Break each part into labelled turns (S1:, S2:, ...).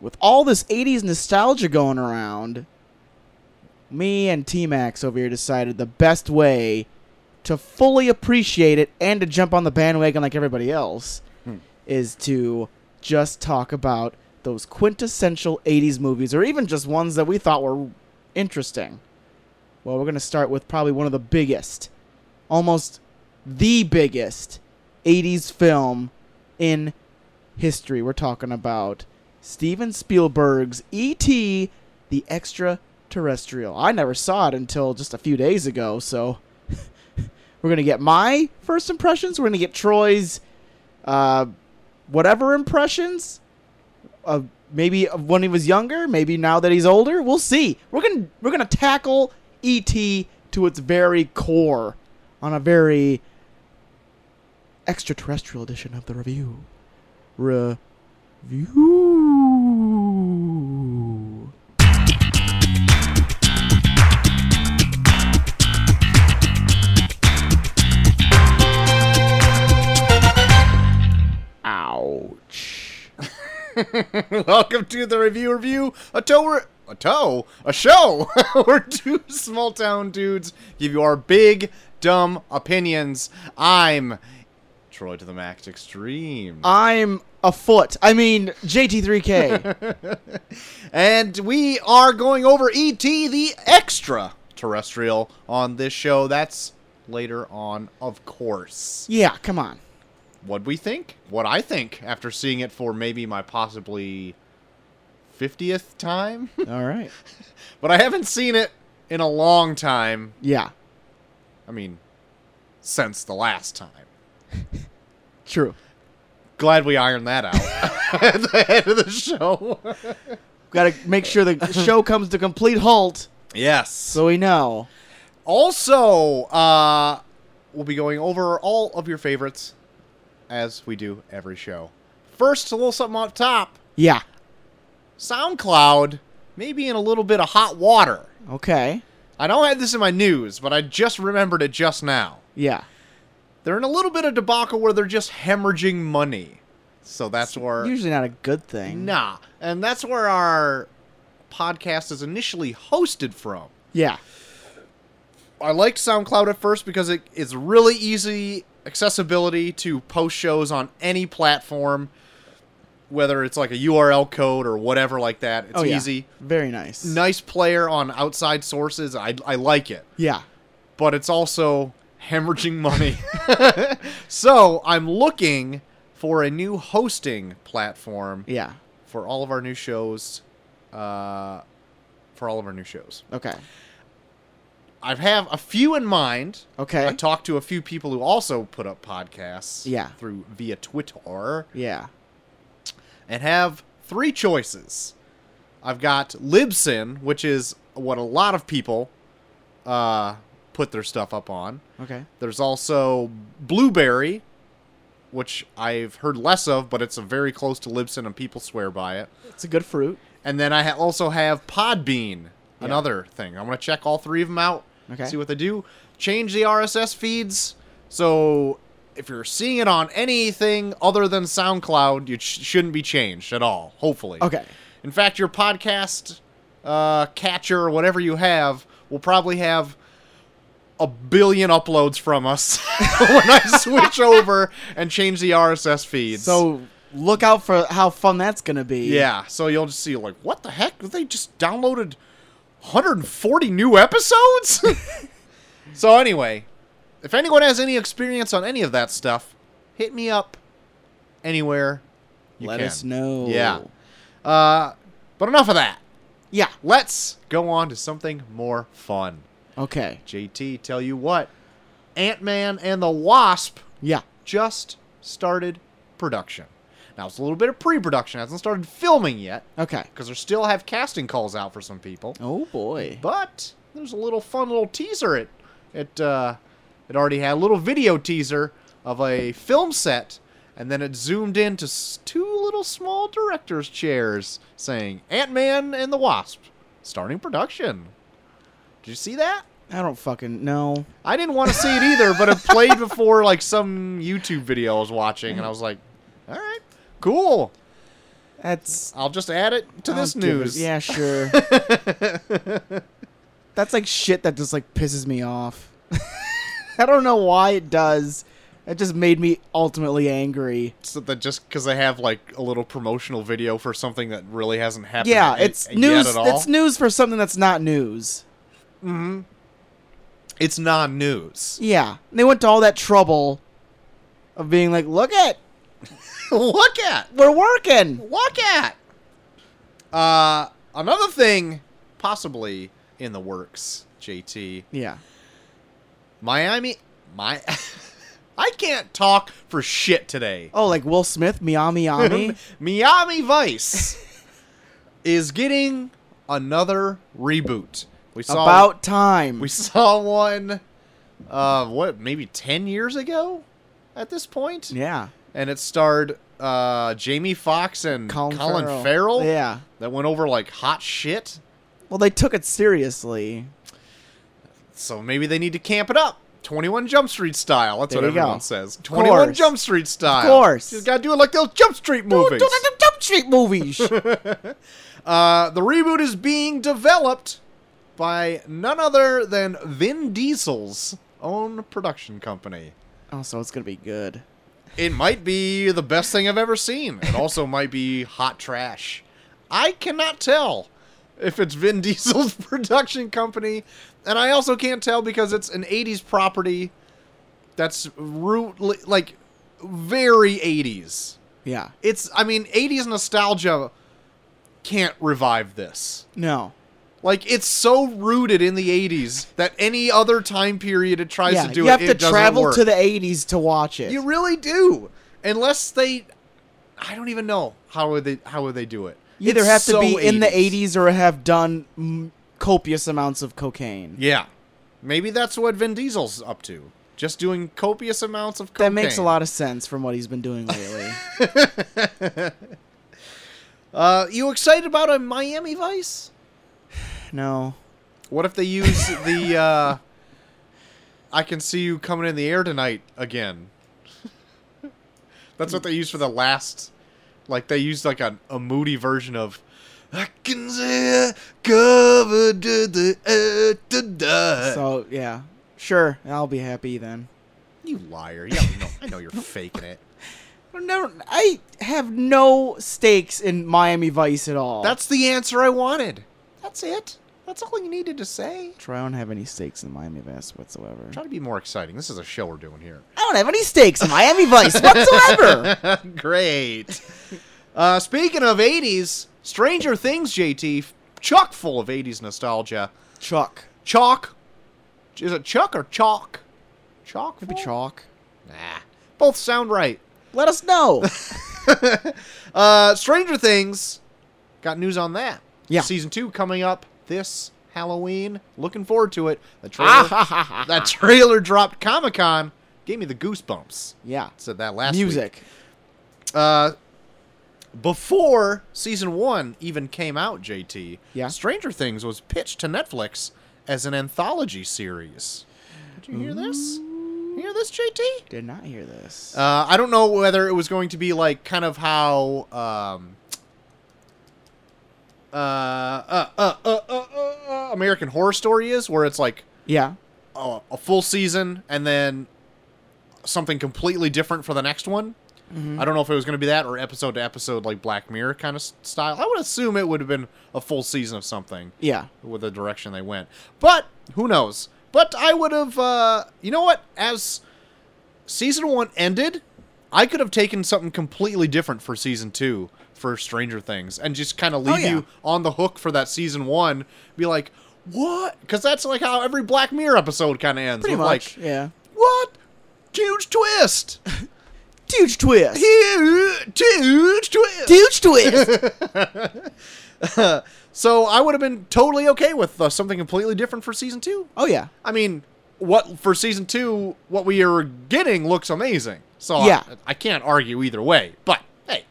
S1: with all this 80s nostalgia going around, me and T Max over here decided the best way to fully appreciate it and to jump on the bandwagon like everybody else is to just talk about those quintessential 80s movies or even just ones that we thought were interesting. Well, we're going to start with probably one of the biggest, almost the biggest 80s film in history. We're talking about Steven Spielberg's E.T. the Extraterrestrial. I never saw it until just a few days ago, so we're going to get my first impressions. We're going to get Troy's uh, whatever impressions. Uh, maybe of when he was younger, maybe now that he's older. We'll see. We're going to we're going to tackle E.T. to its very core on a very extraterrestrial edition of the review review. Ouch.
S2: Welcome to the review review. A toe, re- a toe, a show. We're two small town dudes. Give you our big dumb opinions. I'm Troy to the max extreme,
S1: I'm afoot. I mean, JT3K.
S2: and we are going over ET the extraterrestrial on this show. That's later on, of course.
S1: yeah, come on.
S2: what we think, what I think after seeing it for maybe my possibly 50th time.
S1: All right.
S2: but I haven't seen it in a long time.
S1: Yeah,
S2: I mean, since the last time.
S1: true.
S2: Glad we ironed that out at the end of the show.
S1: Got to make sure the show comes to complete halt
S2: yes.
S1: so we know.
S2: also, uh, we'll be going over all of your favorites as we do every show. First, a little something up top
S1: Yeah.
S2: SoundCloud, maybe in a little bit of hot water.
S1: Okay.
S2: I don't have this in my news, but I just remembered it just now.
S1: Yeah.
S2: They're in a little bit of debacle where they're just hemorrhaging money. So that's where
S1: Usually not a good thing.
S2: nah, and that's where our podcast is initially hosted from.
S1: Yeah.
S2: I liked SoundCloud at first because it is really easy accessibility to post shows on any platform, whether it's like a URL code or whatever like that. It's
S1: oh, yeah.
S2: easy.
S1: Very nice.
S2: Nice player on outside sources. I I like it.
S1: Yeah.
S2: but it's also hemorrhaging money. so I'm looking for a new hosting platform
S1: Yeah.
S2: for all of our new shows. Uh, for all of our new shows,
S1: Okay.
S2: I have a few in mind.
S1: Okay.
S2: I talked to a few people who also put up podcasts.
S1: Yeah.
S2: through via Twitter,
S1: Yeah.
S2: and have three choices. I've got Libsyn, which is what a lot of people uh, put their stuff up on.
S1: Okay.
S2: There's also Blueberry, which I've heard less of, but it's a very close to Libsyn and people swear by it.
S1: It's a good fruit.
S2: And then I ha- also have Podbean,
S1: Yeah.
S2: another thing. I'm going to check all three of them out,
S1: Okay.
S2: see what they do. Change the RSS feeds. So if you're seeing it on anything other than SoundCloud, you sh- shouldn't be changed at all, hopefully.
S1: Okay.
S2: In fact, your podcast uh, catcher, or whatever you have, will probably have a billion uploads from us when I switch over and change the RSS feeds.
S1: So look out for how fun that's gonna be.
S2: yeah, so you'll just see like, what the heck? They just downloaded 140 new episodes. so anyway, if anyone has any experience on any of that stuff, hit me up anywhere. You
S1: Let
S2: can.
S1: us know.
S2: Yeah. Uh, but enough of that.
S1: Yeah.
S2: Let's go on to something more fun.
S1: Okay.
S2: JT, tell you what, Ant Man and the Wasp
S1: Yeah.
S2: just started production. Now, it's a little bit of pre production, hasn't started filming yet,
S1: Okay.
S2: because they still have casting calls out for some people.
S1: Oh boy.
S2: But there's a little fun little teaser. It, it, uh, it already had a little video teaser of a film set, and then it zoomed in to s- two little small director's chairs saying Ant Man and the Wasp starting production. Did you see that?
S1: I don't fucking know.
S2: I didn't want to see it either, but it played before like some YouTube video I was watching, and I was like, "All right, cool."
S1: That's
S2: I'll just add it to
S1: I
S2: this
S1: don't give a-
S2: news.
S1: Yeah, sure. That's like shit that just like pisses me off. I don't know why it does. It just made me ultimately angry.
S2: So that just because they have like a little promotional video for something that really hasn't happened.
S1: Yeah,
S2: yet-
S1: it's
S2: yet
S1: news.
S2: E At all.
S1: It's news for something that's not news.
S2: hmm It's non-news.
S1: Yeah, and they went to all that trouble of being like, "Look at,
S2: Look at.
S1: we're working."
S2: Look at. Uh, another thing, possibly in the works, JT.
S1: Yeah,
S2: Miami, my. I can't talk for shit today.
S1: Oh, like Will Smith, Miami, Miami.
S2: Miami Vice is getting another reboot. We saw
S1: About time.
S2: we saw one uh what maybe 10 years ago at this point
S1: yeah,
S2: and it starred uh Jamie Foxx and Colin, Farrell,
S1: Yeah.
S2: that went over like hot shit.
S1: Well, they took it seriously.
S2: So maybe they need to camp it up. 21 Jump Street style. That's
S1: There
S2: what
S1: you go.
S2: everyone says. 21
S1: course.
S2: Jump Street style.
S1: course.
S2: You just got to do it like those Jump Street
S1: Don't do
S2: movies.
S1: the Jump Street movies.
S2: Uh, the reboot is being developed by none other than Vin Diesel's own production company.
S1: oh, so it's gonna be good.
S2: It might be the best thing I've ever seen. It also might be hot trash. I cannot tell if it's Vin Diesel's production company, and I also can't tell because it's an 80s property that's root like very 80s.
S1: Yeah.
S2: It's I mean 80s nostalgia can't revive this.
S1: No.
S2: Like it's so rooted in the 80s that any other time period it tries
S1: Yeah,
S2: to do
S1: you
S2: it,
S1: have
S2: it
S1: to
S2: doesn't
S1: travel
S2: work.
S1: to the '80s to watch it.
S2: You really do, unless they. I don't even know how would they how would they do it.
S1: You either
S2: It's
S1: have to
S2: so
S1: be in the
S2: 80s.
S1: '80s or have done mm, copious amounts of cocaine.
S2: Yeah, maybe that's what Vin Diesel's up to. Just doing copious amounts of cocaine.
S1: That makes a lot of sense from what he's been doing lately.
S2: Uh, you excited about a Miami Vice?
S1: no.
S2: What if they use the? Uh, I can see you coming in the air tonight again. That's what they used for the last. Like they used like a, a moody version of. I can see you covered to the air tonight.
S1: So yeah, sure, I'll be happy then.
S2: you liar! Yeah, I know, I know you're faking it.
S1: I've Never, I have no stakes in Miami Vice at all.
S2: That's the answer I wanted. That's it. That's all you needed to say.
S1: True, I don't have any stakes in Miami Vice whatsoever.
S2: Try to be more exciting. This is a show we're doing here.
S1: I don't have any stakes in Miami Vice whatsoever.
S2: Great. Uh, speaking of 80s, Stranger Things, JT, chock full of 80s nostalgia.
S1: Chuck,
S2: Chalk. Is it Chuck or Chalk? Chalk?
S1: maybe
S2: full?
S1: chalk.
S2: Nah. Both sound right.
S1: Let us know.
S2: Uh, Stranger Things, got news on that.
S1: Yeah.
S2: Season 2 coming up this Halloween. Looking forward to it. The trailer, that
S1: That's
S2: trailer dropped Comic Con. Gave me the goosebumps.
S1: yeah.
S2: Said that last week.
S1: Music.
S2: Uh, before season one even came out, JT,
S1: Yeah.
S2: Stranger Things was pitched to Netflix as an anthology series. Did you hear this? Hear this, JT?
S1: Did not hear this.
S2: Uh, I don't know whether it was going to be like kind of how. Um, uh, uh, uh, uh, uh, uh, uh, American Horror Story is, where it's like
S1: yeah.
S2: a, a full season and then something completely different for the next one. I don't know if it was going to be that or episode to episode, like Black Mirror kind of style. I would assume it would have been a full season of something
S1: Yeah.
S2: with the direction they went. But who knows? But I would have, uh, you know what? As season one ended, I could have taken something completely different for season two for Stranger Things and just kind of leave
S1: Oh, yeah.
S2: you on the hook for that season one. Be like, what? Because that's like how every Black Mirror episode kind of ends.
S1: Pretty
S2: with
S1: much.
S2: Like,
S1: yeah.
S2: what? Huge twist!
S1: Huge twist.
S2: Huge, huge twist!
S1: Huge twist.
S2: so I would have been totally okay with uh, something completely different for season two.
S1: oh yeah.
S2: I mean, what for season two, what we are getting looks amazing. So I-
S1: Yeah.
S2: I, can't argue either way. But hey,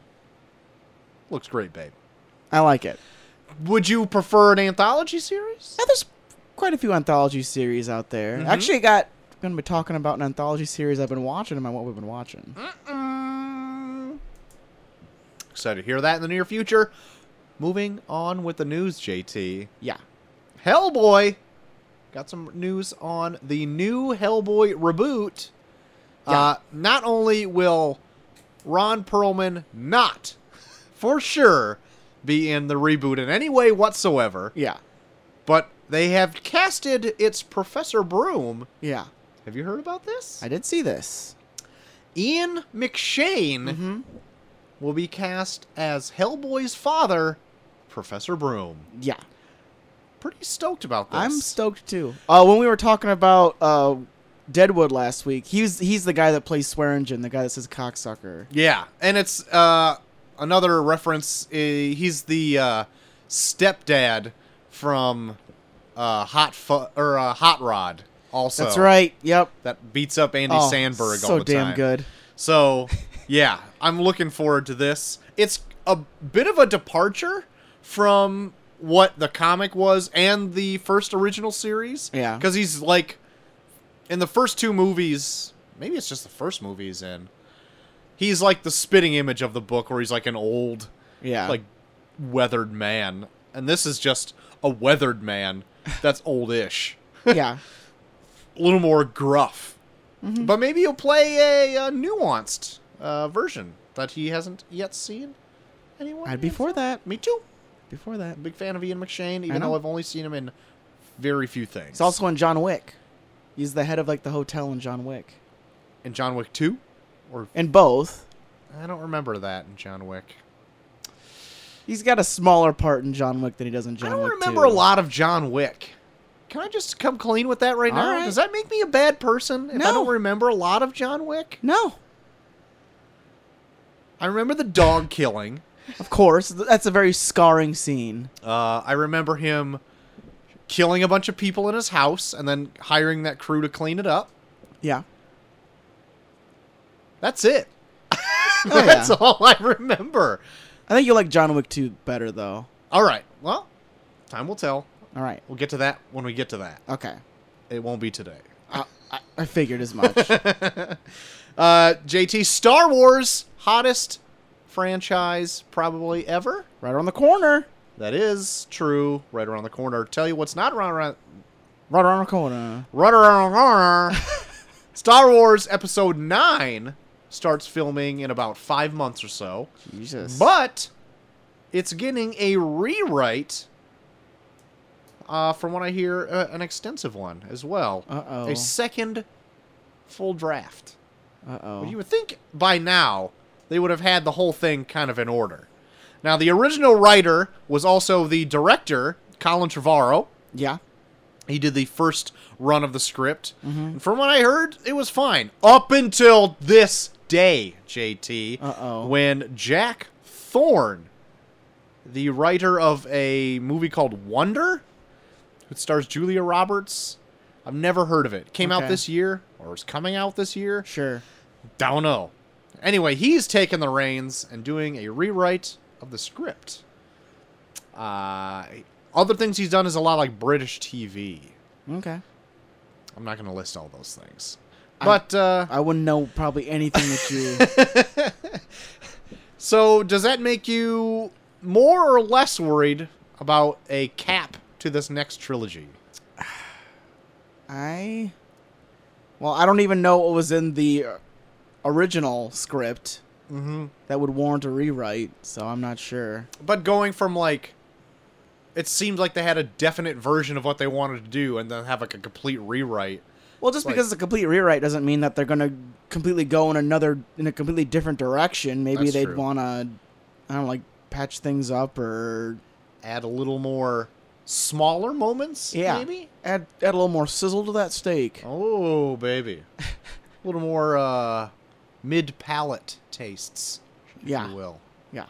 S2: looks great, babe.
S1: I like it.
S2: Would you prefer an anthology series?
S1: Now there's quite a few anthology series out there.
S2: Mm-hmm.
S1: Actually, I got going to be talking about an
S2: Mm.
S1: anthology series I've been watching about what we've been watching.
S2: Mm-mm. Mm. excited to hear that in the near future. Moving on with the news, JT.
S1: Yeah.
S2: Hellboy got some news on the new Hellboy reboot. Uh, not only will Ron Perlman not, for sure, be in the reboot in any way whatsoever,
S1: Yeah.
S2: but they have casted its Professor Broom.
S1: Yeah.
S2: Have you heard about this?
S1: I did see this.
S2: Ian McShane
S1: Mm-hmm.
S2: will be cast as Hellboy's father, Professor Broom.
S1: Yeah.
S2: Pretty stoked about this.
S1: I'm stoked too. Uh, when we were talking about uh, Deadwood last week, he's he's the guy that plays Swearingen, the guy that says cocksucker.
S2: Yeah, and it's uh, another reference. Uh, he's the uh, stepdad from uh, Hot Fu- or uh, Hot Rod. Also,
S1: That's right. Yep.
S2: That beats up Andy
S1: Oh,
S2: Oh. Sandberg
S1: so
S2: all the
S1: damn
S2: time.
S1: good.
S2: So, yeah, I'm looking forward to this. It's a bit of a departure from what the comic was and the first original series.
S1: Yeah.
S2: Because he's like, in the first two movies, maybe it's just the first movie he's in, he's like the spitting image of the book where he's like an old,
S1: Yeah.
S2: like, weathered man. And this is just a weathered man that's oldish
S1: yeah.
S2: a little more gruff. But maybe he'll play a, uh nuanced uh, version that he hasn't yet seen. Anyone?
S1: I'd be for that.
S2: Me too.
S1: Before that,
S2: Big fan of Ian McShane,
S1: I
S2: even
S1: know.
S2: though I've only seen him in very few things.
S1: he's also in John Wick. He's the head of like the hotel in John Wick.
S2: in John Wick 2, or
S1: In both,
S2: I don't remember that in John Wick.
S1: he's got a smaller part in John Wick than he does in John
S2: I don't
S1: Wick.
S2: remember
S1: 2.
S2: a lot of John Wick. Can I just come clean with that right
S1: All
S2: now?
S1: right.
S2: Does that make me a bad person if I
S1: No.
S2: don't remember a lot of John Wick?
S1: No,
S2: I remember the dog killing.
S1: of course. Th- That's a very scarring scene.
S2: Uh, I remember him killing a bunch of people in his house and then hiring that crew to clean it up.
S1: Yeah.
S2: That's it.
S1: Oh, yeah.
S2: That's all I remember.
S1: I think you like John Wick 2 better though.
S2: All right. Well, time will tell.
S1: All right.
S2: We'll get to that when we get to that.
S1: Okay.
S2: It won't be today.
S1: I, I, I figured as much.
S2: Uh, JT, Star Wars, hottest franchise probably ever.
S1: right around the corner.
S2: That is true. Right around the corner. Tell you what's not around, around
S1: Right around the corner.
S2: Rudder. Star Wars Episode 9 starts filming in about five months or so.
S1: Jesus.
S2: But it's getting a rewrite, uh, from what I hear, uh, an extensive one as well.
S1: Uh-oh.
S2: A second full draft.
S1: uh oh.
S2: You would think by now they would have had the whole thing kind of in order. Now, the original writer was also the director, Colin Trevorrow.
S1: yeah.
S2: He did the first run of the script.
S1: Mm-hmm.
S2: And from what I heard, it was fine. Up until this day, JT,
S1: Uh-oh.
S2: when Jack Thorne, the writer of a movie called Wonder, it stars Julia Roberts. I've never heard of it. Came out
S1: Okay.
S2: this year, or is coming out this year.
S1: Sure.
S2: Don't know. Anyway, he's taking the reins and doing a rewrite of the script. Uh, other things he's done is a lot like British TV.
S1: Okay.
S2: I'm not going to list all those things. But uh,
S1: I wouldn't know probably anything that you.
S2: so does that make you more or less worried about a cap to this next trilogy?
S1: I. Well, I don't even know what was in the uh, original script
S2: Mm-hmm.
S1: that would warrant a rewrite, so I'm not sure.
S2: But going from like it seemed like they had a definite version of what they wanted to do and then have like a complete rewrite.
S1: Well, just
S2: Like-
S1: because it's a complete rewrite doesn't mean that they're gonna completely go in another in a completely different direction. Maybe
S2: That's
S1: they'd
S2: true.
S1: wanna, I don't know, like patch things up or
S2: add a little more smaller moments
S1: Yeah.
S2: maybe
S1: add add a little more sizzle to that steak.
S2: oh baby a little more uh mid palate tastes if
S1: Yeah.
S2: you will
S1: Yeah.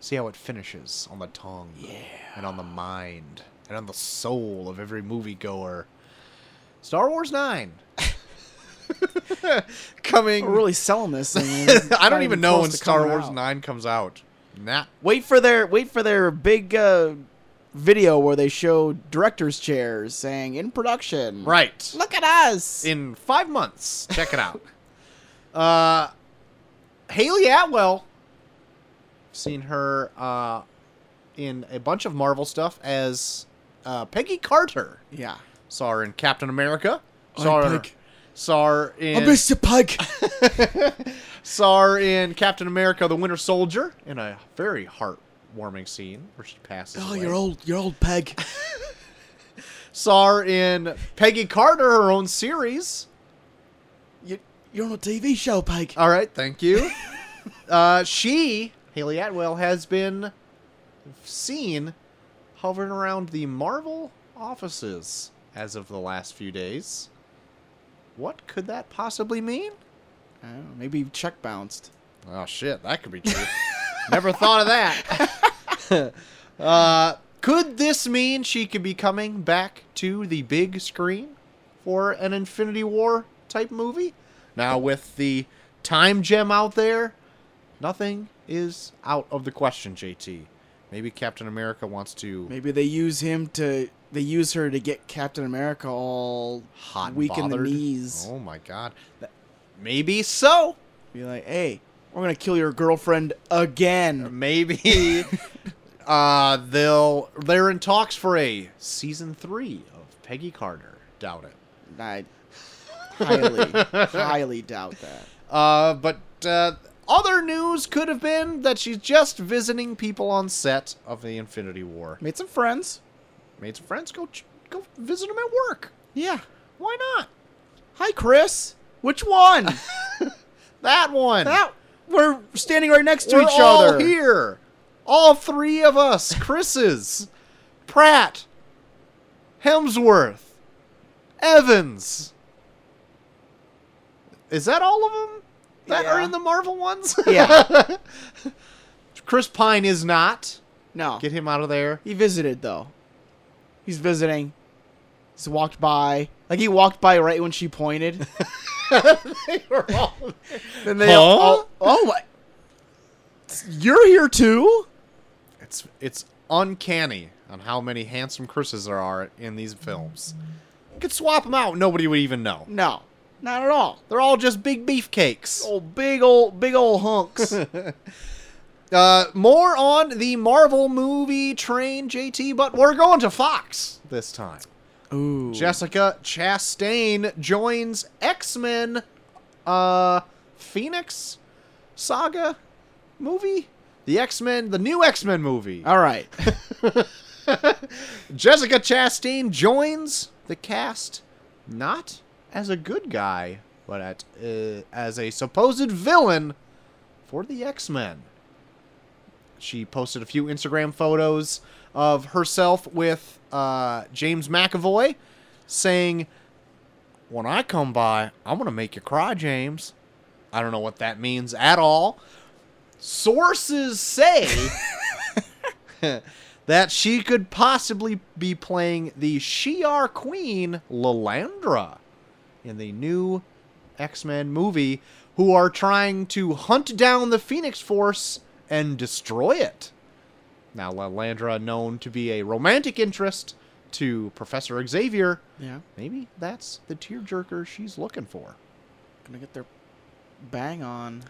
S2: see how it finishes on the tongue and on the mind and on the soul of every moviegoer star wars 9 coming
S1: We're really selling this. thing.
S2: i
S1: Not
S2: don't even know
S1: close
S2: when
S1: to
S2: star
S1: coming
S2: wars
S1: out.
S2: 9 comes out nah
S1: Wait for their wait for their big uh, video where they show directors' chairs saying in production.
S2: right
S1: Look at us.
S2: in five months. Check it out. uh, Haley Atwell Seen her uh, in a bunch of Marvel stuff as uh, Peggy Carter.
S1: Yeah.
S2: Saw her in Captain America.
S1: I'm
S2: Saw her,
S1: Peg.
S2: saw her in
S1: Mr. Oh, Pug.
S2: saw her in Captain America: The Winter Soldier in a very heartwarming scene where she passes. away.
S1: old, Oh, you're old Peg.
S2: Saw her in Peggy Carter, her own series.
S1: You, you're on a TV show, Peg.
S2: All right, thank you. uh, she, Haley Atwell, has been seen hovering around the Marvel offices as of the last few days. What could that possibly mean?
S1: I don't know, maybe check bounced.
S2: Oh shit, that could be true. Never thought of that. uh, could this mean she could be coming back to the big screen for an Infinity War type movie? Now with the time gem out there, nothing is out of the question, JT. Maybe Captain America wants to
S1: Maybe they use him to. They use her to get Captain America all
S2: hot and
S1: weak in
S2: bothered.
S1: the knees.
S2: Oh my god. That- Maybe so.
S1: Be like, hey, we're gonna kill your girlfriend again.
S2: maybe uh, they'll they're in talks for a season three of Peggy Carter. Doubt it.
S1: I highly, highly doubt that.
S2: Uh, but uh, other news could have been that she's just visiting people on set of the Infinity War.
S1: Made some friends.
S2: Made some friends. Go ch- go visit them at work.
S1: Yeah.
S2: Why not?
S1: Hi, Chris. Which one?
S2: That one.
S1: that we're standing right next to
S2: We're
S1: each
S2: all
S1: other.
S2: here. All three of us. Chris's, Pratt, Hemsworth, Evans. Is that all of them that are
S1: Yeah.
S2: in the Marvel ones?
S1: Yeah.
S2: Chris Pine is not.
S1: No.
S2: Get him out of there.
S1: He visited though. He's visiting. He's walked by. Like he walked by right when she pointed.
S2: they were all there.
S1: Then they
S2: Huh?
S1: all, oh what? You're here too?
S2: It's it's uncanny on how many handsome Chris's there are in these films. You could swap them out, nobody would even know.
S1: No, not at all.
S2: They're all just big beefcakes.
S1: Old big old big old hunks.
S2: Uh, more on the Marvel movie train, JT, but we're going to Fox this time.
S1: Ooh.
S2: Jessica Chastain joins X Men, uh, Phoenix Saga movie? The X Men, the new X Men movie.
S1: all right.
S2: Jessica Chastain joins the cast not as a good guy, but at, uh, as a supposed villain for the X Men. She posted a few Instagram photos of herself with uh, James McAvoy saying, When I come by, I'm going to make you cry, James. I don't know what that means at all. Sources say that she could possibly be playing the Shi'ar Queen Lilandra in the new X-Men movie, who are trying to hunt down the Phoenix Force and destroy it. Now, Lilandra, known to be a romantic interest to Professor Xavier,
S1: Yeah.
S2: maybe that's the tearjerker she's looking for.
S1: Gonna get their bang on.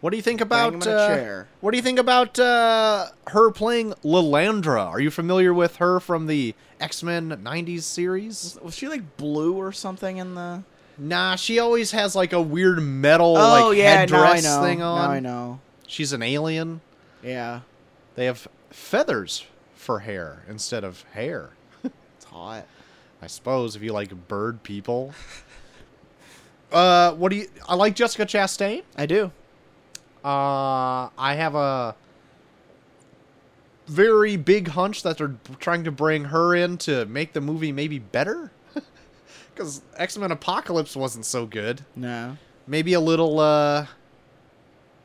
S2: What do you think
S1: Bang
S2: about
S1: 'em in a
S2: uh,
S1: chair.
S2: What do you think about uh, her playing Lilandra? Are you familiar with her from the X Men '90s series?
S1: Was she like blue or something in the?
S2: Nah, she always has like a weird metal
S1: oh
S2: like
S1: yeah, now I
S2: headdress
S1: know.
S2: thing on.
S1: Now I know.
S2: She's an alien.
S1: Yeah,
S2: They have feathers for hair instead of hair.
S1: it's hot.
S2: I suppose if you like bird people. uh, what do you? I like Jessica Chastain.
S1: I do.
S2: Uh, I have a very big hunch that they're trying to bring her in to make the movie maybe better. Because X Men Apocalypse wasn't so good.
S1: No.
S2: Maybe a little, uh.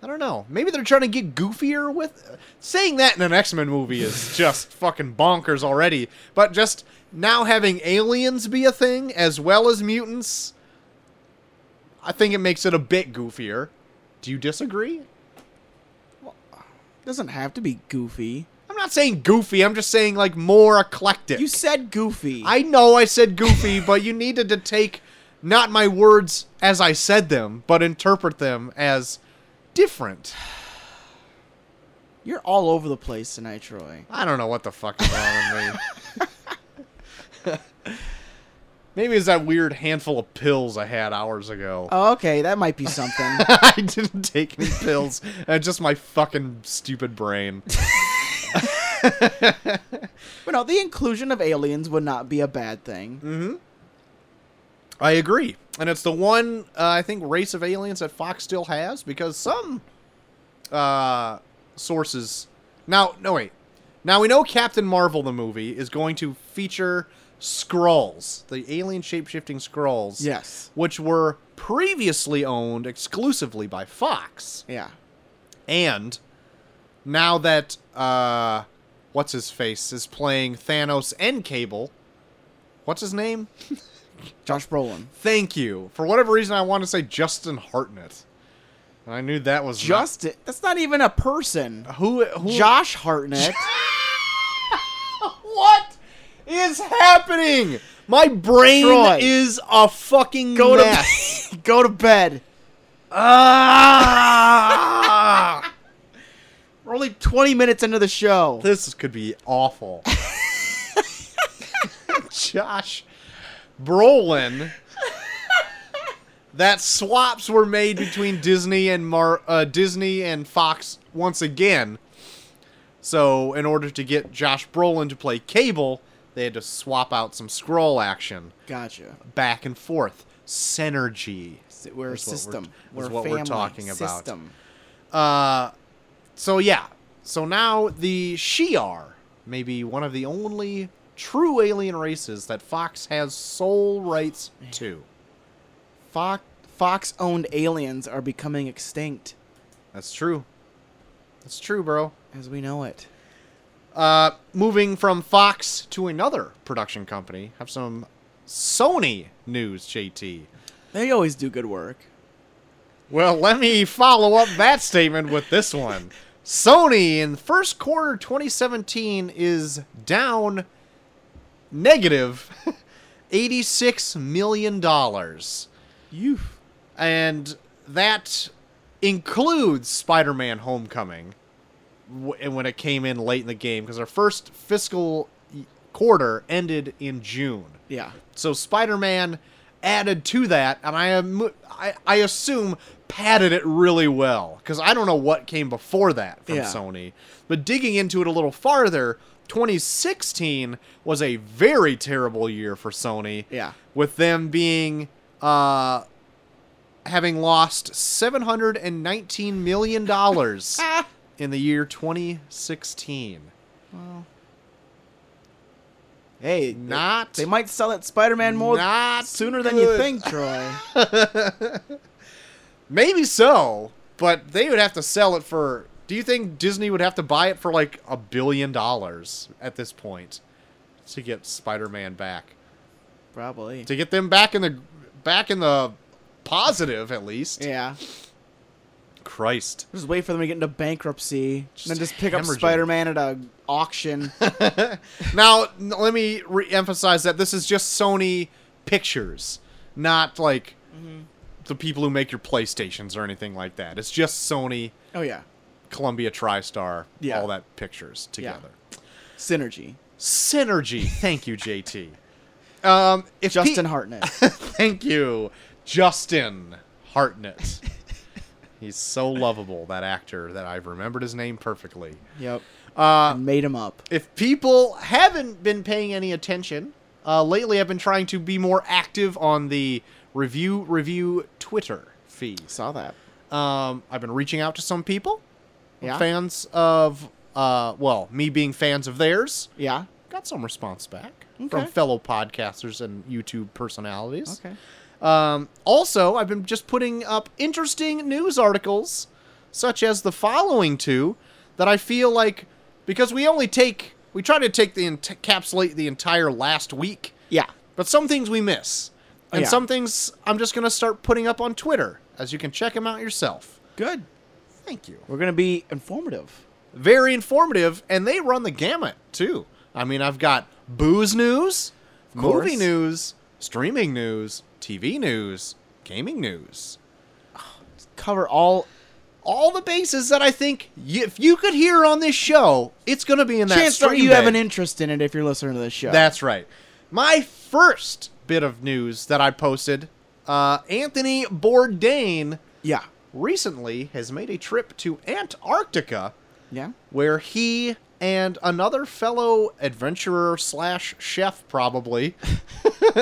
S2: I don't know. Maybe they're trying to get goofier with. Saying that in an X Men movie is just fucking bonkers already. But just now having aliens be a thing as well as mutants, I think it makes it a bit goofier. Do you disagree?
S1: Doesn't have to be goofy.
S2: I'm not saying goofy. I'm just saying like more eclectic.
S1: You said goofy.
S2: I know I said goofy, but you needed to take not my words as I said them, but interpret them as different.
S1: You're all over the place tonight, Troy.
S2: I don't know what the fuck is wrong with me. Maybe it's that weird handful of pills I had hours ago.
S1: Oh, okay, that might be something.
S2: I didn't take any pills. It's just my fucking stupid brain.
S1: but no, the inclusion of aliens would not be a bad thing.
S2: hmm I agree, and it's the one uh, I think race of aliens that Fox still has because some uh, sources. Now, no wait. Now we know Captain Marvel the movie is going to feature Skrulls, the alien shape-shifting Skrulls,
S1: Yes.
S2: which were previously owned exclusively by Fox,
S1: Yeah.
S2: and now that uh, what's his face is playing Thanos and Cable, what's his name?
S1: Josh Brolin.
S2: Thank you. For whatever reason, I want to say Justin Hartnett. And I knew that was not-
S1: Justin. That's not even a person.
S2: who. who
S1: Josh Hartnett.
S2: what is happening? My brain
S1: Troy.
S2: is a fucking
S1: Go to
S2: mess.
S1: bed. Go to bed.
S2: Ah!
S1: We're only 20 minutes into the show.
S2: this could be awful. Josh Brolin. That swaps were made between Disney and Mar- uh, Disney and Fox once again. So, in order to get Josh Brolin to play Cable, they had to swap out some scroll action
S1: Gotcha.
S2: back and forth. Synergy.
S1: S- We're a
S2: Is what we're-
S1: system.
S2: is
S1: We're, a
S2: what we're
S1: family.
S2: talking about.
S1: System.
S2: Uh, so yeah. So now the Shi'ar may be one of the only true alien races that Fox has sole rights to.
S1: Fox Fox owned aliens are becoming extinct
S2: That's true. That's true, bro.
S1: as we know it.
S2: Uh, moving from Fox to another production company, have some Sony news, JT.
S1: They always do good work.
S2: Well, let me follow up that statement with this one. Sony in first quarter 2017 is down negative 86 million dollars.
S1: You.
S2: And that includes Spider-Man Homecoming w- and when it came in late in the game because our first fiscal y- quarter ended in June.
S1: Yeah.
S2: So Spider-Man added to that, and I am I, I assume padded it really well because I don't know what came before that from
S1: Yeah.
S2: Sony. But digging into it a little farther, 2016 was a very terrible year for Sony.
S1: Yeah.
S2: with them being uh having lost 719 million dollars in the year 2016.
S1: Well. Hey, they-
S2: Not
S1: they might sell it Spider-Man more
S2: Not
S1: sooner than you
S2: good.
S1: think, Troy.
S2: Maybe so, but they would have to sell it for. Do you think Disney would have to buy it for like a billion dollars at this point to get Spider-Man back?
S1: Probably.
S2: To get them back in the back in the positive at least.
S1: Yeah.
S2: Christ.
S1: Just wait for them to get into bankruptcy,
S2: Just
S1: and then just pick up
S2: hemorrhaging.
S1: Spider-Man at a auction.
S2: now n- let me re-emphasize that this is just sony pictures not like
S1: Mm-hmm.
S2: the people who make your playstations or anything like that it's just sony
S1: oh yeah,
S2: columbia tristar
S1: Yeah.
S2: all that pictures together
S1: synergy.
S2: synergy thank you jt um if pe-
S1: Justin Hartnett.
S2: thank you justin hartnett he's so lovable that actor that i've remembered his name perfectly
S1: yep.
S2: uh
S1: I made him up.
S2: if people haven't been paying any attention uh, lately i've been trying to be more active on the review review twitter feeds
S1: Saw that.
S2: um, i've been reaching out to some people
S1: Yeah.
S2: fans of uh, well me being fans of theirs
S1: Yeah.
S2: got some response back
S1: Okay.
S2: from fellow podcasters and youtube personalities
S1: Okay.
S2: um, also, I've been just putting up interesting news articles, such as the following two, that I feel like because we only take we try to take the encapsulate the entire last week,
S1: Yeah.
S2: but some things we miss, and
S1: Yeah.
S2: some things I'm just gonna start putting up on Twitter, as you can check them out yourself.
S1: Good.
S2: Thank you.
S1: We're gonna be informative.
S2: Very informative, and they run the gamut too. I mean, I've got booze news,
S1: course.
S2: movie news, streaming news, TV news, gaming news.
S1: Cover all
S2: all the bases that I think y- if you could hear on this show, it's going to be in that
S1: Chance
S2: stream
S1: that you
S2: bed.
S1: have an interest in it if you're listening to this show.
S2: That's right. My first bit of news that I posted, uh, Anthony Bourdain
S1: yeah,
S2: recently has made a trip to Antarctica
S1: yeah.
S2: where he and another fellow adventurer slash chef probably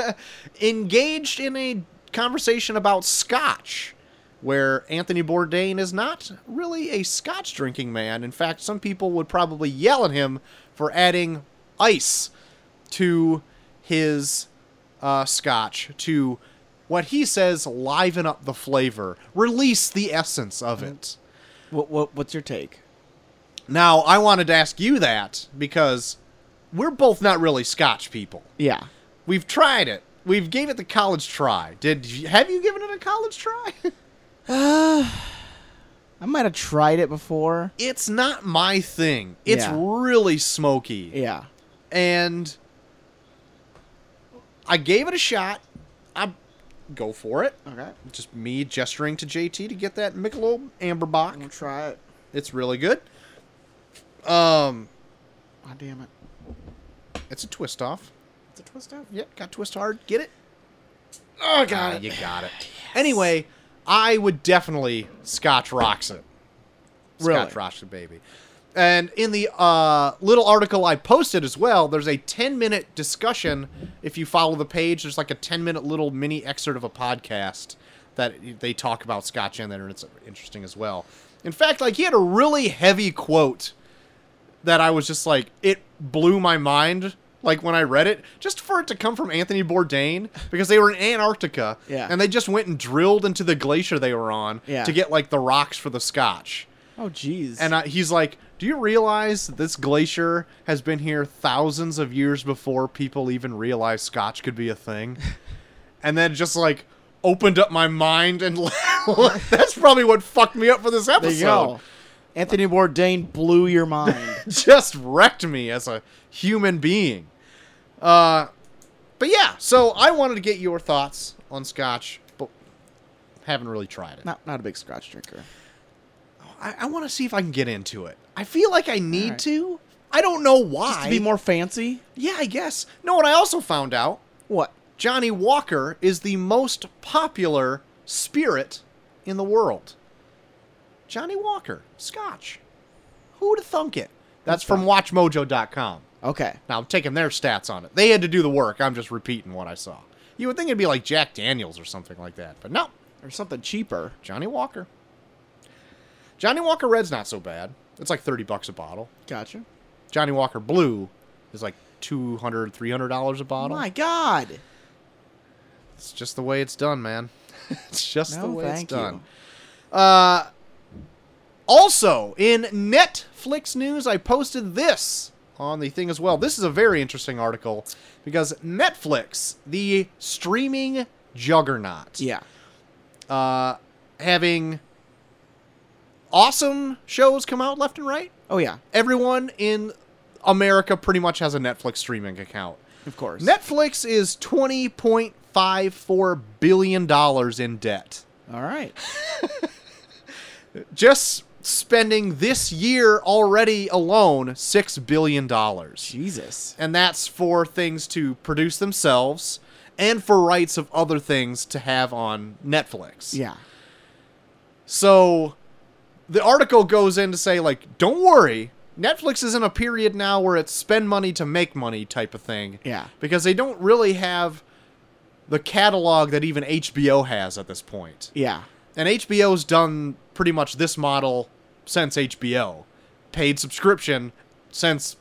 S2: engaged in a conversation about scotch where anthony bourdain is not really a scotch drinking man in fact some people would probably yell at him for adding ice to his uh, scotch to what he says liven up the flavor release the essence of it
S1: What, what what's your take?
S2: now, I wanted to ask you that because we're both not really Scotch people.
S1: Yeah.
S2: We've tried it. We've gave it the college try. Did you, have you given it a college try?
S1: I might have tried it before.
S2: it's not my thing. It's
S1: Yeah.
S2: really smoky.
S1: Yeah.
S2: And I gave it a shot. I go for it.
S1: Okay.
S2: Just me gesturing to JT to get that Michelob Amberbach.
S1: gonna try it.
S2: It's really good. Um,
S1: Oh, damn it.
S2: it's a twist off.
S1: It's a twist out.
S2: Yep, got twist hard. Get it?
S1: Oh, I
S2: Ah,
S1: got
S2: You got it. Anyway, I would definitely Scotch rocks it.
S1: Really?
S2: Scotch rocks it, baby. And in the uh, little article I posted as well, there's a 10 minute discussion. If you follow the page, there's like a 10 minute little mini excerpt of a podcast that they talk about Scotch in there, and it's interesting as well. In fact, like he had a really heavy quote that I was just like, it blew my mind. Like when I read it, just for it to come from Anthony Bourdain, because they were in Antarctica,
S1: Yeah.
S2: and they just went and drilled into the glacier they were on
S1: Yeah.
S2: to get like the rocks for the scotch.
S1: Oh, jeez.
S2: And I, he's like, "Do you realize that this glacier has been here thousands of years before people even realized scotch could be a thing?" and then just like opened up my mind, and that's probably what fucked me up for this episode
S1: there you go. Anthony Bourdain blew your mind.
S2: just wrecked me as a human being. Uh, but yeah, so I wanted to get your thoughts on Scotch, but haven't really tried it.
S1: not not a big scotch drinker.
S2: I, I want to see if I can get into it. I feel like I need
S1: Alright.
S2: to. I don't know why.
S1: Just to be more fancy.
S2: yeah, I guess. No, and I also found out
S1: What?
S2: Johnny Walker is the most popular spirit in the world. Johnny Walker, Scotch. Who'd have thunk it? That's from WatchMojo.com.
S1: Okay.
S2: Now I'm taking their stats on it. They had to do the work. I'm just repeating what I saw. You would think it'd be like Jack Daniels or something like that, but no,
S1: Or something cheaper.
S2: Johnny Walker. Johnny Walker Red's not so bad. It's like 30 bucks a bottle.
S1: Gotcha.
S2: Johnny Walker Blue is like 200, 300 dollars a bottle.
S1: My God.
S2: It's just the way it's done, man. it's just the
S1: No,
S2: way
S1: thank
S2: it's
S1: you.
S2: done. Uh, also, in Netflix news, I posted this on the thing as well. This is a very interesting article because Netflix, the streaming juggernaut,
S1: Yeah.
S2: uh, having awesome shows come out left and right.
S1: Oh yeah.
S2: Everyone in America pretty much has a Netflix streaming account.
S1: Of course.
S2: Netflix is twenty point five four billion dollars in debt.
S1: All right.
S2: Just spending this year already alone six billion dollars,
S1: Jesus.
S2: and that's for things to produce themselves and for rights of other things to have on Netflix.
S1: Yeah.
S2: So the article goes in to say like, don't worry. Netflix is in a period now where it's spend money to make money type of thing.
S1: Yeah.
S2: because they don't really have the catalog that even HBO has at this point.
S1: Yeah.
S2: And HBO's done pretty much this model since HBO, paid subscription since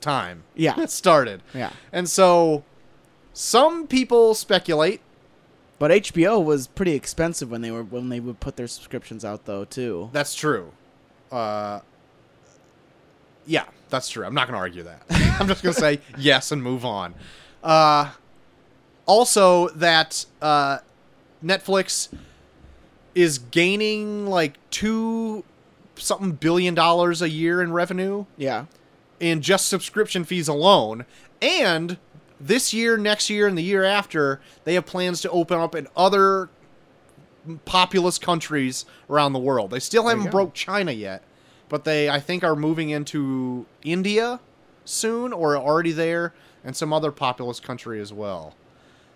S2: time.
S1: Yeah.
S2: it started.
S1: Yeah.
S2: And so some people speculate
S1: But HBO was pretty expensive when they were when they would put their subscriptions out though too.
S2: that's true. Uh yeah, that's true. I'm not going to argue that. I'm just going to say yes and move on. Uh, also, that uh, Netflix is gaining like two something billion dollars a year in revenue
S1: Yeah.
S2: in just subscription fees alone. And this year, next year, and the year after, they have plans to open up in other populous countries around the world. They still
S1: There you
S2: haven't
S1: go.
S2: broke China yet, but they I think are moving into India soon or are already there and some other populous country as well.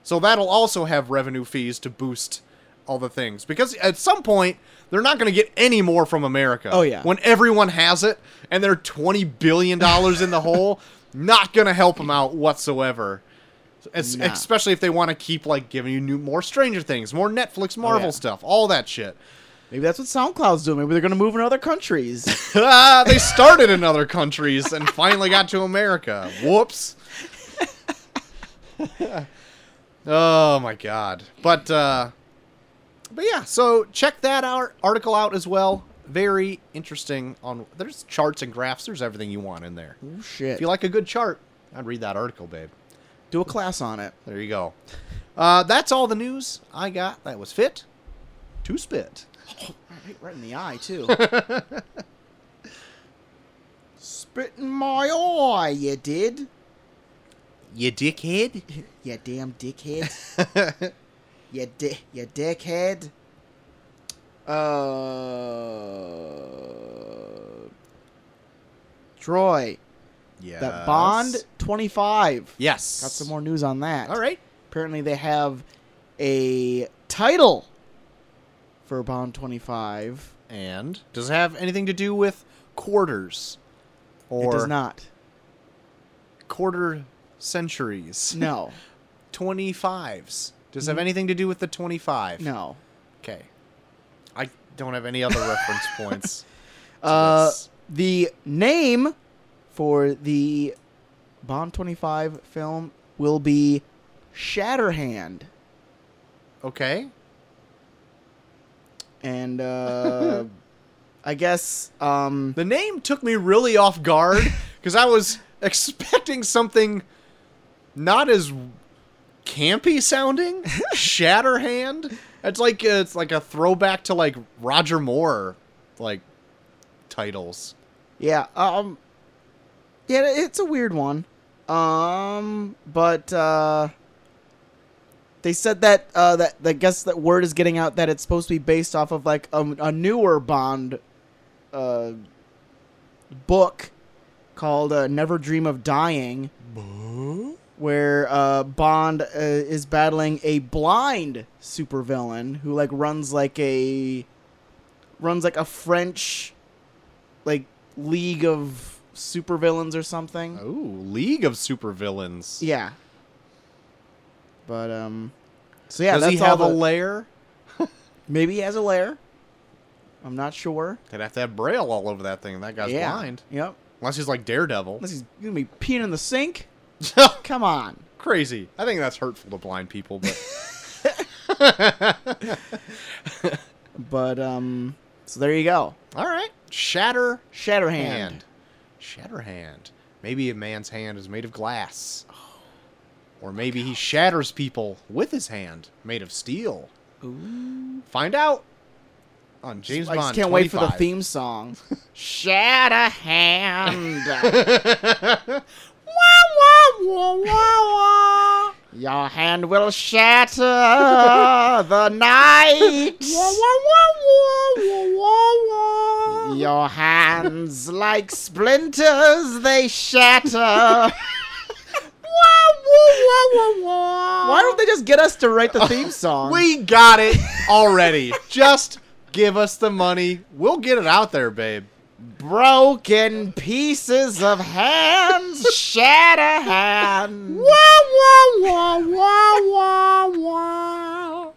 S2: So that'll also have revenue fees to boost all the things because at some point they're not going to get any more from America.
S1: Oh, yeah.
S2: When everyone has it and they're 20 billion dollars in the hole, not going to help them out whatsoever. It's,
S1: Nah.
S2: Especially if they want to keep like giving you new more Stranger Things, more Netflix, Marvel
S1: Oh, yeah.
S2: stuff, all that shit.
S1: Maybe that's what SoundCloud's doing. Maybe they're going to move into other countries.
S2: Ah, they started in other countries and finally got to America. Whoops. oh my god. But uh but yeah, so check that out article out as well. Very interesting on there's charts and graphs, there's everything you want in there.
S1: oh, shit.
S2: If you like a good chart, I'd read that article, babe.
S1: Do a class on it.
S2: There you go. Uh, that's all the news I got. That was fit to spit.
S1: Right, right in the eye, too. Spit in my eye, you did.
S2: You dickhead.
S1: You damn dickhead. you, di- you dickhead. Uh. Troy,
S2: yeah.
S1: that Bond 25.
S2: Yes.
S1: Got some more news on that.
S2: All right.
S1: Apparently, they have a title for Bond 25.
S2: And does it have anything to do with quarters? Or
S1: it does not.
S2: quarter centuries?
S1: No, Mm-hmm.
S2: 25s. Does it have anything to do with the 25?
S1: no.
S2: Okay. I don't have any other reference points. to
S1: Uh,
S2: this.
S1: the name for the Bond 25 film will be Shatterhand.
S2: okay.
S1: And uh, I guess um,
S2: The name took me really off guard because I was expecting something not as campy sounding. Shatterhand. It's like uh, it's like a throwback to like Roger Moore, like titles.
S1: Yeah. Um. Yeah, it's a weird one. Um. But uh. They said that uh that I guess that word is getting out that it's supposed to be based off of like a, a newer Bond, uh. Book, called uh, "Never Dream of Dying," where uh Bond uh, is battling a blind supervillain who like runs like a, runs like a French like league of supervillains or something.
S2: Ooh, League of Supervillains.
S1: Yeah. But um so yeah,
S2: Does
S1: that's
S2: he have
S1: all
S2: a
S1: the,
S2: lair?
S1: maybe he has a lair. I'm not sure.
S2: They'd have to have braille all over that thing. That guy's
S1: yeah.
S2: blind.
S1: Yep.
S2: Unless he's like Daredevil.
S1: Unless he's gonna be peeing in the sink. Come on.
S2: Crazy. I think that's hurtful to blind people, but
S1: But um so there you go.
S2: all right. Shatter
S1: Shatterhand.
S2: hand. Shatterhand. Maybe a man's hand is made of glass.
S1: Oh,
S2: Or maybe he shatters people with his hand made of steel.
S1: Ooh.
S2: Find out on James
S1: I
S2: Bond.
S1: just can't wait for the
S2: 25.
S1: theme song. Shatterhand.
S2: Wah, wah, wah, wah, wah.
S1: Your hand will shatter the night.
S2: Wah, wah, wah, wah, wah, wah, wah.
S1: Your hands like splinters, they shatter.
S2: Wah, wah, wah, wah,
S1: Why
S2: wah.
S1: don't they just get us to write the theme song?
S2: We got it already. Just give us the money. We'll get it out there, babe.
S1: broken pieces of hands shatter hands.
S2: Wah wah wah wah wah wah.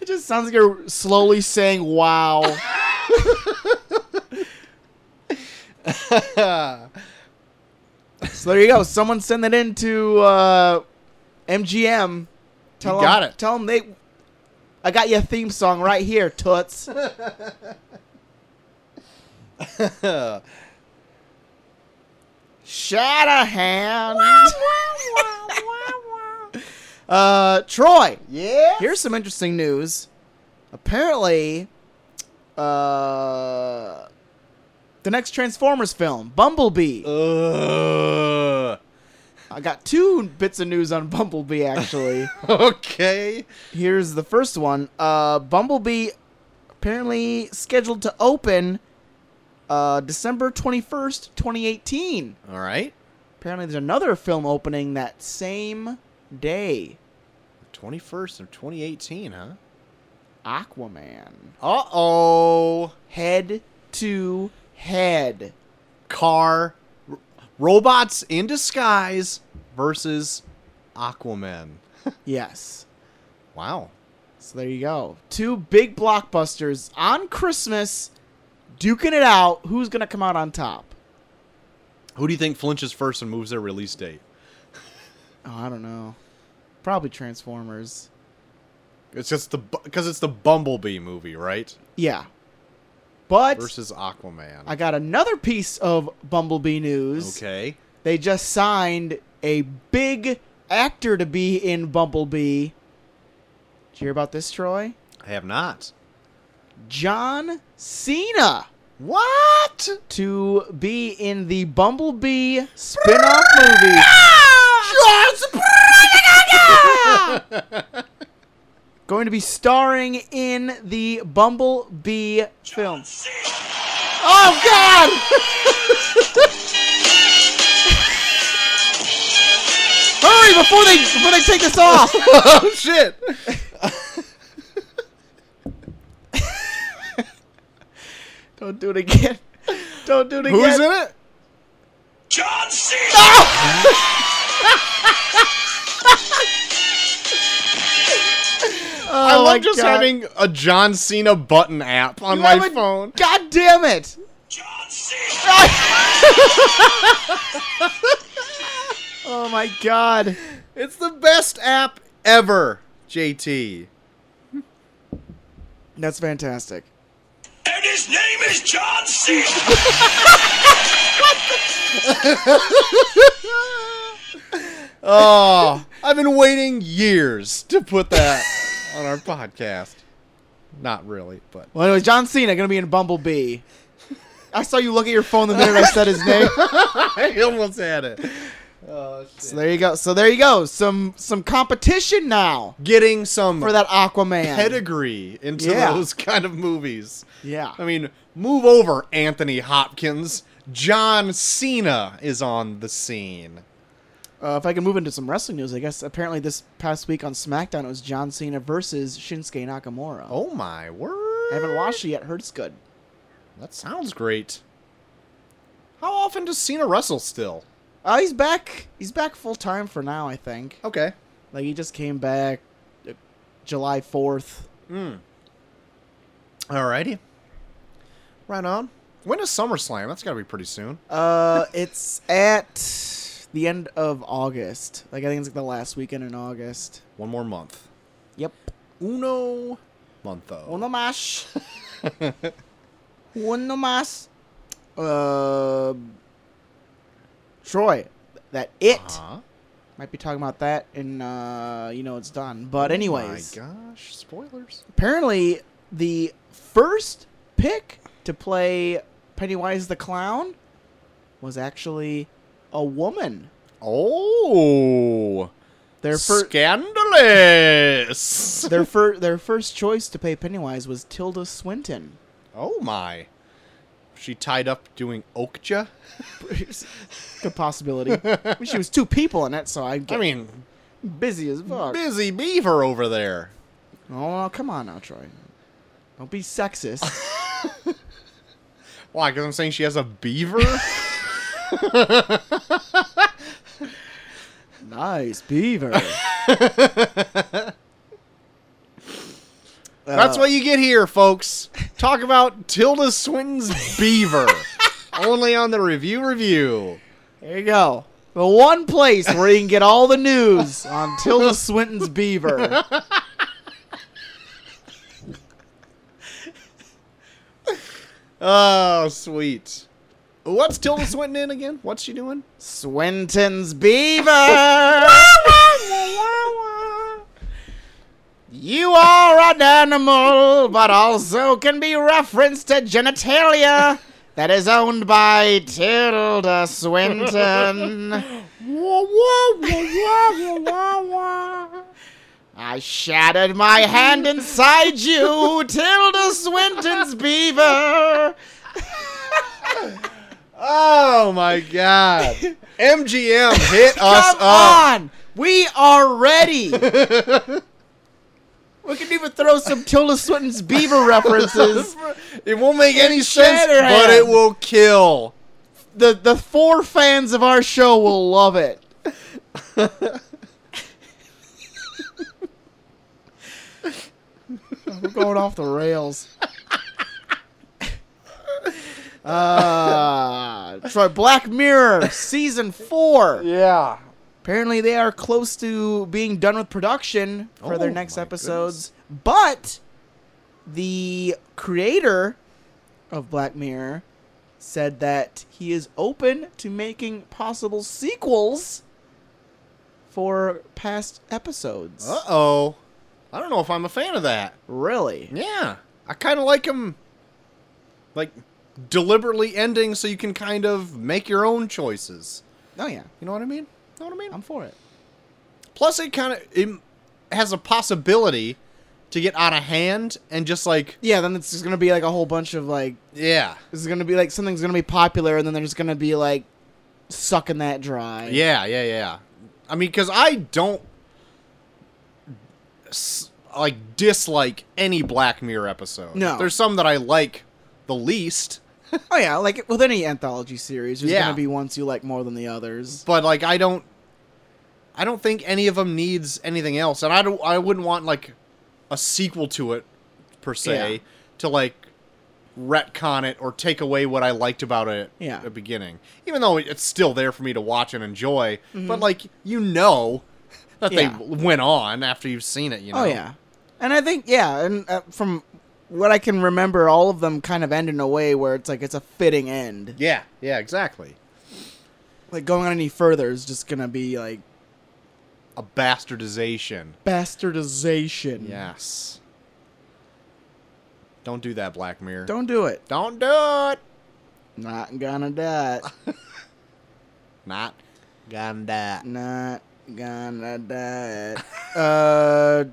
S1: It just sounds like you're slowly saying "Wow." so there you go. Someone send that in to uh, MGM. Tell
S2: You
S1: 'em-
S2: got it.
S1: Tell them they. I got your theme song right here, Toots. Shatter hand. Uh, Troy,
S2: yeah.
S1: here's some interesting news. Apparently, uh, the next Transformers film, Bumblebee.
S2: Ugh.
S1: I got two bits of news on Bumblebee actually.
S2: okay.
S1: Here's the first one. Uh, Bumblebee apparently scheduled to open uh, December 21st, 2018.
S2: All right.
S1: Apparently, there's another film opening that same day
S2: 21st of 2018, huh?
S1: Aquaman.
S2: Uh oh.
S1: Head to head.
S2: Car. R- robots in disguise versus Aquaman.
S1: Yes.
S2: Wow.
S1: So there you go. Two big blockbusters on Christmas, duking it out. Who's going to come out on top?
S2: Who do you think flinches first and moves their release date?
S1: Oh, I don't know. Probably Transformers.
S2: It's just the because it's the Bumblebee movie, right?
S1: Yeah. But
S2: Versus Aquaman.
S1: I got another piece of Bumblebee news.
S2: okay.
S1: They just signed a big actor to be in Bumblebee. Did you hear about this, Troy?
S2: I have not.
S1: John Cena
S2: What?
S1: to be in the Bumblebee spin-off movie. Going to be starring in the Bumblebee film. Oh God! Hurry before they before they take us off.
S2: oh shit!
S1: Don't do it again. Don't do it again.
S2: Who's in it?
S3: John Cena!
S1: Oh
S2: I
S1: my
S2: love just
S1: God.
S2: having a John Cena button app on
S1: You
S2: my
S1: haven't-
S2: phone.
S1: God damn it!
S3: John Cena!
S1: Oh my God!
S2: It's the best app ever, JT.
S1: That's fantastic.
S3: And his name is John Cena!
S2: Oh, I've been waiting years to put that on our podcast. Not really, but
S1: Well, anyway, John Cena gonna be in Bumblebee. I saw you look at your phone the minute I said his name.
S2: I almost had it. Oh,
S1: So there you go. So there you go. Some some competition now
S2: Getting some
S1: for that Aquaman.
S2: pedigree into
S1: Yeah.
S2: those kind of movies.
S1: Yeah.
S2: I mean, move over, Anthony Hopkins. John Cena is on the scene.
S1: Uh, if I can move into some wrestling news, I guess apparently this past week on SmackDown it was John Cena versus Shinsuke Nakamura.
S2: Oh my word!
S1: I haven't watched it yet. Heard it's good.
S2: That sounds great. How often does Cena wrestle still?
S1: Uh, he's back. He's back full time for now. I think.
S2: Okay.
S1: Like he just came back uh, July fourth.
S2: Mm. Alrighty. Right on. When is SummerSlam? That's got to be pretty soon.
S1: Uh, it's at the end of August. Like I think it's like the last weekend in August.
S2: One more month.
S1: Yep.
S2: Uno month.
S1: Uno mas. Uno mas. Uh, Troy, that it
S2: Huh?
S1: might be talking about that, and uh, you know it's done. But anyways,
S2: Oh My gosh, spoilers.
S1: apparently the first pick to play Pennywise the clown was actually a woman.
S2: Oh.
S1: Their first.
S2: Scandalous.
S1: their, fir- their first choice to play Pennywise was Tilda Swinton.
S2: oh my. She tied up doing Okja?
S1: Good possibility. I mean, she was two people in it, so I
S2: I
S1: get
S2: mean,
S1: busy as fuck.
S2: busy beaver over there.
S1: Oh, no, come on now, Troy. Don't be sexist.
S2: Why? Because I'm saying she has a beaver?
S1: nice beaver. Uh.
S2: That's what you get here, folks. Talk about Tilda Swinton's beaver. Only on the review review.
S1: There you go. The one place where you can get all the news on Tilda Swinton's beaver.
S2: Oh, sweet. What's Tilda Swinton in again? What's she doing?
S1: Swinton's beaver. You are an animal, but also can be referenced to genitalia that is owned by Tilda Swinton. I shattered my hand inside you, Tilda Swinton's beaver.
S2: Oh my god. MGM hit us
S1: Come
S2: up.
S1: on, we are ready. we can even throw some Tilda Swinton's beaver references.
S2: It won't make any
S1: It's
S2: sense, but
S1: Shatterhand.
S2: it will kill.
S1: The the four fans of our show will love it. We're going off the rails. Uh, Troy Black Mirror season four.
S2: Yeah.
S1: Apparently, they are close to being done with production for their
S2: Oh,
S1: next
S2: my
S1: episodes. But the creator of Black Mirror said that he is open to making possible sequels for past episodes.
S2: Uh oh. I don't know if I'm a fan of that.
S1: Really?
S2: Yeah. I kind of like him, like, deliberately ending so you can kind of make your own choices.
S1: Oh, yeah.
S2: You know what I mean? Know what I mean?
S1: I'm for it.
S2: Plus, it kind of it has a possibility to get out of hand and just like
S1: Yeah, then it's just going to be like a whole bunch of like,
S2: yeah,
S1: this is going to be like something's going to be popular, and then they're just going to be like sucking that dry.
S2: yeah, yeah, yeah. I mean, because I don't s- like dislike any Black Mirror episode.
S1: No.
S2: there's some that I like the least,
S1: Oh yeah, like with any anthology series, there's
S2: Yeah.
S1: gonna be ones you like more than the others.
S2: but like I don't, I don't think any of them needs anything else, and I don't, I wouldn't want like a sequel to it per se
S1: Yeah.
S2: to like retcon it or take away what I liked about it
S1: Yeah.
S2: at the beginning. Even though it's still there for me to watch and enjoy, but like you know that
S1: Mm-hmm. Yeah.
S2: they went on after you've seen it, you know.
S1: Oh yeah, and I think yeah, and uh, from what I can remember, all of them kind of end in a way where it's like it's a fitting end.
S2: Yeah, yeah, exactly.
S1: Like going on any further is just gonna be like
S2: A bastardization.
S1: bastardization.
S2: Yes. Don't do that, Black Mirror.
S1: Don't do it.
S2: Don't do it.
S1: Not gonna do it.
S2: Not gonna die.
S1: Not gonna do it. uh,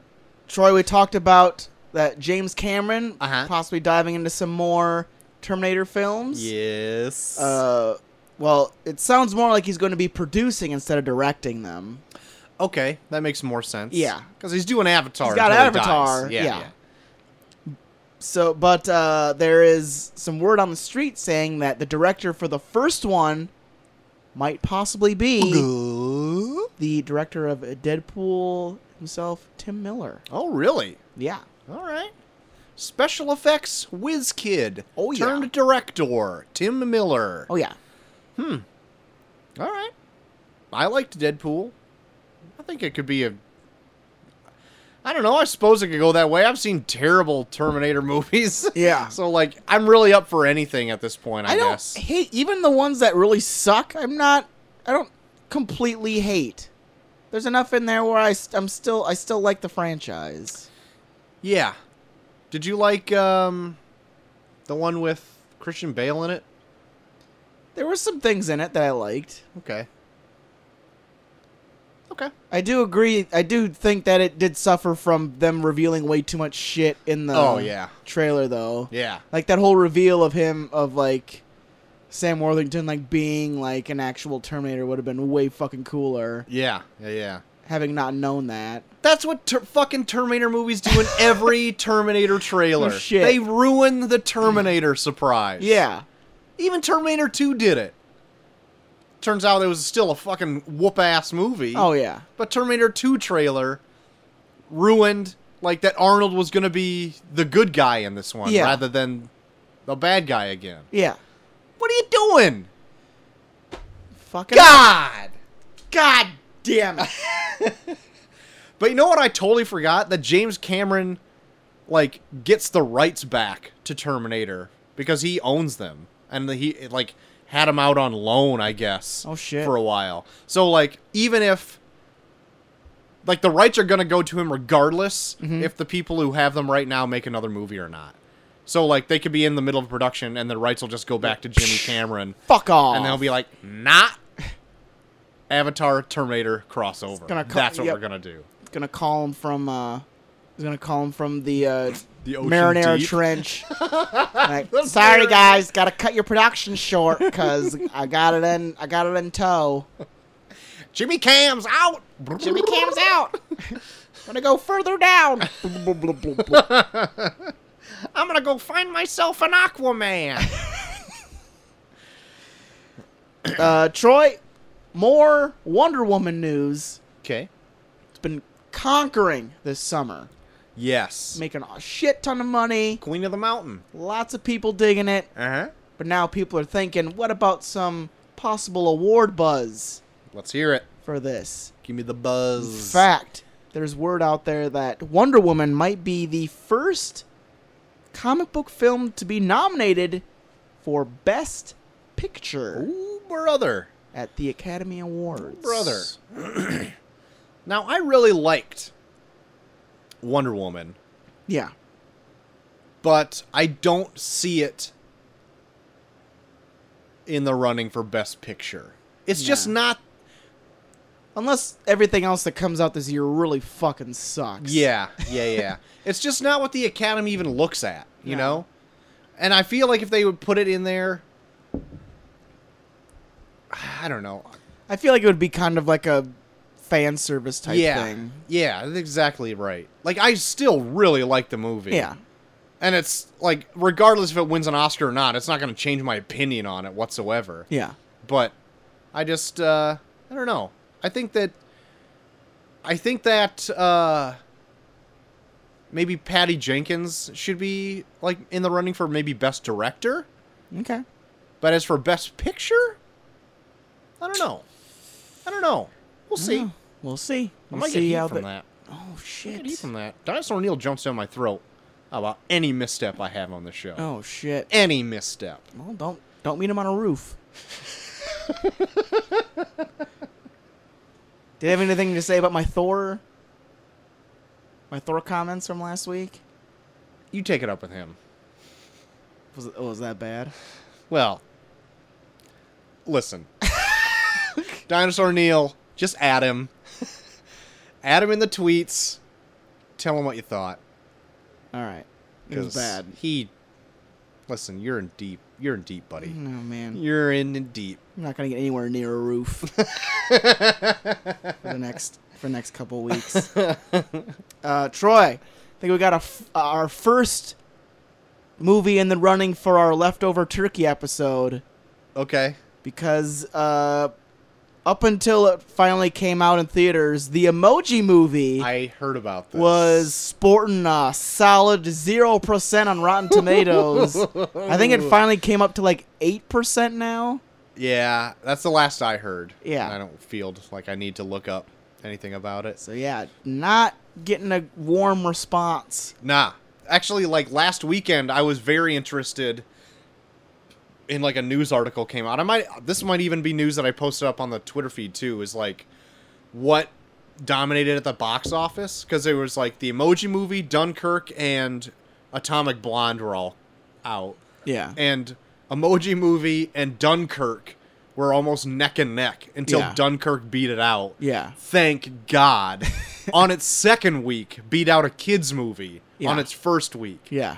S1: Troy, we talked about that James Cameron
S2: Uh-huh.
S1: possibly diving into some more Terminator films.
S2: Yes.
S1: Uh, well, it sounds more like he's going to be producing instead of directing them.
S2: okay, that makes more sense.
S1: Yeah.
S2: because he's doing Avatar.
S1: He's got
S2: until he dies.
S1: Avatar, yeah.
S2: yeah. yeah.
S1: So, but uh, there is some word on the street saying that the director for the first one might possibly be the director of Deadpool himself, Tim Miller.
S2: Oh, really?
S1: Yeah.
S2: All right. Special effects whiz kid.
S1: Oh, yeah.
S2: Turned director Tim Miller.
S1: Oh yeah.
S2: All right. I liked Deadpool. I think it could be a. I don't know. I suppose it could go that way. I've seen terrible Terminator movies.
S1: Yeah.
S2: so like, I'm really up for anything at this point. I,
S1: I don't
S2: guess.
S1: hate even the ones that really suck. I'm not. I don't completely hate. There's enough in there where I, st- I'm still I still like the franchise.
S2: Yeah. Did you like um, the one with Christian Bale in it?
S1: There were some things in it that I liked.
S2: Okay. Okay.
S1: I do agree. I do think that it did suffer from them revealing way too much shit in the
S2: Oh, yeah.
S1: trailer, though.
S2: Yeah.
S1: Like that whole reveal of him of like Sam Worthington like being like an actual Terminator would have been way fucking cooler.
S2: Yeah. Yeah. Yeah.
S1: Having not known that,
S2: That's what ter- fucking Terminator movies do in every Terminator trailer.
S1: Oh, shit.
S2: They ruin the Terminator surprise.
S1: yeah,
S2: Even Terminator 2 did it. Turns out it was still a fucking whoop ass movie.
S1: oh yeah,
S2: But Terminator 2 trailer ruined, like, that Arnold was going to be the good guy in this one
S1: Yeah.
S2: rather than the bad guy again.
S1: yeah,
S2: What are you doing?
S1: fucking
S2: God!
S1: God damn it,
S2: But you know what I totally forgot? That James Cameron, like, gets the rights back to Terminator because he owns them. And he, like, had them out on loan, I guess.
S1: Oh, shit.
S2: For a while. So, like, even if. Like, the
S1: Mm-hmm.
S2: rights are going to go to him regardless if the people who have them right now make another movie or not. So like they could be in the middle of production and the rights will just go back to Jimmy Cameron
S1: Fuck off.
S2: and they'll be like, "Not Avatar Terminator crossover."
S1: gonna co-
S2: That's what
S1: yep.
S2: we're gonna do.
S1: gonna call him from. uh He's gonna call him from the uh,
S2: The ocean
S1: Marinara
S2: deep.
S1: Trench. Like, sorry
S2: Marinara-
S1: guys, gotta cut your production short because I got it in. I got it in tow.
S2: Jimmy Cam's out.
S1: Jimmy Cam's out. gonna go further down.
S2: I'm gonna go find myself an Aquaman.
S1: Uh, Troy, more Wonder Woman news.
S2: okay.
S1: It's been conquering this summer,
S2: Yes.
S1: making a shit ton of money.
S2: Queen of the Mountain.
S1: Lots of people digging it.
S2: Uh huh.
S1: But now people are thinking, what about some possible award buzz
S2: Let's hear it.
S1: for this?
S2: Give me the buzz.
S1: fact, there's word out there that Wonder Woman might be the first comic book film to be nominated for Best Picture
S2: Ooh, brother.
S1: at the Academy Awards.
S2: brother. now I really liked Wonder Woman,
S1: Yeah.
S2: but I don't see it in the running for Best Picture. It's just
S1: Nah.
S2: not.
S1: Unless everything else that comes out this year really fucking sucks.
S2: Yeah, yeah, yeah. it's just not what the Academy even looks at, you
S1: No.
S2: know. And I feel like if they would put it in there, I don't know.
S1: I feel like it would be kind of like a fan service type
S2: yeah,
S1: thing.
S2: yeah, that's exactly right. Like I still really like the movie.
S1: Yeah.
S2: And it's like, regardless if it wins an Oscar or not, it's not going to change my opinion on it whatsoever.
S1: Yeah.
S2: But I just, uh, I don't know. I think that, I think that, uh, maybe Patty Jenkins should be, like, in the running for maybe Best Director.
S1: Okay.
S2: But as for Best Picture, I don't know. I don't know. We'll see.
S1: Yeah. Oh, We'll see.
S2: I
S1: Hmm. We'll
S2: might get
S1: see
S2: heat
S1: how
S2: from
S1: the-
S2: that.
S1: Oh
S2: I might
S1: shit.
S2: get heat from that. Dinosaur Neil jumps down my throat about any misstep I have on the show.
S1: Oh shit.
S2: Any misstep.
S1: Well, don't don't meet him on a roof. Did you have anything to say about my Thor? My Thor comments from last week?
S2: You take it up with him.
S1: Was it, oh, was that bad?
S2: Well, listen. Dinosaur Neil, just add him. add him in the tweets. Tell him what you thought.
S1: All right, it was
S2: 'cause
S1: bad.
S2: He, listen, you're in deep. You're in deep,
S1: Oh
S2: buddy.
S1: man,
S2: You're in deep.
S1: I'm not gonna get anywhere near a roof for the next for the next couple weeks. Uh, Troy, I think we got a f- our first movie in the running for our leftover turkey episode.
S2: Okay.
S1: because uh, up until it finally came out in theaters, the Emoji Movie
S2: I heard about this.
S1: was sporting a solid zero percent on Rotten Tomatoes. I think it finally came up to like eight percent now.
S2: Yeah, that's the last I heard.
S1: Yeah.
S2: I don't feel like I need to look up anything about it.
S1: So yeah, not getting a warm response.
S2: Nah. Actually, like last weekend, I was very interested in like a news article came out. I might this might even be news that I posted up on the Twitter feed too. Is like what dominated at the box office because it was like the Emoji Movie, Dunkirk, and Atomic Blonde were all out,
S1: Yeah,
S2: and Emoji Movie and Dunkirk were almost neck and neck until
S1: Yeah.
S2: Dunkirk beat it out
S1: yeah,
S2: thank God, on its second week, beat out a kids movie on
S1: Yeah.
S2: its first week.
S1: yeah.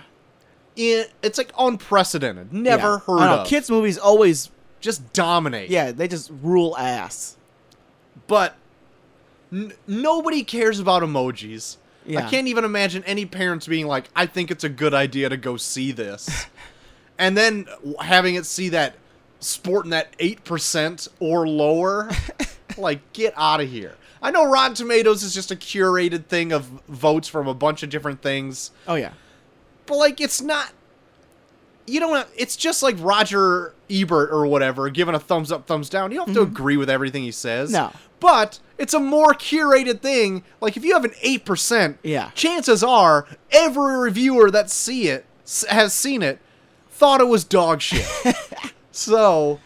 S2: It- it's like unprecedented. Never
S1: Yeah.
S2: heard
S1: I know,
S2: of.
S1: kids movies always.
S2: just dominate.
S1: Yeah, they just rule ass.
S2: but n- nobody cares about emojis.
S1: Yeah.
S2: I can't even imagine any parents being like, "I think it's a good idea to go see this," and then w- having it see that sporting that eight percent or lower. like, get out of here. I know Rotten Tomatoes is just a curated thing of votes from a bunch of different things,
S1: Oh yeah,
S2: but like, it's not. You don't. Have, it's just like Roger Ebert or whatever giving a thumbs up, thumbs down. You don't have to agree with everything he says.
S1: Mhm. No.
S2: But it's a more curated thing. Like if you have an eight percent,
S1: Yeah.
S2: chances are every reviewer that see it s- has seen it thought it was dog shit. so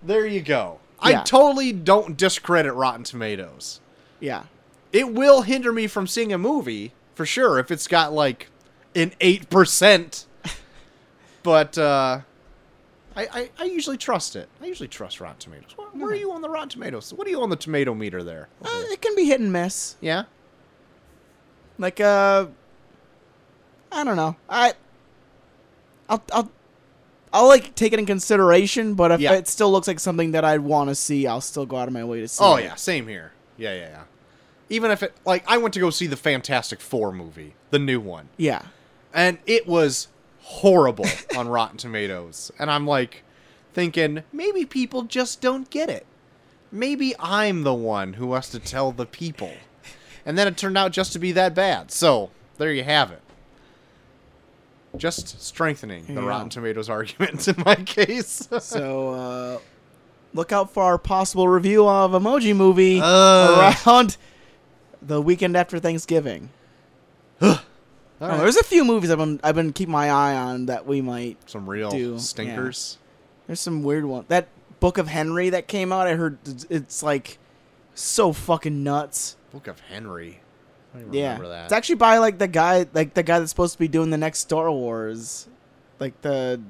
S2: there you go. I
S1: Yeah.
S2: totally don't discredit Rotten Tomatoes
S1: yeah,
S2: it will hinder me from seeing a movie for sure if it's got like an 8% but uh, I, I I usually trust it. I usually trust Rotten Tomatoes. Where, where are you on the Rotten Tomatoes? What are you on the tomato meter there?
S1: Uh, it can be hit and miss.
S2: yeah.
S1: Like uh, I don't know. I, I'll I'll, I'll like take it in consideration, but if
S2: Yeah.
S1: it still looks like something that I'd want to see, I'll still go out of my way to see.
S2: Oh
S1: it.
S2: yeah, same here. Yeah, yeah, yeah. Even if it like I went to go see the Fantastic Four movie, the new one,
S1: yeah.
S2: and it was horrible on Rotten Tomatoes, and I'm like thinking maybe people just don't get it. Maybe I'm the one who has to tell the people, and then it turned out just to be that bad. So there you have it. Just strengthening the
S1: Yeah.
S2: Rotten Tomatoes argument in my case.
S1: So uh, look out for our possible review of Emoji Movie
S2: Ugh.
S1: around the weekend after Thanksgiving.
S2: All
S1: Oh,
S2: right.
S1: there's a few movies I've been I've been keeping my eye on that we might.
S2: Some real
S1: Do, yeah.
S2: stinkers.
S1: There's some weird one. That Book of Henry that came out, I heard it's- it's like so fucking nuts.
S2: Book of Henry. I don't even
S1: Yeah,
S2: remember that.
S1: it's actually by like the guy, like the guy that's supposed to be doing the next Star Wars, like the.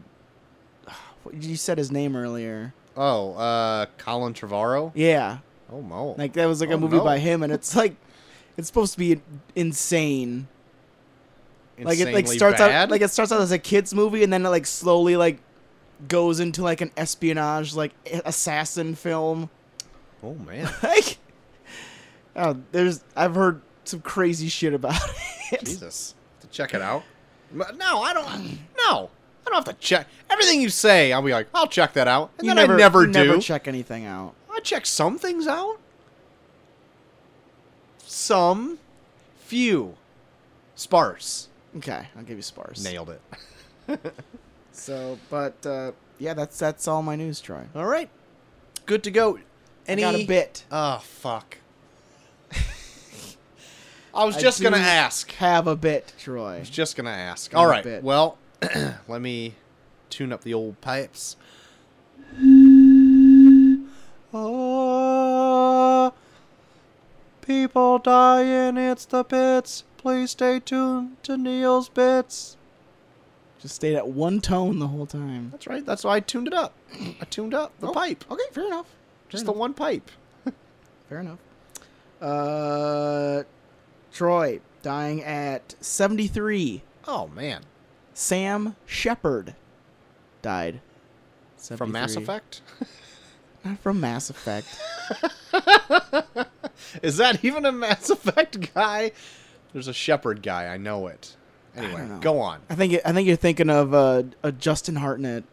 S1: what- You said his name earlier.
S2: oh, uh, Colin Trevorrow.
S1: Yeah,
S2: Oh no.
S1: like that was like
S2: Oh,
S1: a movie
S2: no.
S1: by him, and it's like, it's supposed to be insane. Like it like
S2: Insanely
S1: starts out
S2: bad?
S1: like it starts out as a kids movie, and then it like slowly like goes into like an espionage like assassin film.
S2: oh man,
S1: like uh, there's I've heard some crazy shit about it.
S2: Jesus. To check it out. M- No, I don't. No, I don't have to check everything you say. I'll be like, I'll check that out, and
S1: You
S2: then I never
S1: you
S2: do.
S1: Never check anything out.
S2: I check some things out. Some, few, sparse.
S1: Okay, I'll give you sparse.
S2: Nailed it.
S1: So, but uh, yeah, that's that's all my news, Troy.
S2: All right, good to go. Any
S1: I got a bit.
S2: Oh fuck. I was
S1: I
S2: just gonna
S1: do
S2: ask.
S1: Have a bit, Troy.
S2: was just gonna ask.
S1: Got
S2: All
S1: a
S2: right.
S1: bit.
S2: Well, let me tune up the old pipes. Ah, people dying. It's the bits. Please stay tuned to Neil's bits.
S1: Just stayed at one tone the whole time.
S2: That's right. That's why I tuned it up. I tuned up the pipe.
S1: Okay, fair enough.
S2: Just the one pipe.
S1: Fair enough. Uh, Troy dying at 73.
S2: Oh man,
S1: Sam Shepard died.
S2: from Mass
S1: 73.
S2: Effect.
S1: Not from Mass Effect.
S2: Is that even a Mass Effect guy? There's a Shepherd guy. I know it. Anyway,
S1: don't know.
S2: go on.
S1: I think I think you're thinking of uh, a Justin Hartnett.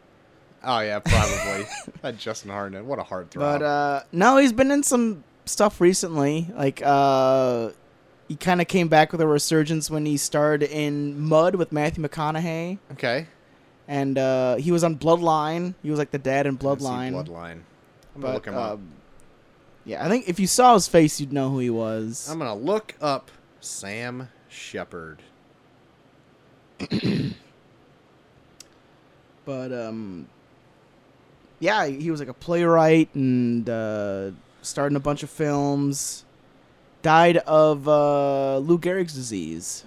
S2: Oh yeah, probably. that Justin Hartnett. What a hard throw.
S1: But uh, no, he's been in some stuff recently. Like uh, he kind of came back with a resurgence when he starred in Mud with Matthew McConaughey,
S2: okay.
S1: and uh, he was on Bloodline. He was like the dad in
S2: Let's see,
S1: Bloodline.
S2: Bloodline. I'm
S1: But,
S2: gonna look him up.
S1: um, yeah, I think if you saw his face, you'd know who he was.
S2: I'm gonna look up Sam Shepard.
S1: but um, yeah, he was like a playwright and uh, starred in a bunch of films. Died of uh, Lou Gehrig's disease.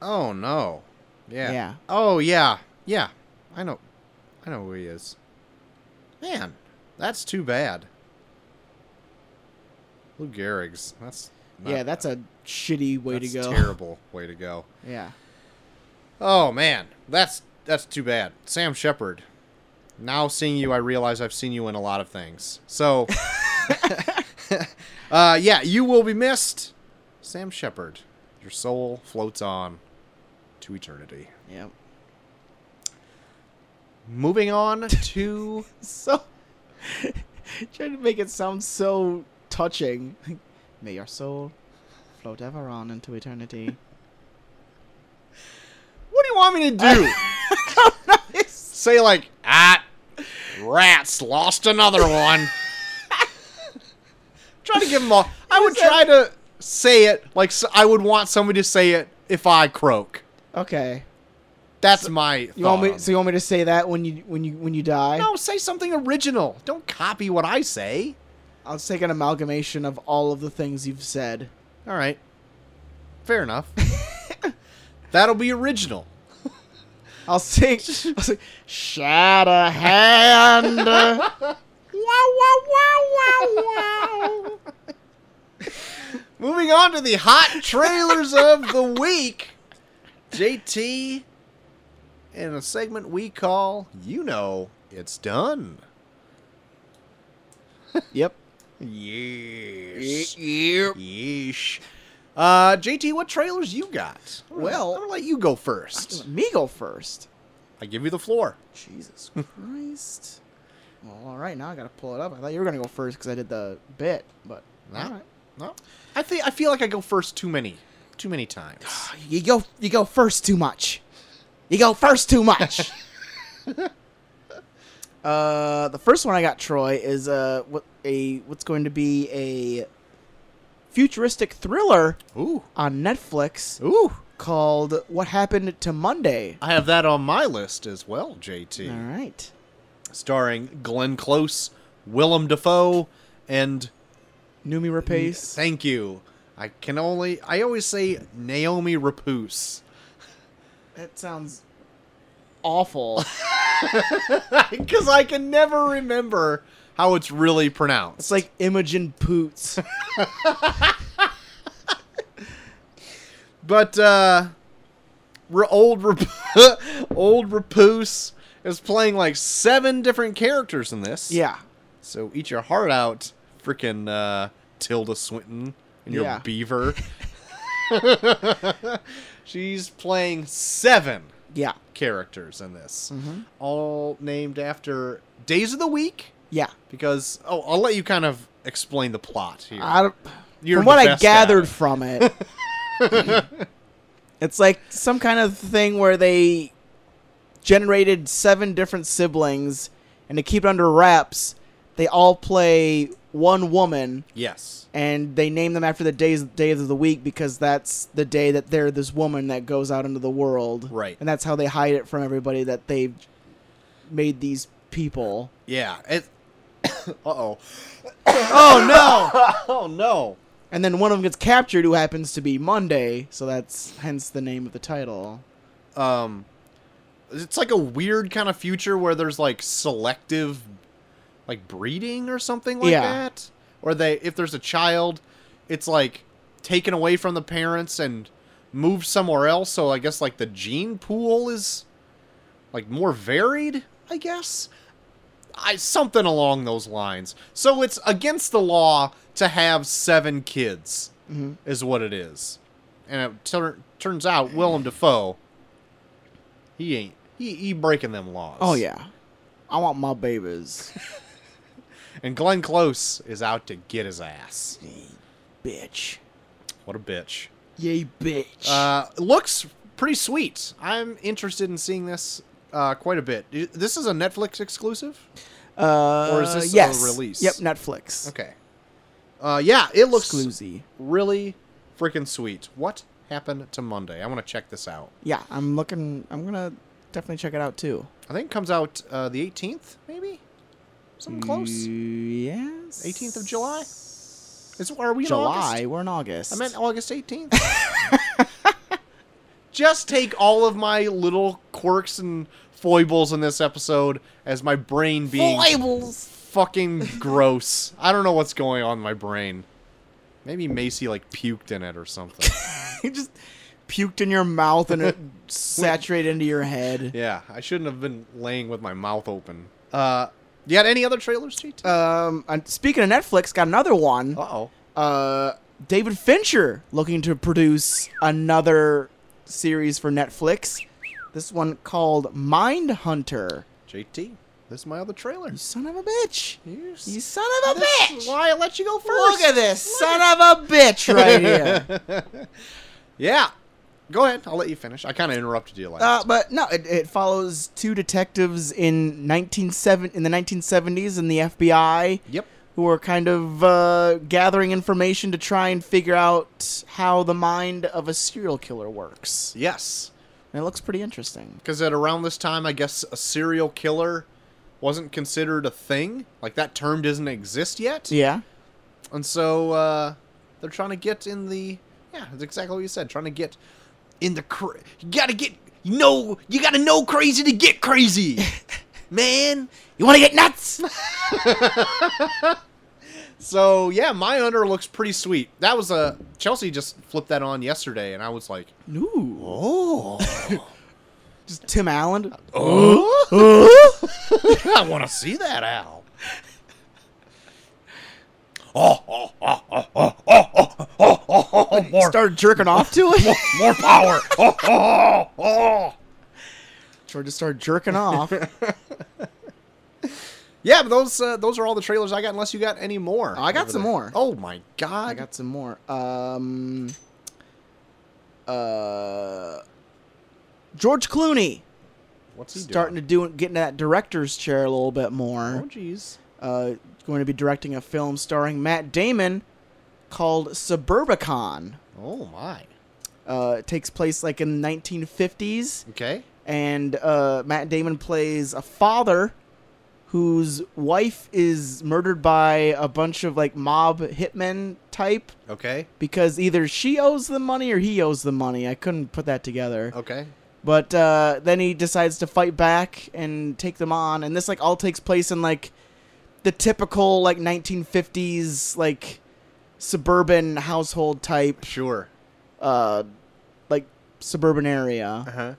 S2: Oh no. Yeah.
S1: Yeah.
S2: Oh yeah. Yeah. I know. I know who he is. Man, that's too bad. Lou Gehrig's. That's not-
S1: yeah, that's a shitty way
S2: that's
S1: to go.
S2: Terrible way to go.
S1: Yeah.
S2: Oh man, that's that's too bad. Sam Shepard. Now seeing you, I realize I've seen you in a lot of things. So, uh, yeah, you will be missed, Sam Shepard. Your soul floats on to eternity.
S1: Yep.
S2: Moving on to
S1: So trying to make it sound so touching. May your soul float ever on into eternity.
S2: what do you want me to do? Say like ah, rats lost another one. try to give them all. I would try to say it like s I I would want somebody to say it if I croak.
S1: okay.
S2: That's my.
S1: You want me so you want me to say that when you when you when you die?
S2: no, say something original. Don't copy what I say.
S1: I'll take an amalgamation of all of the things you've said.
S2: All right, fair enough. That'll be original.
S1: I'll sing. I'll sing. Shot a hand. wow, wow, wow, wow, wow.
S2: Moving on to the hot trailers of the week. JT in a segment we call You Know It's Done.
S1: Yep.
S2: Yes. Yeesh. Uh, JT, what trailers you got? I'm gonna-
S1: Well-
S2: I'm gonna let you go first.
S1: Me go first.
S2: I give you the floor.
S1: Jesus Christ. Well, all right, now I gotta pull it up. I thought you were gonna go first because I did the bit, but
S2: Nah.
S1: all right.
S2: No, I think I feel like I go first too many, too many times.
S1: You go, you go first too much. You go first too much. uh, the first one I got, Troy, is uh, what a what's going to be a futuristic thriller
S2: Ooh,
S1: on Netflix
S2: ooh!
S1: called "What Happened to Monday."
S2: I have that on my list as well, JT.
S1: All right.
S2: starring Glenn Close, Willem Dafoe, and
S1: Numi Rapace.
S2: thank you. I can only I always say Naomi Rapace.
S1: That sounds awful.
S2: Because I can never remember how it's really pronounced.
S1: It's like Imogen Poots.
S2: But uh, re- old Rap- old Rapoose is playing like seven different characters in this.
S1: yeah.
S2: So eat your heart out, freaking uh, Tilda Swinton and your
S1: Yeah.
S2: beaver. She's playing seven
S1: Yeah.
S2: characters in this,
S1: Mm-hmm.
S2: all named after days of the week.
S1: Yeah.
S2: Because oh, I'll let you kind of explain the plot here.
S1: I don't,
S2: You're
S1: from
S2: the
S1: what I
S2: best at
S1: gathered
S2: it.
S1: from it, it's like some kind of thing where they generated seven different siblings, and to keep it under wraps, they all play one woman,
S2: yes.
S1: and they name them after the days days of the week because that's the day that they're this woman that goes out into the world,
S2: Right.
S1: And that's how they hide it from everybody that they've made these people.
S2: Yeah. It. uh oh.
S1: Oh no!
S2: Oh no.
S1: And then one of them gets captured, who happens to be Monday, so that's hence the name of the title.
S2: um it's like a weird kind of future where there's like selective like breeding or something like
S1: Yeah.
S2: that or they if there's a child it's like taken away from the parents and moved somewhere else so i guess like the gene pool is like more varied i guess i something along those lines so it's against the law to have seven kids
S1: Mhm.
S2: is what it is and it tur- turns out willem dafoe he ain't he, he breaking them laws
S1: Oh yeah, I want my babies,
S2: and glenn close is out to get his ass
S1: bitch.
S2: what a bitch
S1: Yay, bitch.
S2: Uh, it looks pretty sweet. I'm interested in seeing this uh, quite a bit. I- This is a Netflix exclusive.
S1: Uh,
S2: or is this a
S1: yes.
S2: release?
S1: Yep, Netflix.
S2: Okay. Uh, yeah, it looks
S1: Exclusive.
S2: really freaking sweet. What happened to Monday? I want to check this out.
S1: Yeah, I'm looking. I'm gonna definitely check it out too.
S2: I think it comes out uh, the 18th, maybe. Something close.
S1: Mm, Yes.
S2: 18th of July? Is are we in
S1: July.
S2: August?
S1: We're in August.
S2: I meant August 18th. Just take all of my little quirks and foibles in this episode as my brain being fucking gross. I don't know what's going on in my brain. Maybe Macy like puked in it or something.
S1: you just puked in your mouth and it saturated into your head.
S2: yeah, I shouldn't have been laying with my mouth open. Uh, you got any other trailers, JT? Uh
S1: Um, and speaking of Netflix, got another one.
S2: oh.
S1: uh, David Fincher looking to produce another series for Netflix. This one called Mind Hunter.
S2: JT, this is my other trailer.
S1: You son of a bitch.
S2: You s-
S1: You son of a
S2: this
S1: bitch.
S2: is why I let you go first.
S1: Look at this son of a bitch right here.
S2: Yeah. Go ahead. I'll let you finish. I kind of interrupted you last.
S1: Uh, but no, it, it follows two detectives in 1970, in the 1970s in the FBI
S2: yep.
S1: who are kind of uh, gathering information to try and figure out how the mind of a serial killer works.
S2: Yes.
S1: And it looks pretty interesting.
S2: Because at around this time, I guess a serial killer wasn't considered a thing. Like that term doesn't exist yet.
S1: Yeah.
S2: And so uh, they're trying to get in the yeah, that's exactly what you said. Trying to get in the cr- you got to get You know, you gotta know crazy to get crazy, man.
S1: You want to get nuts?
S2: So yeah, my under looks pretty sweet. That was a Chelsea just flipped that on yesterday, and I was like,
S1: Ooh.
S2: oh,
S1: Just Tim Allen. Uh-huh.
S2: I want to see that Al. Oh, oh, oh, oh, oh, oh, oh, oh, oh, oh, oh, more,
S1: Started jerking off to it.
S2: more power. Oh, oh, oh, oh.
S1: Tried to start jerking off.
S2: Yeah, but those uh, those are all the trailers I got. Unless you got any more,
S1: I got
S2: Over
S1: some
S2: there.
S1: more.
S2: Oh my god!
S1: I got some more. Um, uh, George Clooney
S2: What's he
S1: starting to do get in that director's chair a little bit
S2: doing?
S1: more.
S2: Oh jeez.
S1: Uh, going to be directing a film starring Matt Damon called Suburbicon.
S2: Oh my.
S1: Uh, it takes place like in 1950s,
S2: Okay.
S1: and uh, Matt Damon plays a father whose wife is murdered by a bunch of like mob hitmen type
S2: Okay.
S1: because either she owes them money or he owes them money. I couldn't put that together.
S2: Okay.
S1: But uh, then he decides to fight back and take them on, and this like all takes place in like the typical like 1950s like suburban household type
S2: Sure.
S1: uh like suburban area,
S2: huh.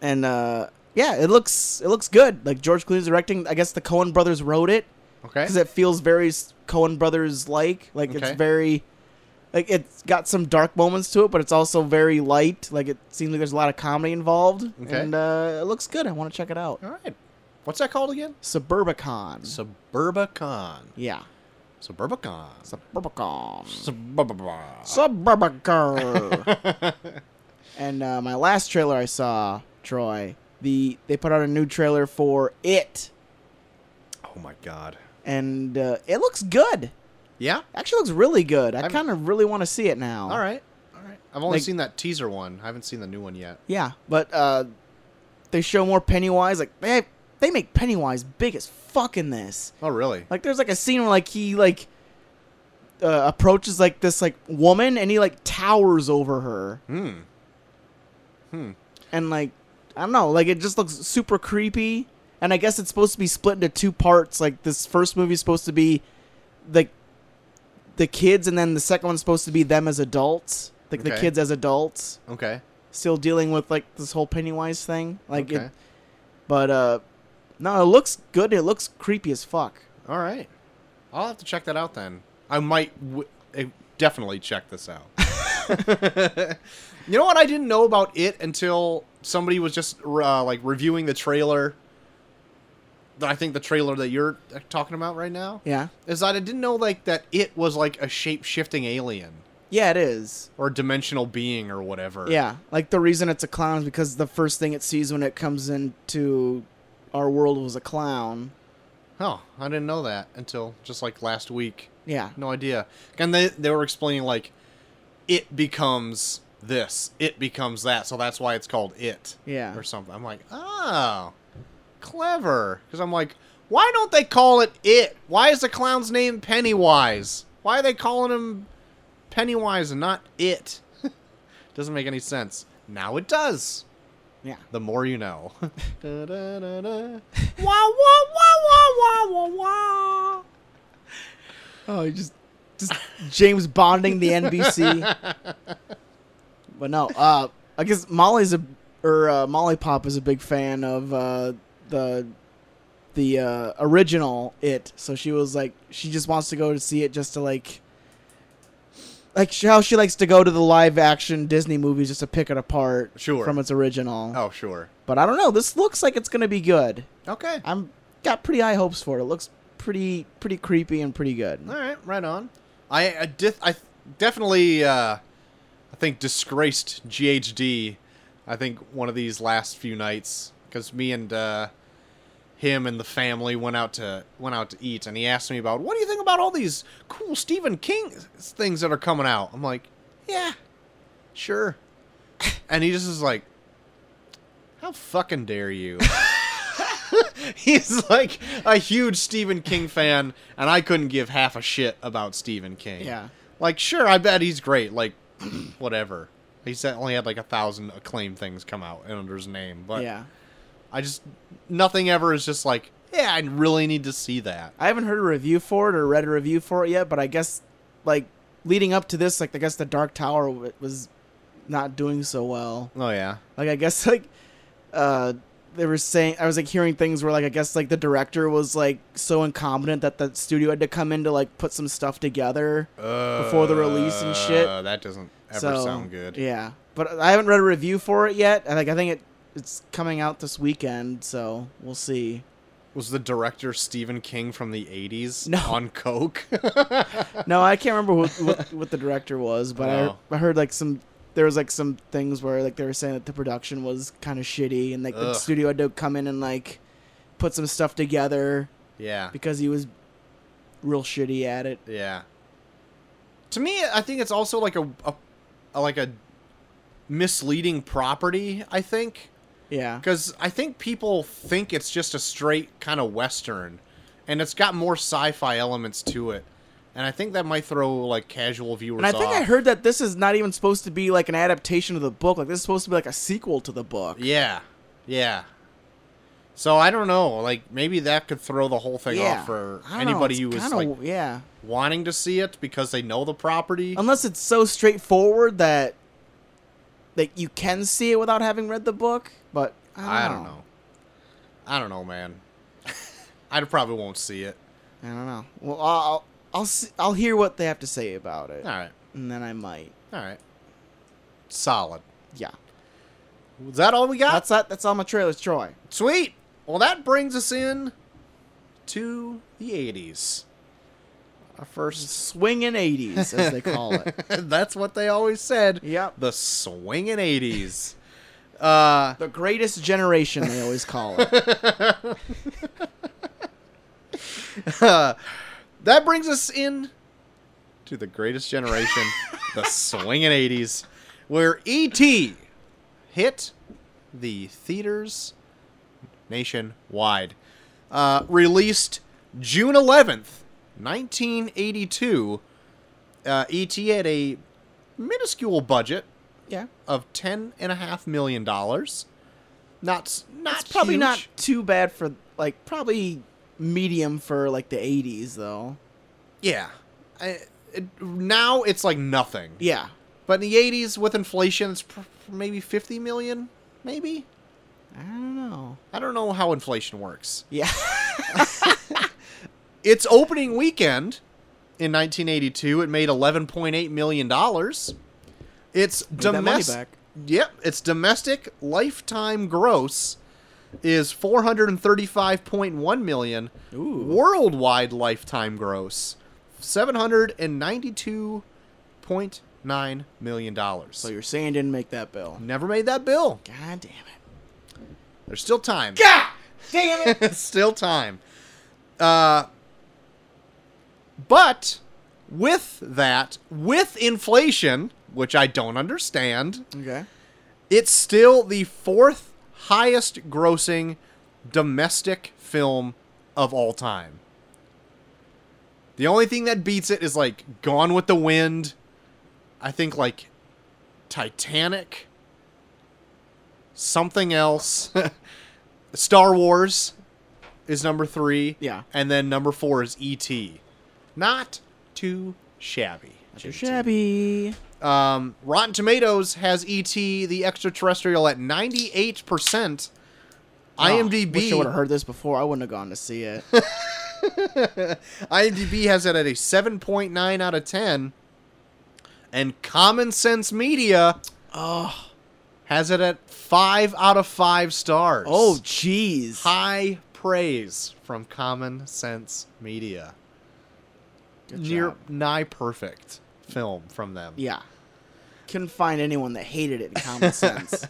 S1: and uh, yeah, it looks it looks good. Like George Clooney's directing. I guess the Coen Brothers wrote it
S2: Okay.
S1: because it feels very s- Coen Brothers like. Like
S2: Okay.
S1: it's very, like it's got some dark moments to it, but it's also very light. Like it seems like there's a lot of comedy involved,
S2: Okay.
S1: and uh, it looks good. I want to check it out.
S2: All right. What's that called again?
S1: Suburbicon.
S2: Suburbicon.
S1: yeah,
S2: Suburbicon.
S1: Suburbicon.
S2: Suburbicon.
S1: Suburbicon. and uh, my last trailer I saw, Troy, the they put out a new trailer for it,
S2: oh my god.
S1: and uh, it looks good.
S2: Yeah.
S1: Actually, looks really good. I
S2: I'm-
S1: kind of really want to see it now.
S2: All right. All right. I've only
S1: Like-
S2: seen that teaser one. I haven't seen the new one yet.
S1: Yeah, but uh, they show more Pennywise. Like they they make Pennywise big as fuck in this.
S2: Oh really?
S1: Like there's like a scene where like he like uh, approaches like this like woman and he like towers over her
S2: Hmm. Hmm.
S1: and like I don't know like it just looks super creepy. And I guess it's supposed to be split into two parts. Like this first movie's supposed to be like the kids, and then the second one's supposed to be them as adults, like the
S2: Okay.
S1: kids as adults,
S2: Okay.
S1: still dealing with like this whole Pennywise thing. Like
S2: okay.
S1: it, But uh no, it looks good. It looks creepy as fuck.
S2: All right. I'll have to check that out then. I might w- eh, definitely check this out. you know what? I didn't know about it until somebody was just uh, like reviewing the trailer. I think the trailer that you're uh, talking about right now
S1: Yeah.
S2: is that I didn't know like that it was like a shape shifting alien
S1: Yeah, it is.
S2: or a dimensional being or whatever.
S1: Yeah. Like the reason it's a clown is because the first thing it sees when it comes into our world was a clown.
S2: Oh, I didn't know that until just like last week.
S1: Yeah.
S2: No idea. And they they were explaining like it becomes this, it becomes that, so that's why it's called it
S1: Yeah.
S2: or something. I'm like, oh, clever. Because I'm like, why don't they call it it? Why is the clown's name Pennywise? Why are they calling him Pennywise and not it? Doesn't make any sense. Now it does.
S1: Yeah.
S2: The more you know. Da-da-da-da. Wah, wah, wah, wah, wah, wah, wah.
S1: Oh, you just just James Bonding the NBC. but no, uh I guess Molly's a or uh, Molly Pop is a big fan of uh the the uh original it. So she was like she just wants to go to see it just to like like sh- how she likes to go to the live action Disney movies just to pick it apart
S2: Sure.
S1: from its original.
S2: Oh, sure.
S1: But I don't know, this looks like it's going to be good.
S2: Okay.
S1: I'm got pretty high hopes for it. It looks pretty pretty creepy and pretty good.
S2: All right, right on. I I, dif- I definitely uh, I think disgraced GHD. I think one of these last few nights because me and uh, him and the family went out to went out to eat, and he asked me about what do you think about all these cool Stephen King things that are coming out. I'm like, yeah, sure. and he just is like, how fucking dare you? He's like a huge Stephen King fan, and I couldn't give half a shit about Stephen King.
S1: Yeah.
S2: Like, sure, I bet he's great. Like, whatever. He's only had like a thousand acclaimed things come out under his name, but
S1: yeah.
S2: I just nothing ever is just like yeah. I really need to see that.
S1: I haven't heard a review for it or read a review for it yet, but I guess like leading up to this, like I guess the Dark Tower w- was not doing so well.
S2: Oh yeah,
S1: Like I guess like uh they were saying I was like hearing things where like I guess like the director was like so incompetent that the studio had to come in to like put some stuff together. Before the release and shit.
S2: Uh, That doesn't ever
S1: so,
S2: sound good.
S1: Yeah, but I haven't read a review for it yet. I like I think it it's coming out this weekend, so we'll see.
S2: Was the director Stephen King from the '80s
S1: No.
S2: on coke?
S1: No, I can't remember what what, what the director was, but
S2: Oh.
S1: I, I heard like some there was like some things where like they were saying that the production was kind of shitty and like the
S2: Ugh.
S1: studio had to come in and like put some stuff together
S2: yeah,
S1: because he was real shitty at it.
S2: yeah. To me, I think it's also like a, a, a like a misleading property. I think
S1: Yeah.
S2: because I think people think it's just a straight kind of western, and it's got more sci-fi elements to it, and I think that might throw like casual viewers.
S1: And I think
S2: off.
S1: I heard that this is not even supposed to be like an adaptation of the book. Like this is supposed to be like a sequel to the book.
S2: Yeah, yeah. So I don't know. Like maybe that could throw the whole thing
S1: Yeah.
S2: off for
S1: I don't know,
S2: anybody
S1: it's
S2: who is
S1: kinda
S2: like
S1: w- yeah.
S2: wanting to see it because they know the property.
S1: unless it's so straightforward that that you can see it without having read the book. But I don't,
S2: I don't know. I don't know, man. I probably won't see it.
S1: I don't know. Well, I'll I'll, I'll, see, I'll hear what they have to say about it,
S2: All right,
S1: and then I might.
S2: all right. Solid.
S1: Yeah,
S2: Is that all we got?
S1: that's that. That's all my trailers, Troy.
S2: Sweet. Well, that brings us in to the '80s. Our first.
S1: Swinging eighties, as they call it.
S2: That's what they always said.
S1: Yep.
S2: The swinging '80s. Uh,
S1: The greatest generation, they always call it.
S2: that brings us in to the greatest generation, the swinging 80s, where E.T. hit the theaters nationwide. Uh, released June 11th, 1982. Uh, E.T. had a minuscule budget
S1: Yeah,
S2: of $10.5 million. Not,
S1: it's
S2: not
S1: probably
S2: huge.
S1: not too bad for like probably medium for like the eighties though.
S2: Yeah. I, it, now it's like nothing.
S1: Yeah,
S2: But in the 80s, with inflation, it's pr- maybe 50 million, maybe?
S1: I don't know.
S2: I don't know how inflation works.
S1: Yeah,
S2: Its opening weekend in 1982, it made 11.8 million dollars. Its
S1: that money
S2: domestic
S1: back.
S2: Yep, its domestic lifetime gross is 435.1 million.
S1: Ooh.
S2: Worldwide lifetime gross 792.9 million dollars.
S1: so you're saying didn't make that bill?
S2: Never made that bill.
S1: God damn it!
S2: There's still time.
S1: God damn it!
S2: still time. Uh, but with that, with inflation, which I don't understand,
S1: okay.
S2: it's still the fourth highest grossing domestic film of all time. The only thing that beats it is like Gone with the Wind. I think like Titanic. Something else. Star Wars is number three.
S1: Yeah.
S2: And then number four is E.T. Not too shabby.
S1: Too shabby.
S2: Um, Rotten Tomatoes has ET the extraterrestrial at 98%.
S1: Ah, Wish I would have
S2: IMDb
S1: heard this before. I wouldn't have gone to see it.
S2: IMDb has it at a 7.9 out of 10. And Common Sense Media
S1: oh,
S2: has it at 5 out of 5 stars.
S1: oh, jeez.
S2: high praise from Common Sense Media.
S1: Good
S2: Near
S1: job.
S2: nigh perfect film from them.
S1: Yeah. Couldn't find anyone that hated it in common sense.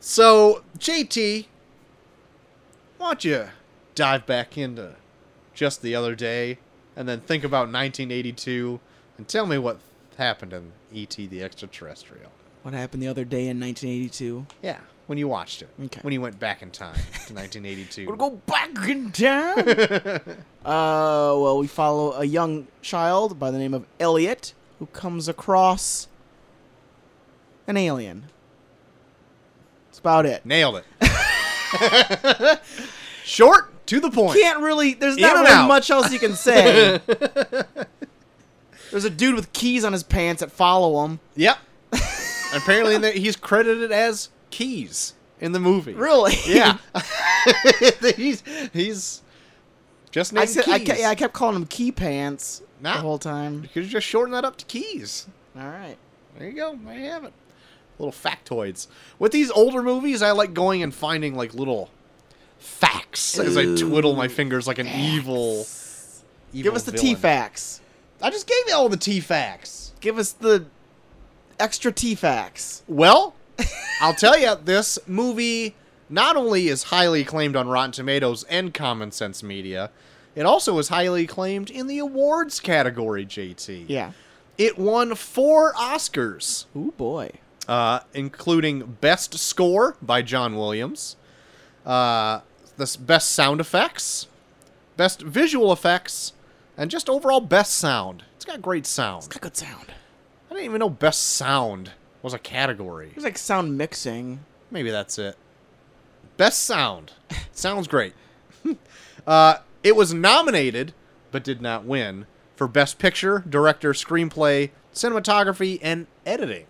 S2: So, JT, why don't you dive back into just the other day and then think about 1982 and tell me what happened in E.T. the Extraterrestrial?
S1: what happened the other day in 1982?
S2: Yeah, when you watched it.
S1: Okay.
S2: When you went back in time to 1982.
S1: We'll go back in time. uh, well, we follow a young child by the name of Elliot who comes across an alien. That's about it.
S2: Nailed it. Short to the point.
S1: Can't really. There's
S2: In
S1: not
S2: and
S1: really
S2: out.
S1: much else you can say. there's a dude with keys on his pants that follow him.
S2: Yep. Apparently, in there, he's credited as Keys in the movie.
S1: Really?
S2: Yeah. he's he's just named
S1: I said
S2: Keys.
S1: I kept, yeah, I kept calling him key pants
S2: Nah.
S1: the whole time.
S2: You could just shorten that up to Keys.
S1: All right.
S2: There you go. There you have it. Little factoids. With these older movies, I like going and finding like little facts as I twiddle my fingers like an evil, evil.
S1: Give us the T
S2: villain.
S1: facts.
S2: I just gave you all the T facts.
S1: Give us the extra T facts.
S2: Well, I'll tell you, this movie not only is highly acclaimed on Rotten Tomatoes and Common Sense Media, it also is highly acclaimed in the awards category, JT.
S1: Yeah.
S2: It won four Oscars,
S1: Ooh boy.
S2: uh, including Best Score by John Williams, uh, the s- Best Sound Effects, Best Visual Effects, and just overall Best Sound. It's got great sound.
S1: Got good sound.
S2: I didn't even know Best Sound was a category.
S1: There's like sound mixing.
S2: Maybe that's it. Best sound. Sounds great. uh, it was nominated, but did not win, for Best Picture, Director, Screenplay, Cinematography, and Editing.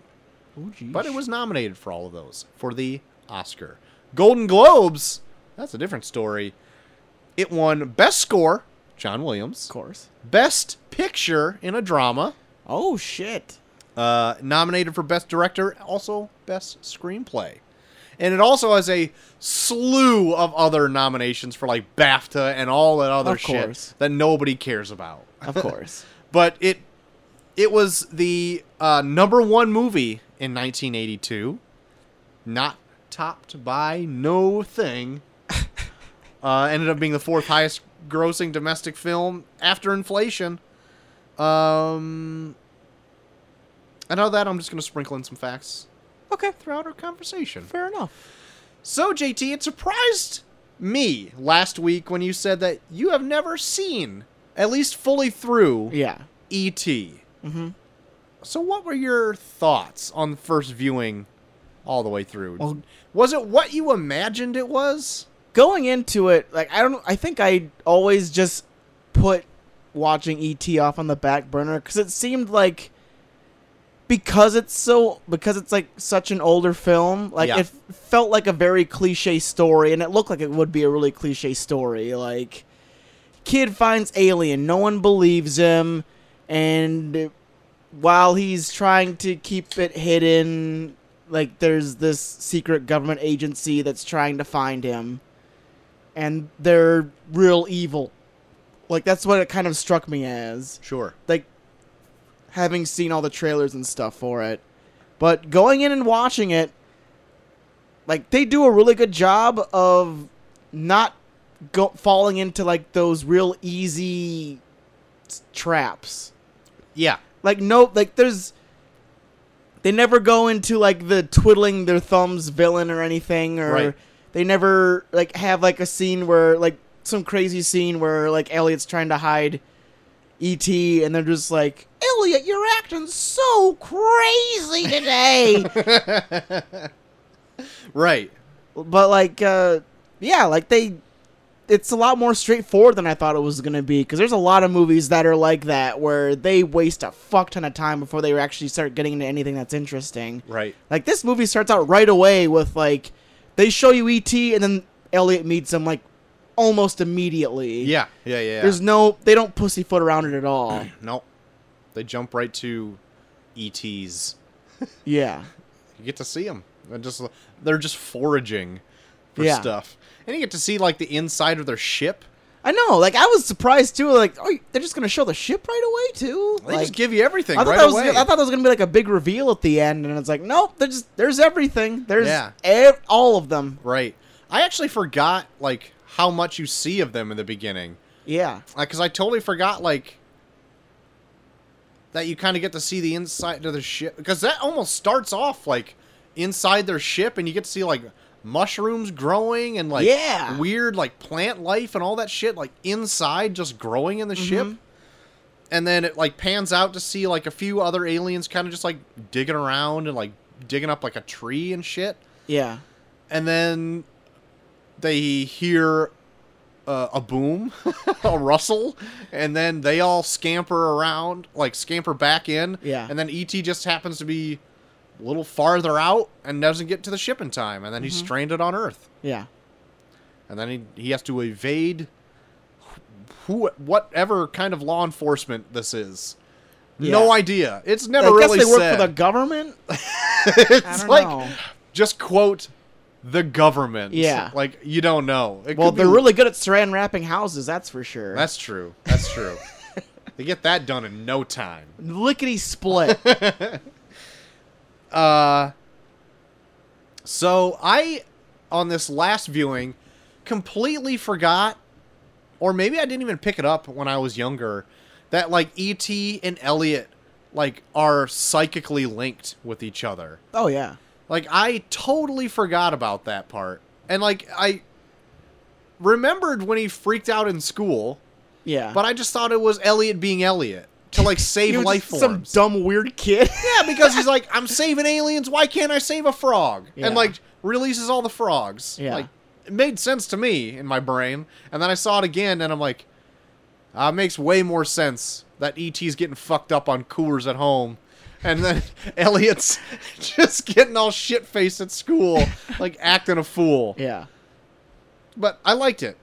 S1: Ooh geez.
S2: But it was nominated for all of those for the Oscar. Golden Globes, that's a different story. It won Best Score, John Williams,
S1: of course.
S2: Best Picture in a Drama,
S1: Oh shit.
S2: uh, nominated for Best Director, also Best Screenplay. And it also has a slew of other nominations for like BAFTA and all that other
S1: Of
S2: shit
S1: course.
S2: that nobody cares about.
S1: Of course.
S2: But it it was the uh, number one movie in 1982, not topped by no thing. uh, ended up being the fourth highest grossing domestic film after inflation. Um, and out of that, I'm just going to sprinkle in some facts
S1: okay.
S2: throughout our conversation.
S1: Fair enough.
S2: So, JT, it surprised me last week when you said that you have never seen, at least fully through,
S1: Yeah.
S2: E.T.
S1: Mhm.
S2: E So, what were your thoughts on the first viewing all the way through?
S1: Well-
S2: was it what you imagined it was?
S1: Going into it, like I don't. I think I always just put watching ET off on the back burner because it seemed like because it's so because it's like such an older film like
S2: Yeah.
S1: it felt like a very cliche story and it looked like it would be a really cliche story like kid finds alien no one believes him and while he's trying to keep it hidden like there's this secret government agency that's trying to find him and they're real evil like that's what it kind of struck me as
S2: Sure.
S1: like having seen all the trailers and stuff for it. But going in and watching it, like they do a really good job of not go- falling into like those real easy s- traps.
S2: Yeah.
S1: Like no, like there's they never go into like the twiddling their thumbs villain or anything or
S2: Right.
S1: they never like have like a scene where like some crazy scene where like Elliot's trying to hide ET and they're just like Elliot, you're acting so crazy today.
S2: Right.
S1: but like uh yeah, like they it's a lot more straightforward than I thought it was going to be because there's a lot of movies that are like that where they waste a fuck ton of time before they actually start getting into anything that's interesting.
S2: Right.
S1: Like this movie starts out right away with like they show you ET and then Elliot meets him like almost immediately.
S2: Yeah. Yeah. Yeah.
S1: There's no they don't pussyfoot around it at all.
S2: no. They jump right to E.T.'s.
S1: yeah.
S2: You get to see them. They're just they're just foraging for
S1: Yeah.
S2: stuff, and you get to see like the inside of their ship.
S1: I know. Like I was surprised too like oh they're just going to show the ship right away too.
S2: They
S1: like,
S2: just give you everything
S1: I thought
S2: right
S1: that was
S2: away.
S1: I thought that was going to be like a big reveal at the end and it's like nope, there's just there's everything. There's
S2: Yeah.
S1: ev- all of them.
S2: right. I actually forgot like how much you see of them in the beginning,
S1: Yeah.
S2: because I totally forgot like that you kind of get to see the inside of the ship because that almost starts off like inside their ship, and you get to see like mushrooms growing and like
S1: Yeah.
S2: weird like plant life and all that shit like inside just growing in the ship. and then it like pans out to see like a few other aliens kind of just like digging around and like digging up like a tree and shit.
S1: Yeah.
S2: And then they hear uh, a boom, a rustle, and then they all scamper around, like scamper back in.
S1: Yeah.
S2: And then ET just happens to be a little farther out and doesn't get to the ship in time, and then
S1: Mm-hmm.
S2: he's stranded on Earth,
S1: Yeah.
S2: and then he he has to evade wh- who whatever kind of law enforcement this is. No
S1: Yeah.
S2: idea. It's
S1: I
S2: never
S1: guess
S2: really
S1: they work
S2: said.
S1: for the government.
S2: it's
S1: I don't
S2: like
S1: know.
S2: just quote the government.
S1: Yeah.
S2: Like you don't know. It
S1: Well,
S2: could
S1: they're
S2: be-
S1: really good at saran wrapping houses, that's for sure.
S2: That's true. That's true. they get that done in no time.
S1: lickety split.
S2: Uh so I on this last viewing completely forgot or maybe I didn't even pick it up when I was younger that like ET and Elliot like are psychically linked with each other.
S1: oh yeah.
S2: Like I totally forgot about that part. And like I remembered when he freaked out in school,
S1: Yeah.
S2: but I just thought it was Elliot being Elliot to like save
S1: You were
S2: life
S1: just some
S2: forms.
S1: dumb weird kid.
S2: yeah, because he's like, I'm saving aliens. Why can't I save a frog?
S1: Yeah.
S2: And like releases all the frogs.
S1: Yeah.
S2: Like it made sense to me in my brain, and then I saw it again, and I'm like, uh, it makes way more sense that ET's getting fucked up on coolers at home. And then Elliot's just getting all shit faced at school, like acting a fool.
S1: yeah.
S2: But I liked it.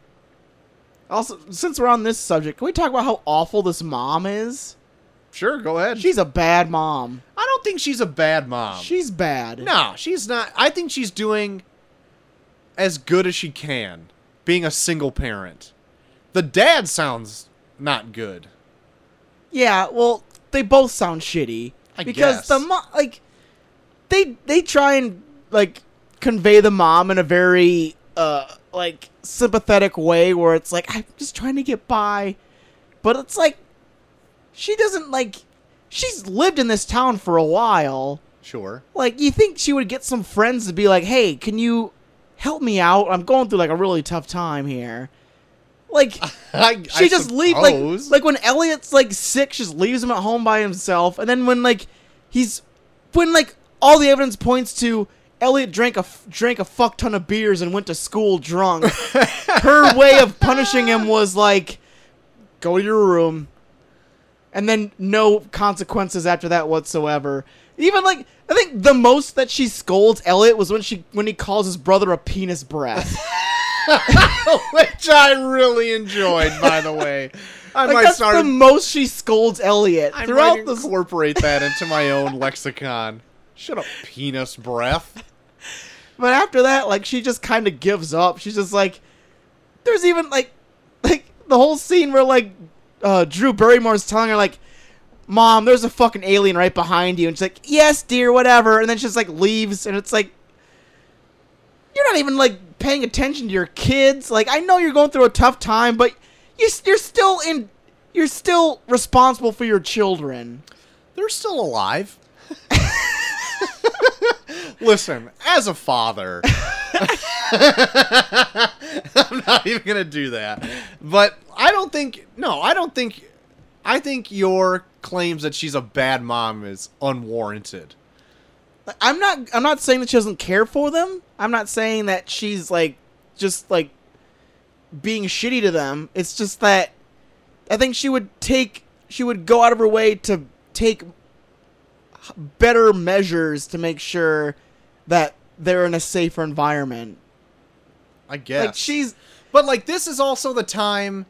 S1: Also, since we're on this subject, can we talk about how awful this mom is?
S2: Sure, go ahead.
S1: She's a bad mom.
S2: I don't think she's a bad mom.
S1: She's bad.
S2: Um, No, she's not. I think she's doing as good as she can, being a single parent. The dad sounds not good.
S1: Yeah, well, they both sound shitty
S2: I
S1: because
S2: guess.
S1: the mom, like, they they try and like convey the mom in a very uh like sympathetic way where it's like I'm just trying to get by, but it's like she doesn't like she's lived in this town for a while.
S2: Sure.
S1: Like, you think she would get some friends to be like, "Hey, can you help me out? I'm going through like a really tough time here." Like.
S2: I,
S1: she
S2: I
S1: just
S2: suppose.
S1: leaves like like when Elliot's like sick, she just leaves him at home by himself. And then when like he's when like all the evidence points to Elliot drank a f- drank a fuck ton of beers and went to school drunk. Her way of punishing him was like go to your room, and then no consequences after that whatsoever. Even like I think the most that she scolds Elliot was when she when he calls his brother a penis breath.
S2: which I really enjoyed, by the way. I
S1: Like
S2: might
S1: that's
S2: start.
S1: the most she scolds Elliot
S2: I might
S1: throughout this
S2: incorporate that into my own lexicon. Shut up, penis breath.
S1: But after that, like she just kind of gives up. She's just like, there's even like, like the whole scene where like uh, Drew Barrymore's telling her like, "Mom, there's a fucking alien right behind you," and she's like, "Yes, dear, whatever," and then she just like leaves, and it's like, you're not even like paying attention to your kids. Like I know you're going through a tough time, but you, you're still in, you're still responsible for your children.
S2: they're still alive. Listen, as a father, I'm not even going to do that. But I don't think, no, I don't think, I think your claims that she's a bad mom is unwarranted.
S1: Like, I'm not I'm not saying that she doesn't care for them. I'm not saying that she's like just like being shitty to them. It's just that I think she would take she would go out of her way to take h- better measures to make sure that they're in a safer environment.
S2: I guess.
S1: Like she's
S2: But like this is also the time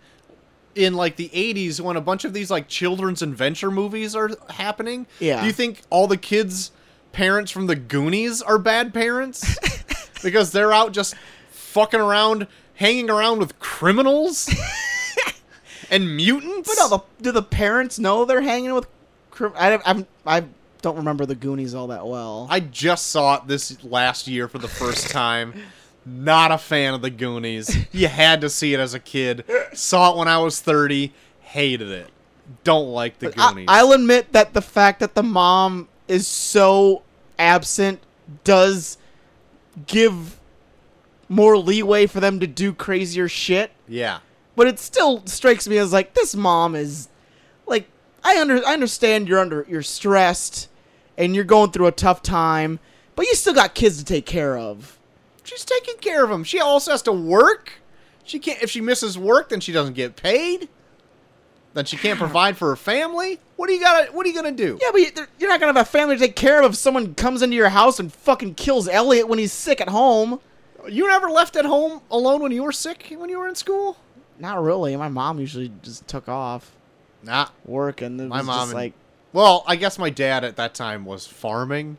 S2: in like the 80s when a bunch of these like children's adventure movies are happening.
S1: Yeah.
S2: Do you think all the kids parents from the Goonies are bad parents? because they're out just fucking around hanging around with criminals and mutants?
S1: but no, the, do the parents know they're hanging with crim- I don't- I'm I don't remember the Goonies all that well.
S2: I just saw it this last year for the first time. Not a fan of the Goonies. You had to see it as a kid. Saw it when I was 30. Hated it. Don't like the
S1: I-
S2: Goonies.
S1: I'll admit that the fact that the mom is so absent does give more leeway for them to do crazier shit,
S2: yeah.
S1: but it still strikes me as like this mom is like I under I understand you're under you're stressed and you're going through a tough time But you still got kids to take care of.
S2: She's taking care of him. She also has to work. She can't if she misses work, then she doesn't get paid. Then she can't provide for her family. What do you got? to What are you gonna do?
S1: Yeah, but you- they're- you're not gonna have a family to take care of if someone comes into your house and fucking kills Elliot when he's sick at home.
S2: You never left at home alone when you were sick when you were in school.
S1: Not really. My mom usually just took off
S2: Nah.
S1: work and it
S2: My
S1: was
S2: mom
S1: just
S2: and-
S1: like,
S2: Well, I guess my dad at that time was farming,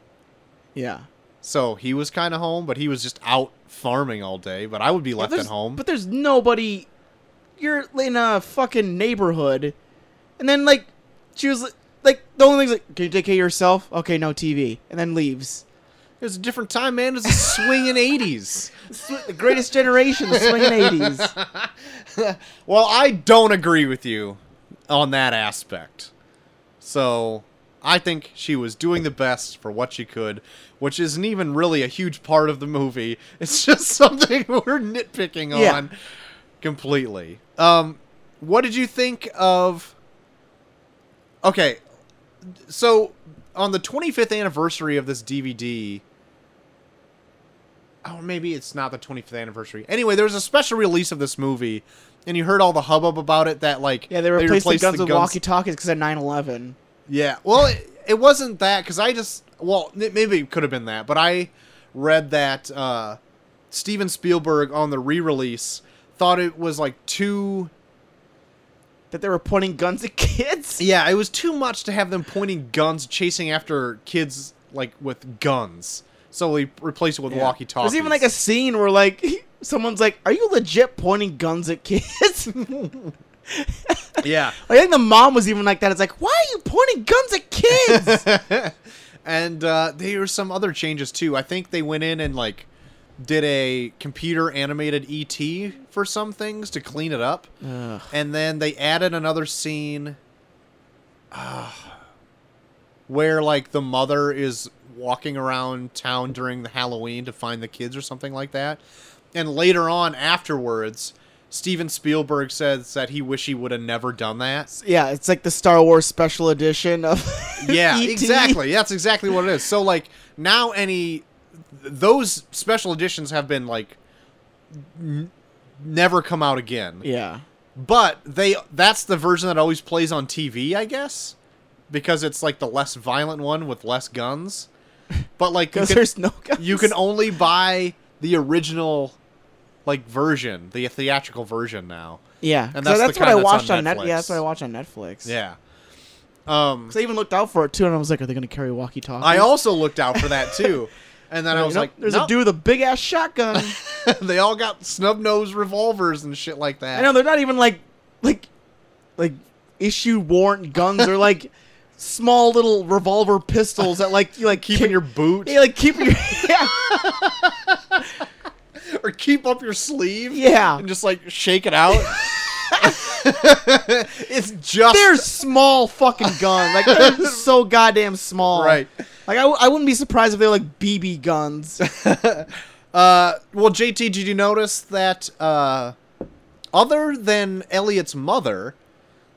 S1: yeah.
S2: so he was kind of home, but he was just out farming all day. But I would be
S1: Yeah,
S2: left at
S1: there's-
S2: home.
S1: But there's nobody. You're in a fucking neighborhood, and then like she was like the only thing's like, can you take care of yourself? Okay, no TV, and then leaves.
S2: It was a different time, man. It was the swinging eighties.
S1: The greatest generation, the swinging eighties.
S2: Well, I don't agree with you on that aspect. So, I think she was doing the best for what she could, which isn't even really a huge part of the movie. It's just something we're nitpicking
S1: Yeah.
S2: on completely. Um, what did you think of? Okay, so on the 25th anniversary of this DVD, oh maybe it's not the 25th anniversary. Anyway, there was a special release of this movie, and you heard all the hubbub about it. That like
S1: Yeah, they replaced,
S2: replaced
S1: the guns with walkie talkies because of 9/11.
S2: yeah. Well, it, it wasn't that because I just well n- maybe it could have been that, but I read that uh, Steven Spielberg on the re-release thought it was like too
S1: That they were pointing guns at kids.
S2: yeah it was too much to have them pointing guns chasing after kids like with guns. So he replaced it with walkie talkies.
S1: There's even like a scene where like someone's like, "Are you legit pointing guns at kids?"
S2: yeah.
S1: I think the mom was even like that. It's like, why are you pointing guns at kids?
S2: and uh, there were some other changes too. I think they went in and like did a computer animated ET for some things to clean it up,
S1: Ugh.
S2: and then they added another scene uh, where like the mother is walking around town during the Halloween to find the kids or something like that, and later on afterwards. Steven Spielberg says that he wish he would have never done that.
S1: yeah, it's like the Star Wars special edition of E
S2: yeah
S1: ET.
S2: exactly that's exactly what it is so like now any those special editions have been like n- never come out again
S1: Yeah.
S2: but they that's the version that always plays on tv i guess because it's like the less violent one with less guns but like you
S1: Because
S2: can,
S1: there's no guns.
S2: you can only buy the original like version the theatrical version now
S1: Yeah.
S2: and
S1: so
S2: that's
S1: that's,
S2: the
S1: what
S2: kind
S1: I
S2: that's
S1: watched
S2: on
S1: on Netflix.
S2: Netflix.
S1: yeah, that's what I watched on Netflix.
S2: yeah um
S1: Because I even looked out for it too, and I was like, are they going to carry walkie talkies?
S2: I also looked out for that too. And then I was like,
S1: there's
S2: "Nope."
S1: a dude with a big ass shotgun.
S2: they all got snub nose revolvers and shit like that.
S1: I know they're not even like, like, like issue warrant guns. They're like small little revolver pistols that like you like
S2: keep in
S1: kick-
S2: your boot
S1: yeah, like keep in your yeah
S2: or keep up your sleeve.
S1: yeah.
S2: And just like shake it out. it's just
S1: They're small fucking guns. Like they're so goddamn small.
S2: Right.
S1: Like I, w- I wouldn't be surprised if they were like BB guns.
S2: uh well JT, did you notice that uh other than Elliot's mother,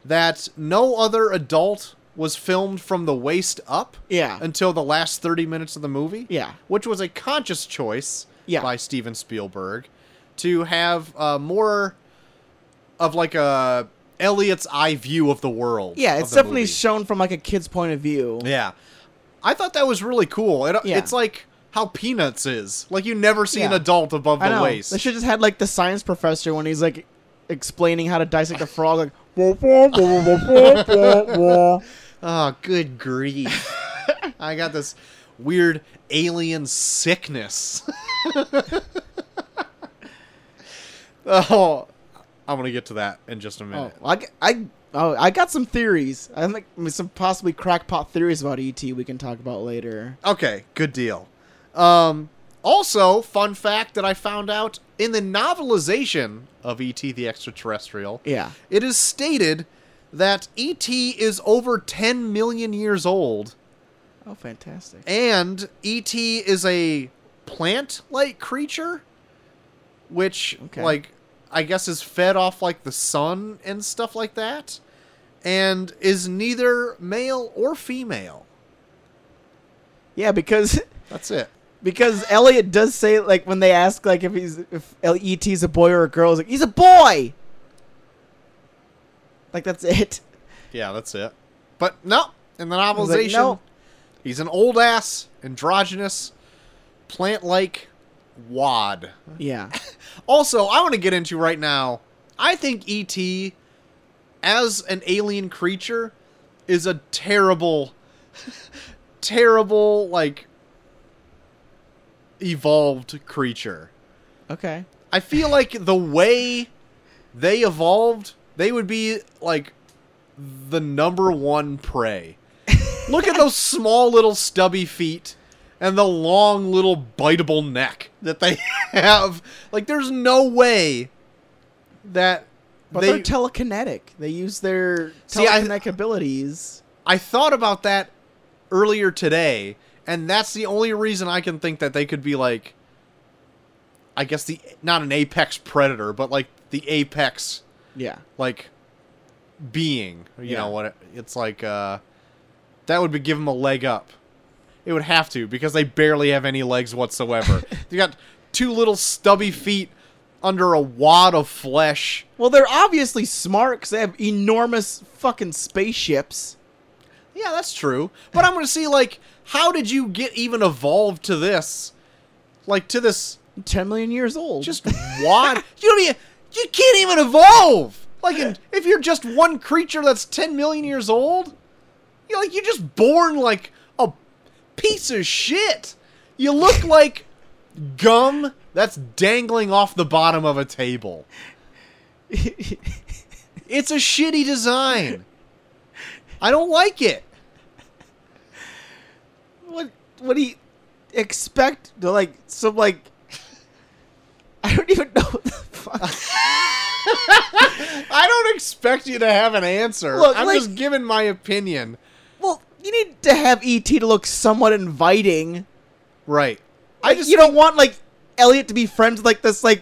S2: that no other adult was filmed from the waist up
S1: Yeah.
S2: until the last 30 minutes of the movie?
S1: Yeah.
S2: which was a conscious choice
S1: Yeah.
S2: by Steven Spielberg to have uh, more of like a Elliot's eye view of the world.
S1: Yeah,
S2: of
S1: it's
S2: the
S1: definitely
S2: movie.
S1: shown from like a kid's point of view.
S2: yeah, I thought that was really cool. It,
S1: Yeah.
S2: It's like how Peanuts is. Like you never see an
S1: Yeah.
S2: adult above
S1: I
S2: the
S1: know.
S2: waist.
S1: They should just had like the science professor when he's like explaining how to dissect a frog like "Wah, wah, wah, wah, wah, wah, wah."
S2: oh, good grief! I got this weird alien sickness. oh, I'm gonna get to that in just a
S1: Oh,
S2: minute.
S1: I, g- I- oh, I got some theories. I think I mean, some possibly crackpot theories about ET we can talk about later.
S2: Okay, good deal. Um, also, fun fact that I found out in the novelization of E.T. the Extraterrestrial,
S1: Yeah.
S2: it is stated that E.T. is over 10 million years old,
S1: Oh, fantastic.
S2: and E.T. is a plant like creature, which,
S1: Okay.
S2: like, I guess is fed off, like, the sun and stuff like that, and is neither male or female.
S1: Yeah, because
S2: That's it.
S1: because Elliot does say like when they ask like if he's if E.T.'s a boy or a girl, he's like he's a boy. Like that's it.
S2: Yeah, that's it. But no, in the
S1: I was
S2: novelization,
S1: like, no.
S2: he's an old ass, androgynous, plant like wad.
S1: Yeah.
S2: Also, I want to get into right now. I think ET, as an alien creature, is a terrible, terrible like evolved creature.
S1: Okay.
S2: I feel like the way they evolved, they would be like the number one prey. Look at those small little stubby feet and the long little biteable neck that they have. Like, there's no way that
S1: But
S2: they.
S1: they, are telekinetic. They use their
S2: See, I-
S1: telekinetic abilities.
S2: I thought about that earlier today, and that's the only reason I can think that they could be like, I guess the not an apex predator, but like the apex
S1: Yeah.
S2: like being you
S1: Yeah.
S2: know what it- it's like uh that would be give him a leg up it would have to because they barely have any legs whatsoever you got two little stubby feet under a wad of flesh
S1: Well, they're obviously smart because they have enormous fucking spaceships.
S2: yeah that's true but i'm gonna see like how did you get even evolved to this like to this
S1: Ten million years old.
S2: just wad you don't even you can't even evolve like in, if you're just one creature that's 10 million years old You're like you're just born like a piece of shit. You look like gum that's dangling off the bottom of a table. It's a shitty design. I don't like it.
S1: what? What do you expect? To, like some like. I don't even know what the fuck.
S2: I don't expect you to have an answer.
S1: Look,
S2: I'm
S1: like-
S2: just giving my opinion.
S1: well, you need to have ET to look somewhat inviting.
S2: Right.
S1: I just you don't want like Elliot to be friends with like this like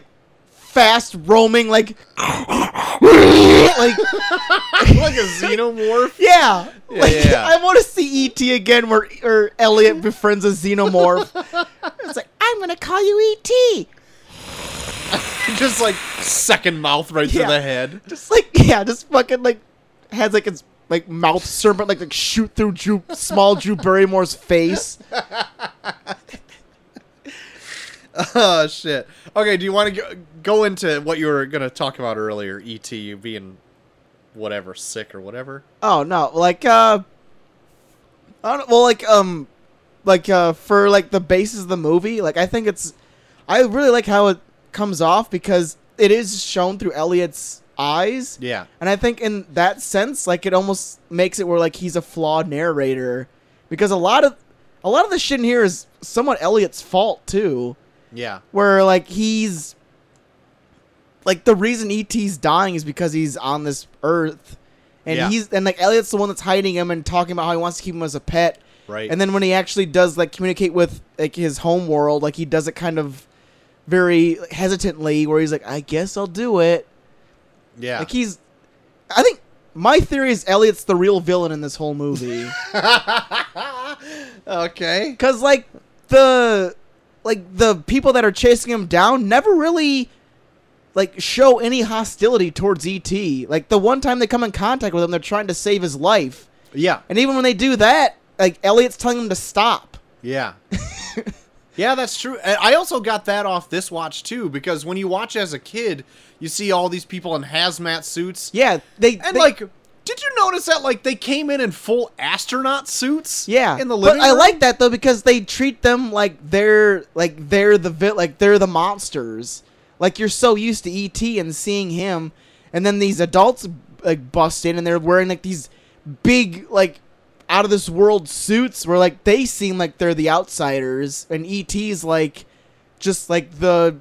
S1: fast roaming like like
S2: like a xenomorph.
S1: yeah.
S2: Yeah,
S1: like
S2: yeah, yeah.
S1: I want to see ET again where or Elliot befriends a xenomorph. it's like I'm gonna call you E ET.
S2: just like second mouth right
S1: Yeah.
S2: to the head.
S1: Just like yeah, just fucking like has like its like mouth serpent like like shoot through Drew small Drew Barrymore's face.
S2: Oh shit. Okay, do you want to go, go into what you were gonna talk about earlier? Et you being whatever sick or whatever.
S1: Oh no, like uh, I don't well like um, like uh for like the basis of the movie, like I think it's, I really like how it comes off because it is shown through Elliot's eyes,
S2: Yeah.
S1: and I think in that sense, like it almost makes it where like he's a flawed narrator, because a lot of a lot of the shit in here is somewhat Elliot's fault too
S2: Yeah.
S1: where like he's like the reason ET's dying is because he's on this earth and
S2: Yeah.
S1: he's and like Elliot's the one that's hiding him and talking about how he wants to keep him as a pet.
S2: Right.
S1: And then when he actually does like communicate with like his home world, like he does it kind of very hesitantly where he's like I guess I'll do it.
S2: yeah.
S1: Like he's I think my theory is Elliot's the real villain in this whole movie.
S2: okay.
S1: Cause like the like the people that are chasing him down never really like show any hostility towards ET. Like the one time they come in contact with him, they're trying to save his life,
S2: Yeah.
S1: and even when they do that, like Elliot's telling him to stop.
S2: Yeah. yeah, that's true. And I also got that off this watch too because when you watch as a kid, you see all these people in hazmat suits.
S1: Yeah, they
S2: And
S1: they-
S2: like, did you notice that like they came in in full astronaut suits?
S1: yeah.
S2: In the living
S1: but I
S2: room?
S1: like that though because they treat them like they're like they're the vi- like they're the monsters. Like you're so used to ET and seeing him, and then these adults like bust in and they're wearing like these big like out of this world suits where like they seem like they're the outsiders and ET's like just like the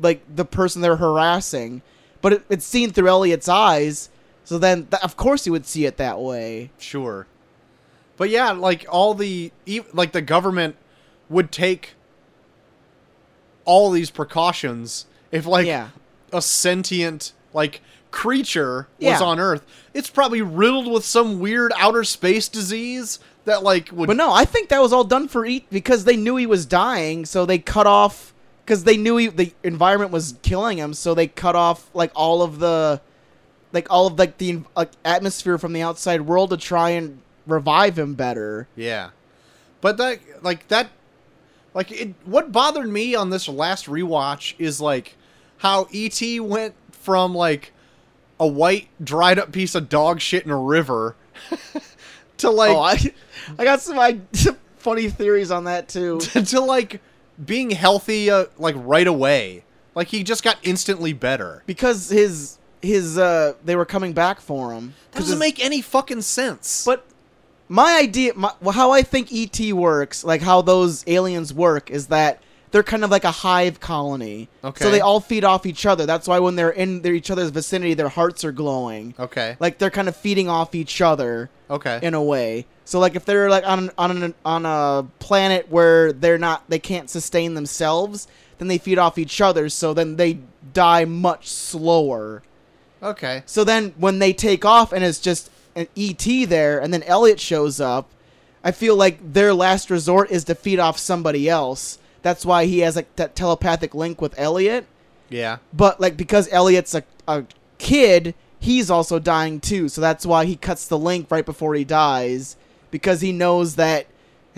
S1: like the person they're harassing, but it, it's seen through Elliot's eyes. So then, th- of course, he would see it that way.
S2: Sure. But yeah, like all the ev- like the government would take all these precautions if like
S1: Yeah.
S2: a sentient like creature was
S1: Yeah.
S2: on earth. It's probably riddled with some weird outer space disease that like would
S1: But no, I think that was all done for Eat because they knew he was dying, so they cut off because they knew he, the environment was killing him, so they cut off like all of the like all of like the like, atmosphere from the outside world to try and revive him better.
S2: Yeah, but that like that like it. What bothered me on this last rewatch is like how ET went from like a white dried up piece of dog shit in a river to like
S1: oh, I, I got some I, funny theories on that too.
S2: to like being healthy uh, like right away. Like he just got instantly better.
S1: Because his his uh they were coming back for him.
S2: That doesn't
S1: his-
S2: make any fucking sense.
S1: But my idea, my, well, how I think ET works, like how those aliens work, is that they're kind of like a hive colony.
S2: Okay.
S1: So they all feed off each other. That's why when they're in their, each other's vicinity, their hearts are glowing.
S2: okay,
S1: Like they're kind of feeding off each other
S2: okay,
S1: in a way. So like if they're like on on an, on a planet where they're not they can't sustain themselves, then they feed off each other. So then they die much slower.
S2: okay.
S1: So then when they take off and it's just an ET there and then Elliot shows up, I feel like their last resort is to feed off somebody else. That's why he has like that telepathic link with Elliot.
S2: Yeah,
S1: But like because Elliot's a, a kid, he's also dying too. So that's why he cuts the link right before he dies because he knows that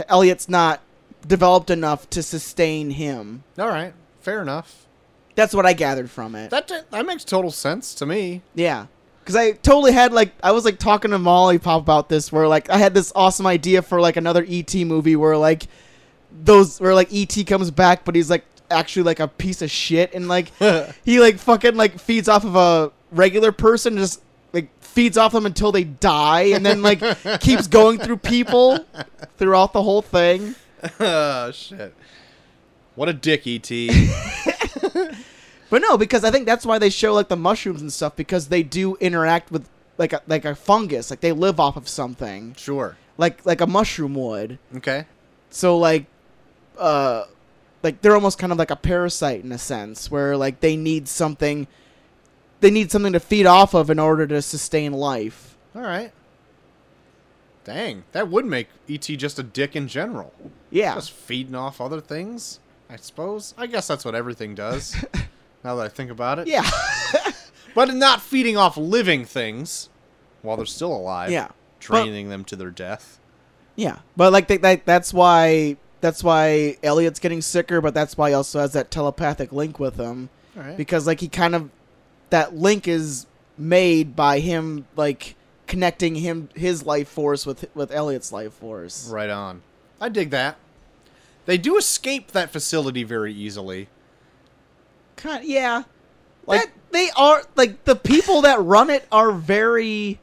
S1: Elliot's not developed enough to sustain him.
S2: all right, fair enough.
S1: That's what I gathered from it.
S2: That that makes total sense to me.
S1: Yeah. Cause I totally had like I was like talking to Molly Pop about this where like I had this awesome idea for like another ET movie where like those where like ET comes back but he's like actually like a piece of shit and like he like fucking like feeds off of a regular person just like feeds off them until they die and then like keeps going through people throughout the whole thing.
S2: oh shit! What a dick, E ET.
S1: But no, because I think that's why they show like the mushrooms and stuff because they do interact with like a, like a fungus, like they live off of something.
S2: sure.
S1: like like a mushroom would.
S2: Okay.
S1: So like, uh, like they're almost kind of like a parasite in a sense, where like they need something, they need something to feed off of in order to sustain life.
S2: All right. Dang, that would make ET just a dick in general.
S1: Yeah,
S2: Just feeding off other things, I suppose. I guess that's what everything does. now that I think about it.
S1: yeah,
S2: But not feeding off living things while they're still alive.
S1: Yeah.
S2: Training them to their death.
S1: yeah. But like they, that, that's why that's why Elliot's getting sicker, but that's why he also has that telepathic link with him
S2: All right.
S1: because like he kind of that link is made by him like connecting him his life force with with Elliot's life force.
S2: right on. I dig that. They do escape that facility very easily.
S1: Kind yeah.
S2: Like-
S1: that, they are like the people that run it are very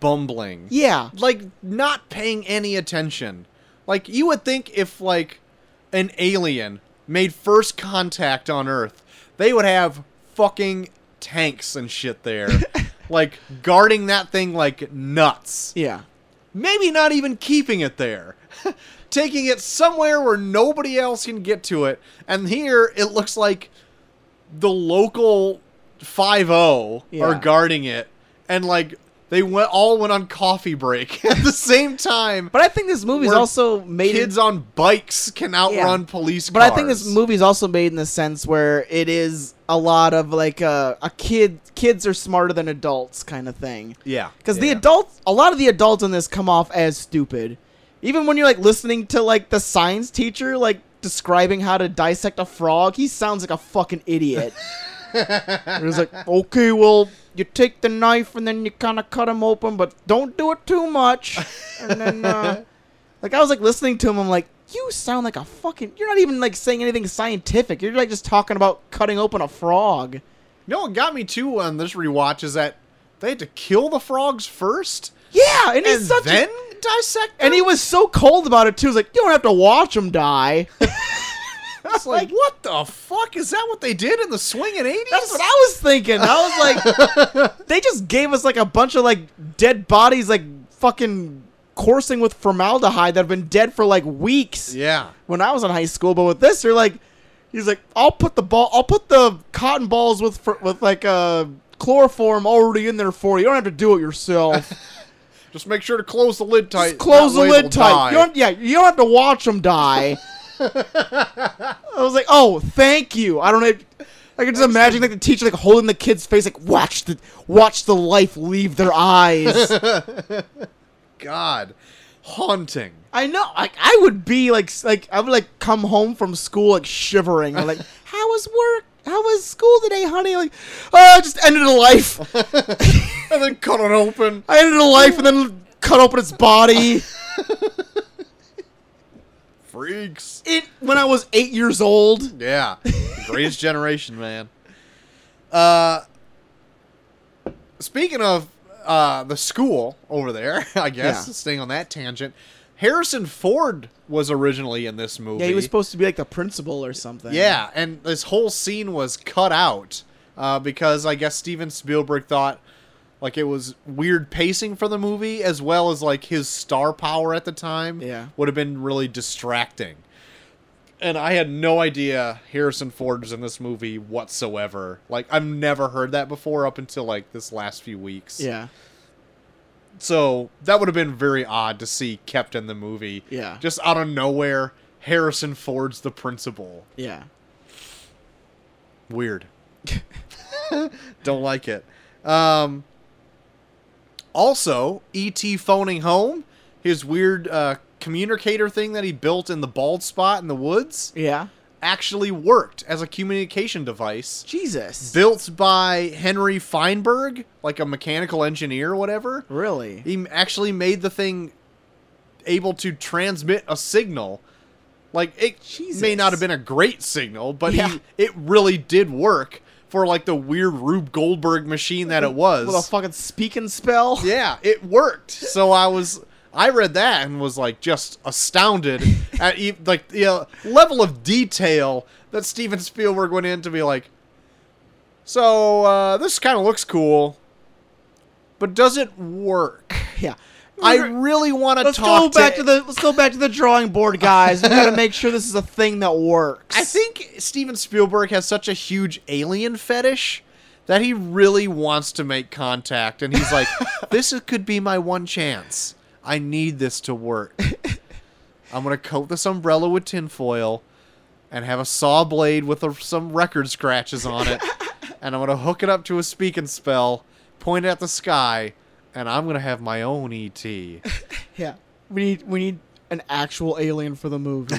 S2: Bumbling.
S1: yeah.
S2: like not paying any attention. Like you would think if like an alien made first contact on Earth, they would have fucking tanks and shit there. like guarding that thing like nuts.
S1: Yeah.
S2: Maybe not even keeping it there. Taking it somewhere where nobody else can get to it. And here it looks like the local 5-0 are
S1: Yeah.
S2: guarding it and like they went all went on coffee break at the same time.
S1: But I think this movie's
S2: Where
S1: also made
S2: kids on bikes can outrun police
S1: but
S2: cars.
S1: I think this movie's also made in the sense where it is a lot of like uh, a kid kids are smarter than adults kind of thing.
S2: Yeah.
S1: Because
S2: yeah.
S1: the adults, a lot of the adults in this come off as stupid. Even when you're like listening to like the science teacher like describing how to dissect a frog, he sounds like a fucking idiot. And He's like, okay, well, you take the knife and then you kind of cut him open, but don't do it too much. And then, uh, like, I was like listening to him, I'm like, you sound like a fucking. You're not even like saying anything scientific. You're like just talking about cutting open a frog.
S2: You know what got me too on this rewatch is that they had to kill the frogs first
S1: Yeah, and he's
S2: and
S1: such
S2: then
S1: a
S2: dissect them?
S1: And he was so cold about it too. He's like, "You don't have to watch him die."
S2: It's like, what the fuck? Is that what they did in the swinging 80s?
S1: That's what I was thinking. I was like, they just gave us like a bunch of like dead bodies, like fucking coursing with formaldehyde that have been dead for like weeks.
S2: Yeah.
S1: When I was in high school, but with this, you're like, he's like, "I'll put the ball, I'll put the cotton balls with fr- with like uh, chloroform already in there for you. You don't have to do it yourself."
S2: Just make sure to close the lid tight.
S1: Just close
S2: that
S1: the
S2: way
S1: lid
S2: they'll
S1: tight.
S2: die.
S1: You don't, yeah, you don't have to watch them die. I was like, oh, thank you. I don't. Have, I can just imagine like the teacher like holding the kid's face, like watch the watch the life leave their eyes.
S2: God, haunting.
S1: I know. Like I would be like s- like I would like come home from school like shivering. I'm like, how was work? How was school today, honey? Like, oh, I just ended a life.
S2: And then cut it open.
S1: I ended a life and then cut open its body.
S2: Freaks.
S1: It when I was eight years old.
S2: Yeah, The greatest generation, man. Uh, speaking of uh, the school over there, I guess
S1: Yeah.
S2: staying on that tangent, Harrison Ford was originally in this movie.
S1: Yeah, he was supposed to be like the principal or something.
S2: Yeah, and this whole scene was cut out uh, because I guess Steven Spielberg thought like it was weird pacing for the movie as well as like his star power at the time
S1: Yeah.
S2: would have been really distracting. And I had no idea Harrison Ford was in this movie whatsoever. Like I've never heard that before up until like this last few weeks.
S1: Yeah.
S2: So that would have been very odd to see kept in the movie.
S1: Yeah.
S2: Just out of nowhere, Harrison Ford's the principal.
S1: Yeah.
S2: Weird. Don't like it. Um, also, E.T. phoning home, his weird uh, communicator thing that he built in the bald spot in the woods
S1: Yeah.
S2: actually worked as a communication device
S1: Jesus.
S2: built by Henry Feinberg, like a mechanical engineer or whatever.
S1: really?
S2: He actually made the thing able to transmit a signal. Like it may
S1: Jesus.
S2: not have been a great signal, but
S1: Yeah.
S2: he, it really did work for like the weird Rube Goldberg machine that it was.
S1: With a fucking speak and spell?
S2: yeah, it worked. So I was I read that and was like just astounded at e- like the uh, level of detail that Steven Spielberg went in to be like so uh, this kind of looks cool, but does it work?
S1: Yeah.
S2: I really want to
S1: let's
S2: talk
S1: go back
S2: to,
S1: to, the let's go back to the drawing board, guys. We gotta make sure this is a thing that works.
S2: I think Steven Spielberg has such a huge alien fetish that he really wants to make contact, and he's like, "This is- could be my one chance. I need this to work. I'm gonna coat this umbrella with tinfoil, and have a saw blade with a, some record scratches on it, and I'm gonna hook it up to a speaking spell, point it at the sky, and I'm gonna have my own E ET."
S1: Yeah. We need we need an actual alien for the movie.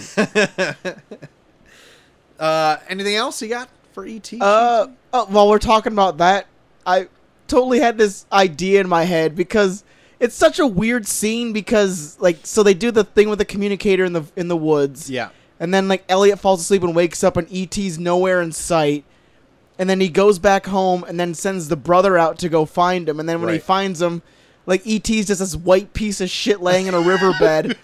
S2: Uh, anything else you got for E ET?
S1: uh oh, while we're talking about that, I totally had this idea in my head because it's such a weird scene because like so they do the thing with the communicator in the in the woods.
S2: yeah.
S1: And then like Elliot falls asleep and wakes up and ET's nowhere in sight. And then he goes back home and then sends the brother out to go find him. And then when he
S2: Right.
S1: finds him, like ET's just this white piece of shit laying in a riverbed.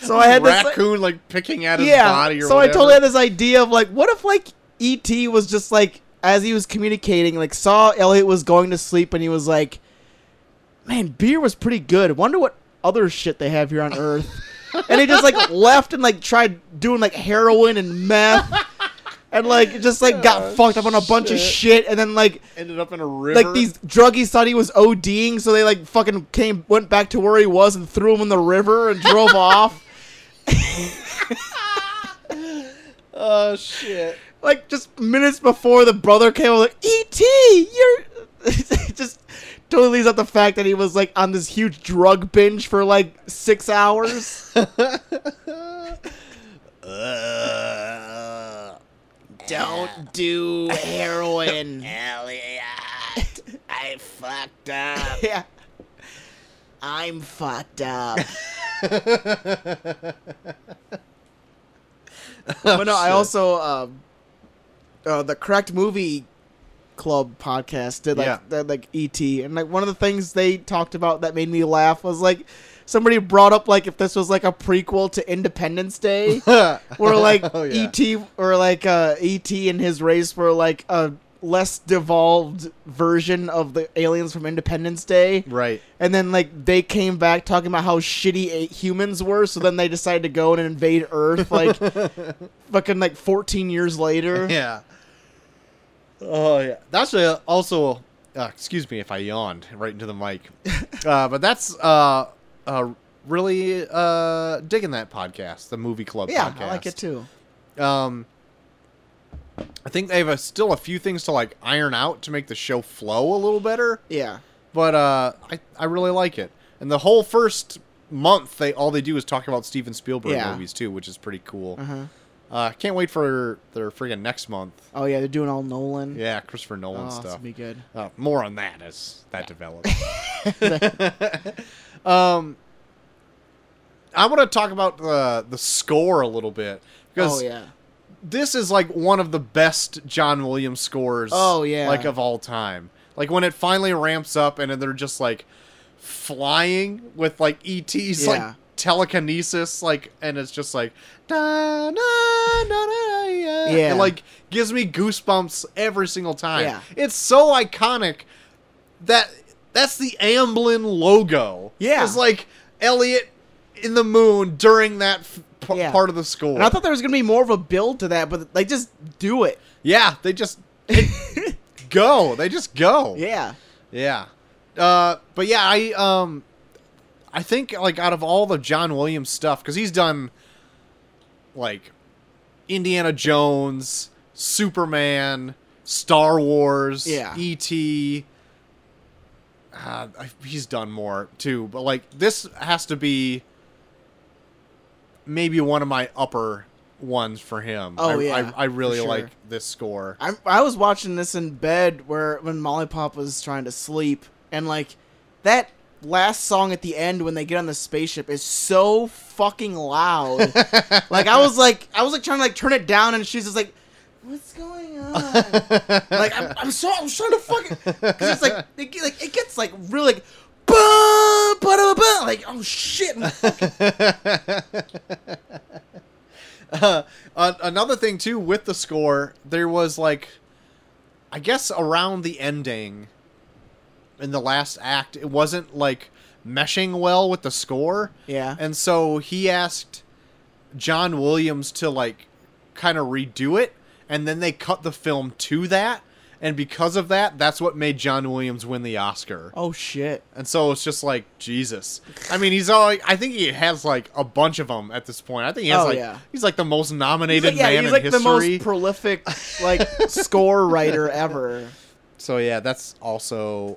S1: so I had this like,
S2: raccoon like, picking at his
S1: yeah.
S2: body or
S1: So I
S2: whatever.
S1: totally had this idea of like, what if like ET was just like as he was communicating, like saw Elliot was going to sleep and he was like, man, beer was pretty good. Wonder what other shit they have here on Earth. and he just like left and like tried doing like heroin and meth. And like just like got
S2: Oh,
S1: fucked up on a bunch of shit, and then like
S2: ended up in a river.
S1: like these druggies thought he was ODing, so they like fucking came went back to where he was and threw him in the river and drove off.
S2: Oh shit!
S1: like just minutes before the brother came, I was like, "E.T., you're." It just totally leaves out the fact that he was like on this huge drug binge for like six hours.
S4: Don't
S1: do heroin.
S4: Elliot, I fucked up.
S1: yeah, I'm fucked up.
S4: Oh,
S1: but no, I also um, uh, the correct movie club podcast did like
S2: Yeah.
S1: that like ET and like one of the things they talked about that made me laugh was like somebody brought up like if this was like a prequel to Independence Day where like
S2: Oh, yeah.
S1: ET or like uh, ET and his race were like a less devolved version of the aliens from Independence Day.
S2: right.
S1: And then like they came back talking about how shitty a- humans were, so then they decided to go and invade Earth like fucking like 14 years later.
S2: Yeah. Oh yeah. That's a, also a, Uh, excuse me if I yawned right into the mic. uh, but that's uh, uh, really uh, digging that podcast, the Movie Club
S1: Yeah,
S2: podcast.
S1: I like it too.
S2: Um, I think they have a, still a few things to like iron out to make the show flow a little better,
S1: Yeah.
S2: but uh, I I really like it. And the whole first month, they all they do is talk about Steven Spielberg
S1: Yeah.
S2: movies too, which is pretty cool.
S1: Uh huh.
S2: Uh, can't wait for their friggin' next month.
S1: Oh yeah, they're doing all Nolan.
S2: Yeah, Christopher
S1: Oh,
S2: Nolan
S1: it's
S2: stuff.
S1: gonna be good.
S2: Uh, more on that as that develops. um, I want to talk about the the score a little bit because
S1: Oh yeah.
S2: this is like one of the best John Williams scores.
S1: Oh, yeah.
S2: like of all time. Like when it finally ramps up and then they're just like flying with like ETs
S1: Yeah.
S2: like telekinesis like and it's just like da, na, na, na, yeah.
S1: Yeah.
S2: It, like gives me goosebumps every single time.
S1: Yeah.
S2: It's so iconic that that's the Amblin logo.
S1: Yeah.
S2: It's like Elliot in the moon during that f- p-
S1: Yeah.
S2: part of the score.
S1: And I thought there was gonna be more of a build to that, but like just do it.
S2: Yeah, they just go. They just go.
S1: Yeah.
S2: Yeah. Uh, but yeah, I um, I think like out of all the John Williams stuff, because he's done like Indiana Jones, Superman, Star Wars,
S1: Yeah.
S2: E.T. Uh, I- he's done more too, but like this has to be maybe one of my upper ones for him.
S1: Oh,
S2: I,
S1: yeah,
S2: I, I really
S1: for sure.
S2: like this score.
S1: I I was watching this in bed where when Molly Pop was trying to sleep and like that last song at the end when they get on the spaceship is so fucking loud. like I was like I was like trying to like turn it down and she's just like what's going on? like I'm, I'm so I'm trying to fucking cuz it's like it, get- like it gets like really like "Bum, ba-da-ba-ba," like oh shit.
S2: uh, an- another thing too with the score, there was like, I guess around the ending, in the last act, it wasn't like meshing well with the score,
S1: Yeah.
S2: and so he asked John Williams to like kind of redo it, and then they cut the film to that, and because of that, that's what made John Williams win the Oscar.
S1: Oh shit.
S2: And so it's just like Jesus. I mean, he's all. I think he has like a bunch of them at this point. I think he has
S1: Oh,
S2: like
S1: yeah.
S2: he's like the most
S1: He's
S2: nominated
S1: like, yeah,
S2: man
S1: he's
S2: in
S1: like the
S2: history.
S1: most prolific like score writer ever.
S2: so yeah, that's also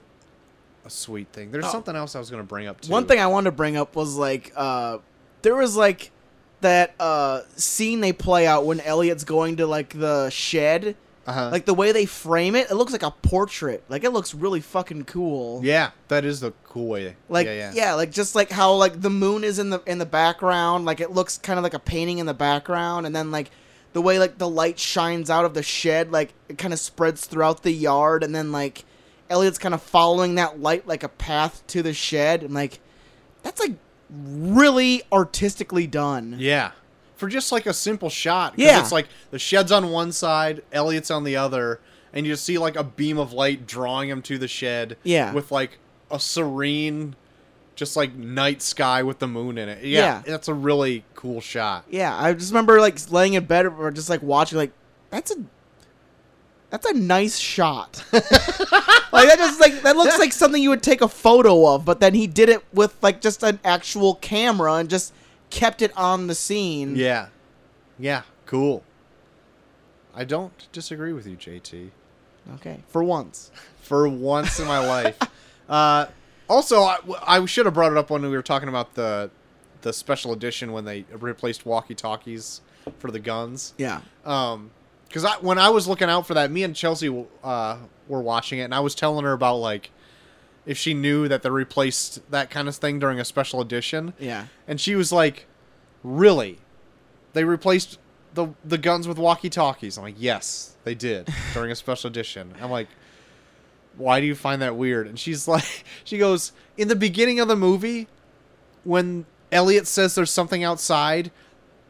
S2: a sweet thing. There's
S1: Oh.
S2: something else I was gonna bring up too.
S1: One thing I wanted to bring up was like uh there was like that uh scene they play out when Elliot's going to like the shed.
S2: Uh-huh.
S1: Like the way they frame it, it looks like a portrait. Like it looks really fucking cool.
S2: yeah, that is the cool way.
S1: Like
S2: yeah,
S1: yeah,
S2: yeah.
S1: like just like how like the moon is in the in the background, like it looks kind of like a painting in the background and then like the way like the light shines out of the shed, like it kind of spreads throughout the yard and then like Elliot's kind of following that light like a path to the shed and like that's like really artistically done.
S2: Yeah. For just like a simple shot. 'cause
S1: Yeah.
S2: It's like the shed's on one side, Elliot's on the other, and you see like a beam of light drawing him to the shed.
S1: Yeah.
S2: With like a serene, just like night sky with the moon in it.
S1: Yeah.
S2: Yeah. That's a really cool shot.
S1: Yeah, I just remember like laying in bed or just like watching like that's a that's a nice shot. like that just like that looks like something you would take a photo of, but then he did it with like just an actual camera and just kept it on the scene.
S2: Yeah. Yeah. Cool. I don't disagree with you, JT.
S1: Okay. For once.
S2: for once in my life. Uh, also, I, I should have brought it up when we were talking about the the special edition when they replaced walkie talkies for the guns.
S1: Yeah.
S2: Um, because I when I was looking out for that, me and Chelsea uh, were watching it, and I was telling her about like if she knew that they replaced that kind of thing during a special edition,
S1: Yeah.
S2: and she was like, "Really? They replaced the the guns with walkie-talkies?" I'm like, "Yes, they did during a special edition." I'm like, "Why do you find that weird?" And she's like, she goes, "In the beginning of the movie, when Elliot says there's something outside."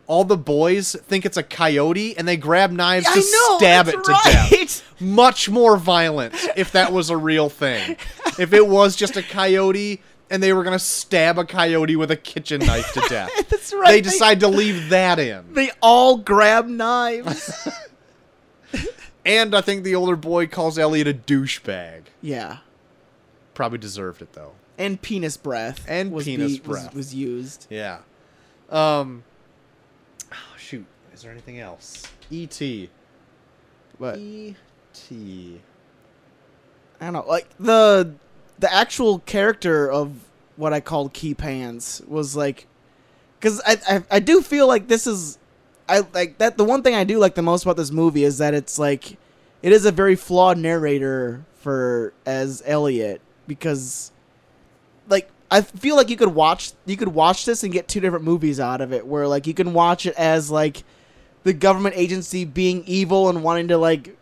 S2: All the boys think it's a coyote, and they grab knives to stab it to death
S1: death.
S2: much more violent if that was a real thing. If it was just a coyote and they were going to stab a coyote with a kitchen knife to death.
S1: That's right.
S2: They decide to leave that in.
S1: they all grab knives.
S2: And I think the older boy calls Elliot a douchebag.
S1: Yeah.
S2: Probably deserved it though.
S1: And penis breath.
S2: And
S1: was
S2: penis
S1: was-
S2: breath.
S1: Was, used.
S2: Yeah. Um. oh, shoot. Is there anything else? E E.T.
S1: But
S2: E.T.
S1: I don't know. Like the the actual character of what I called Key Pants was like, because I, I I do feel like this is, I like that the one thing I do like the most about this movie is that it's like, it is a very flawed narrator for as Elliot because, like I feel like you could watch you could watch this and get two different movies out of it where like you can watch it as like the government agency being evil and wanting to like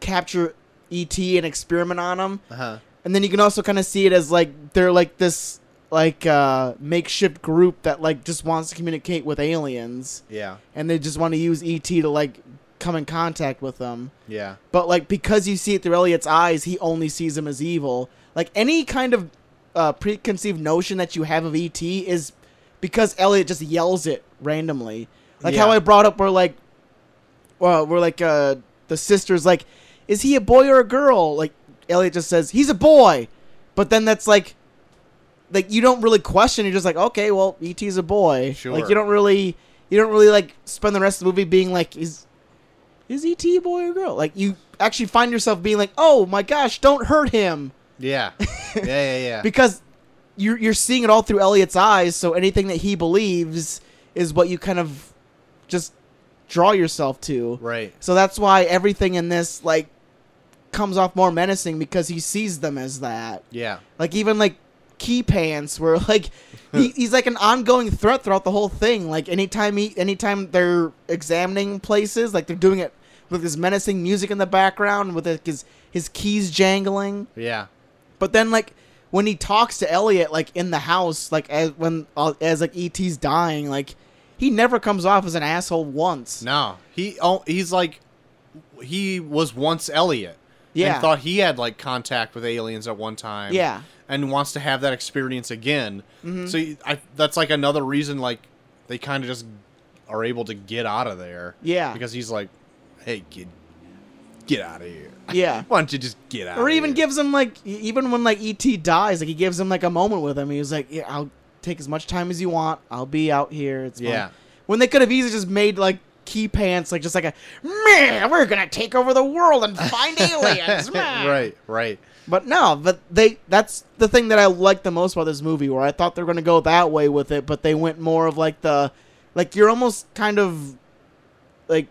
S1: capture ET and experiment on him.
S2: Uh huh.
S1: And then you can also kind of see it as like they're like this like uh makeshift group that like just wants to communicate with aliens
S2: Yeah.
S1: and they just want to use ET to like come in contact with them.
S2: Yeah.
S1: But like because you see it through Elliot's eyes, he only sees him as evil. Like any kind of uh, preconceived notion that you have of ET is because Elliot just yells it randomly. Like how
S2: Yeah.
S1: I brought up, we're like, well, we're like uh, the sisters. Like, is he a boy or a girl? Like Elliot just says he's a boy, but then that's like, like you don't really question. You're just like, okay, well, ET's a boy.
S2: Sure.
S1: Like you don't really, you don't really like spend the rest of the movie being like, is is ET a boy or a girl? Like you actually find yourself being like, oh my gosh, don't hurt him
S2: Yeah. Yeah. Yeah. Yeah.
S1: because you're you're seeing it all through Elliot's eyes. So anything that he believes is what you kind of just draw yourself to.
S2: right.
S1: So that's why everything in this like comes off more menacing because he sees them as that.
S2: Yeah.
S1: Like even like key pants where like he, he's like an ongoing threat throughout the whole thing. Like anytime he anytime they're examining places, like they're doing it with this menacing music in the background with like, his his keys jangling.
S2: Yeah.
S1: But then like when he talks to Elliot like in the house like as when uh, as like ET's dying, like he never comes off as an asshole once.
S2: No. He. Oh. He's like. He was once Elliot.
S1: Yeah.
S2: And thought he had like contact with aliens at one time.
S1: Yeah. Mm-hmm.
S2: And wants to have that experience again. So you- I, that's like another reason like they kind of just are able to get out of there.
S1: Yeah.
S2: Because he's like, hey kid, get out of here.
S1: Yeah.
S2: Why don't you just get out?
S1: or
S2: of
S1: even
S2: here?
S1: gives him like e- even when like et dies like he gives him like a moment with him he was like yeah i'll take as much time as you want i'll be out here it's fine.
S2: Yeah.
S1: when they could have easily just made like key pants like just like a man we're gonna take over the world and find aliens meh."
S2: right, right.
S1: but no but they that's the thing that i like the most about this movie where i thought they were gonna go that way with it but they went more of like the like you're almost kind of like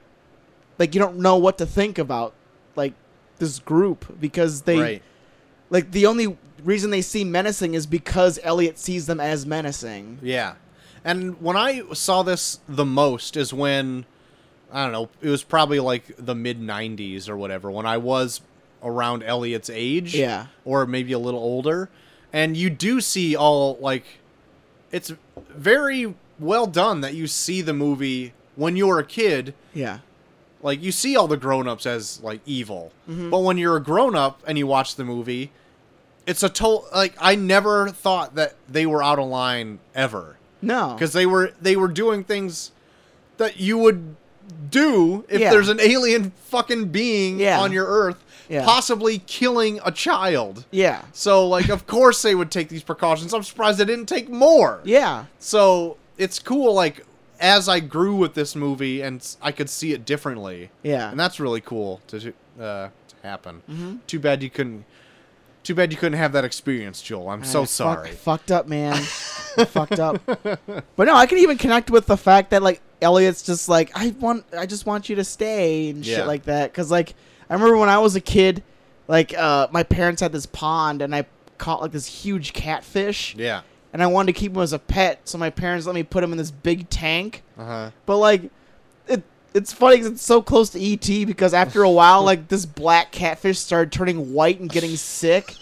S1: like you don't know what to think about like this group because they
S2: right.
S1: like the only reason they seem menacing is because Elliot sees them as menacing.
S2: Yeah. And when I saw this the most is when I don't know, it was probably like the mid 90s or whatever when I was around Elliot's age
S1: Yeah.
S2: or maybe a little older and you do see all like it's very well done that you see the movie when you're a kid
S1: Yeah.
S2: like you see all the grown-ups as like evil but when you're a grown-up and you watch the movie it's a total like i never thought that they were out of line ever
S1: No.
S2: because they were they were doing things that you would do if
S1: Yeah.
S2: there's an alien fucking being
S1: Yeah.
S2: on your earth
S1: Yeah.
S2: possibly killing a child
S1: yeah.
S2: so like of course they would take these precautions i'm surprised they didn't take more
S1: Yeah.
S2: so it's cool like as i grew with this movie and s- i could see it differently
S1: Yeah. Mm-hmm.
S2: and that's really cool to uh, to happen too bad you couldn't too bad you couldn't have that experience joel i'm so
S1: I fuck-
S2: sorry
S1: fucked up, man. I fucked up. But no, I can even connect with the fact that like Elliot's just like I want, I just want you to stay and
S2: Yeah.
S1: shit like that. Because like I remember when I was a kid, like uh, my parents had this pond and I caught like this huge catfish
S2: yeah
S1: and I wanted to keep him as a pet. So my parents let me put him in this big tank.
S2: uh-huh
S1: But like, it it's funny 'cause it's so close to ET because after a while, like this black catfish started turning white and getting sick,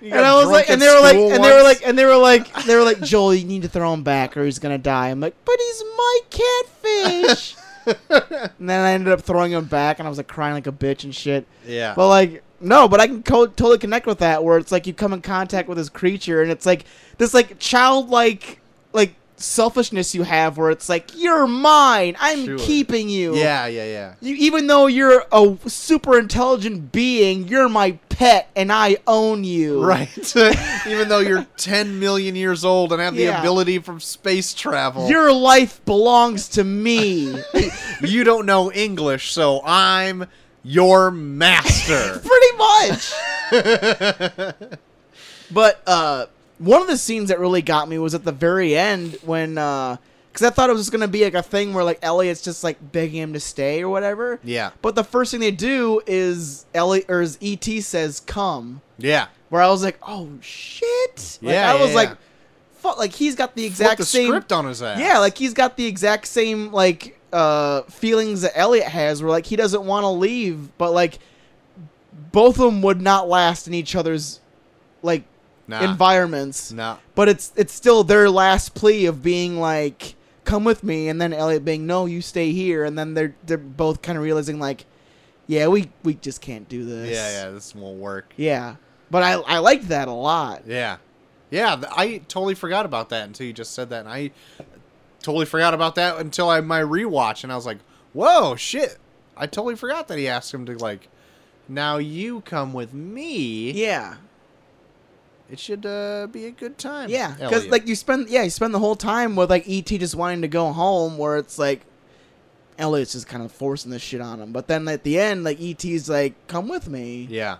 S1: and I was like, and they were like, and they were like, and they were like, they were like, Joel, you need to throw him back or he's gonna die. I'm like, but he's my catfish. and then I ended up throwing him back, and I was like crying like a bitch and shit.
S2: yeah
S1: But like, no, but I can co- totally connect with that where it's like you come in contact with this creature and it's like this like childlike like selfishness you have where it's like you're mine. I'm
S2: Sure.
S1: keeping you.
S2: Yeah, yeah, yeah.
S1: You, even though you're a super intelligent being, you're my pet and I own you.
S2: Right. Even though you're 10 million years old and have the
S1: Yeah.
S2: ability from space travel,
S1: Your life belongs to me.
S2: you don't know English, so I'm your master.
S1: Pretty much. but uh, one of the scenes that really got me was at the very end when, because I thought it was going to be like a thing where like Elliot's just like begging him to stay or whatever.
S2: yeah.
S1: But the first thing they do is Elliot or is ET says come,
S2: Yeah.
S1: where I was like, oh shit. Like,
S2: Yeah,
S1: I was
S2: yeah,
S1: like,
S2: yeah.
S1: fuck. Like he's got the
S2: Flip
S1: exact
S2: the
S1: same
S2: script on his ass.
S1: Yeah, like he's got the exact same like uh feelings that Elliot has where like he doesn't want to leave, but like both of them would not last in each other's like
S2: nah,
S1: environments.
S2: nah.
S1: But it's it's still their last plea of being like come with me and then Elliot being no, you stay here and then they're they're both kind of realizing like yeah, we we just can't do
S2: Yeah,
S1: this.
S2: yeah, this won't work.
S1: Yeah. But I I liked that a lot.
S2: Yeah. Yeah, th- I totally forgot about that until you just said that. And I totally forgot about that until I my rewatch and I was like, "Whoa, shit. I totally forgot that he asked him to like now you come with me.
S1: Yeah.
S2: It should uh, be a good time.
S1: Yeah, because
S2: Elliot.
S1: like you spend yeah you spend the whole time with like ET just wanting to go home, where it's like Elliot's just kind of forcing this shit on him. But then at the end, like ET's like, "Come with me."
S2: Yeah.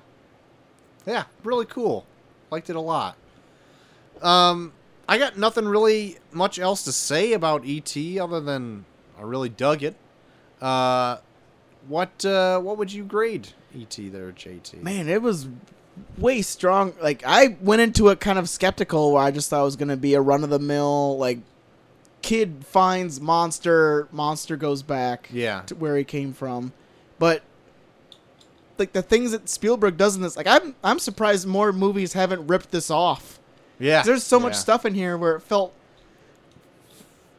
S2: Yeah, really cool. Liked it a lot. Um I got nothing really much else to say about ET other than I really dug it. Uh what uh what would you grade ET there, JT?
S1: Man, it was way strong. Like I went into it kind of skeptical, where I just thought it was gonna be a run of the mill like kid finds monster, monster goes back
S2: Yeah.
S1: to where he came from, but. Like the things that Spielberg does in this, like I'm, I'm surprised more movies haven't ripped this off.
S2: Yeah.
S1: 'Cause There's so much
S2: Yeah.
S1: stuff in here where it felt,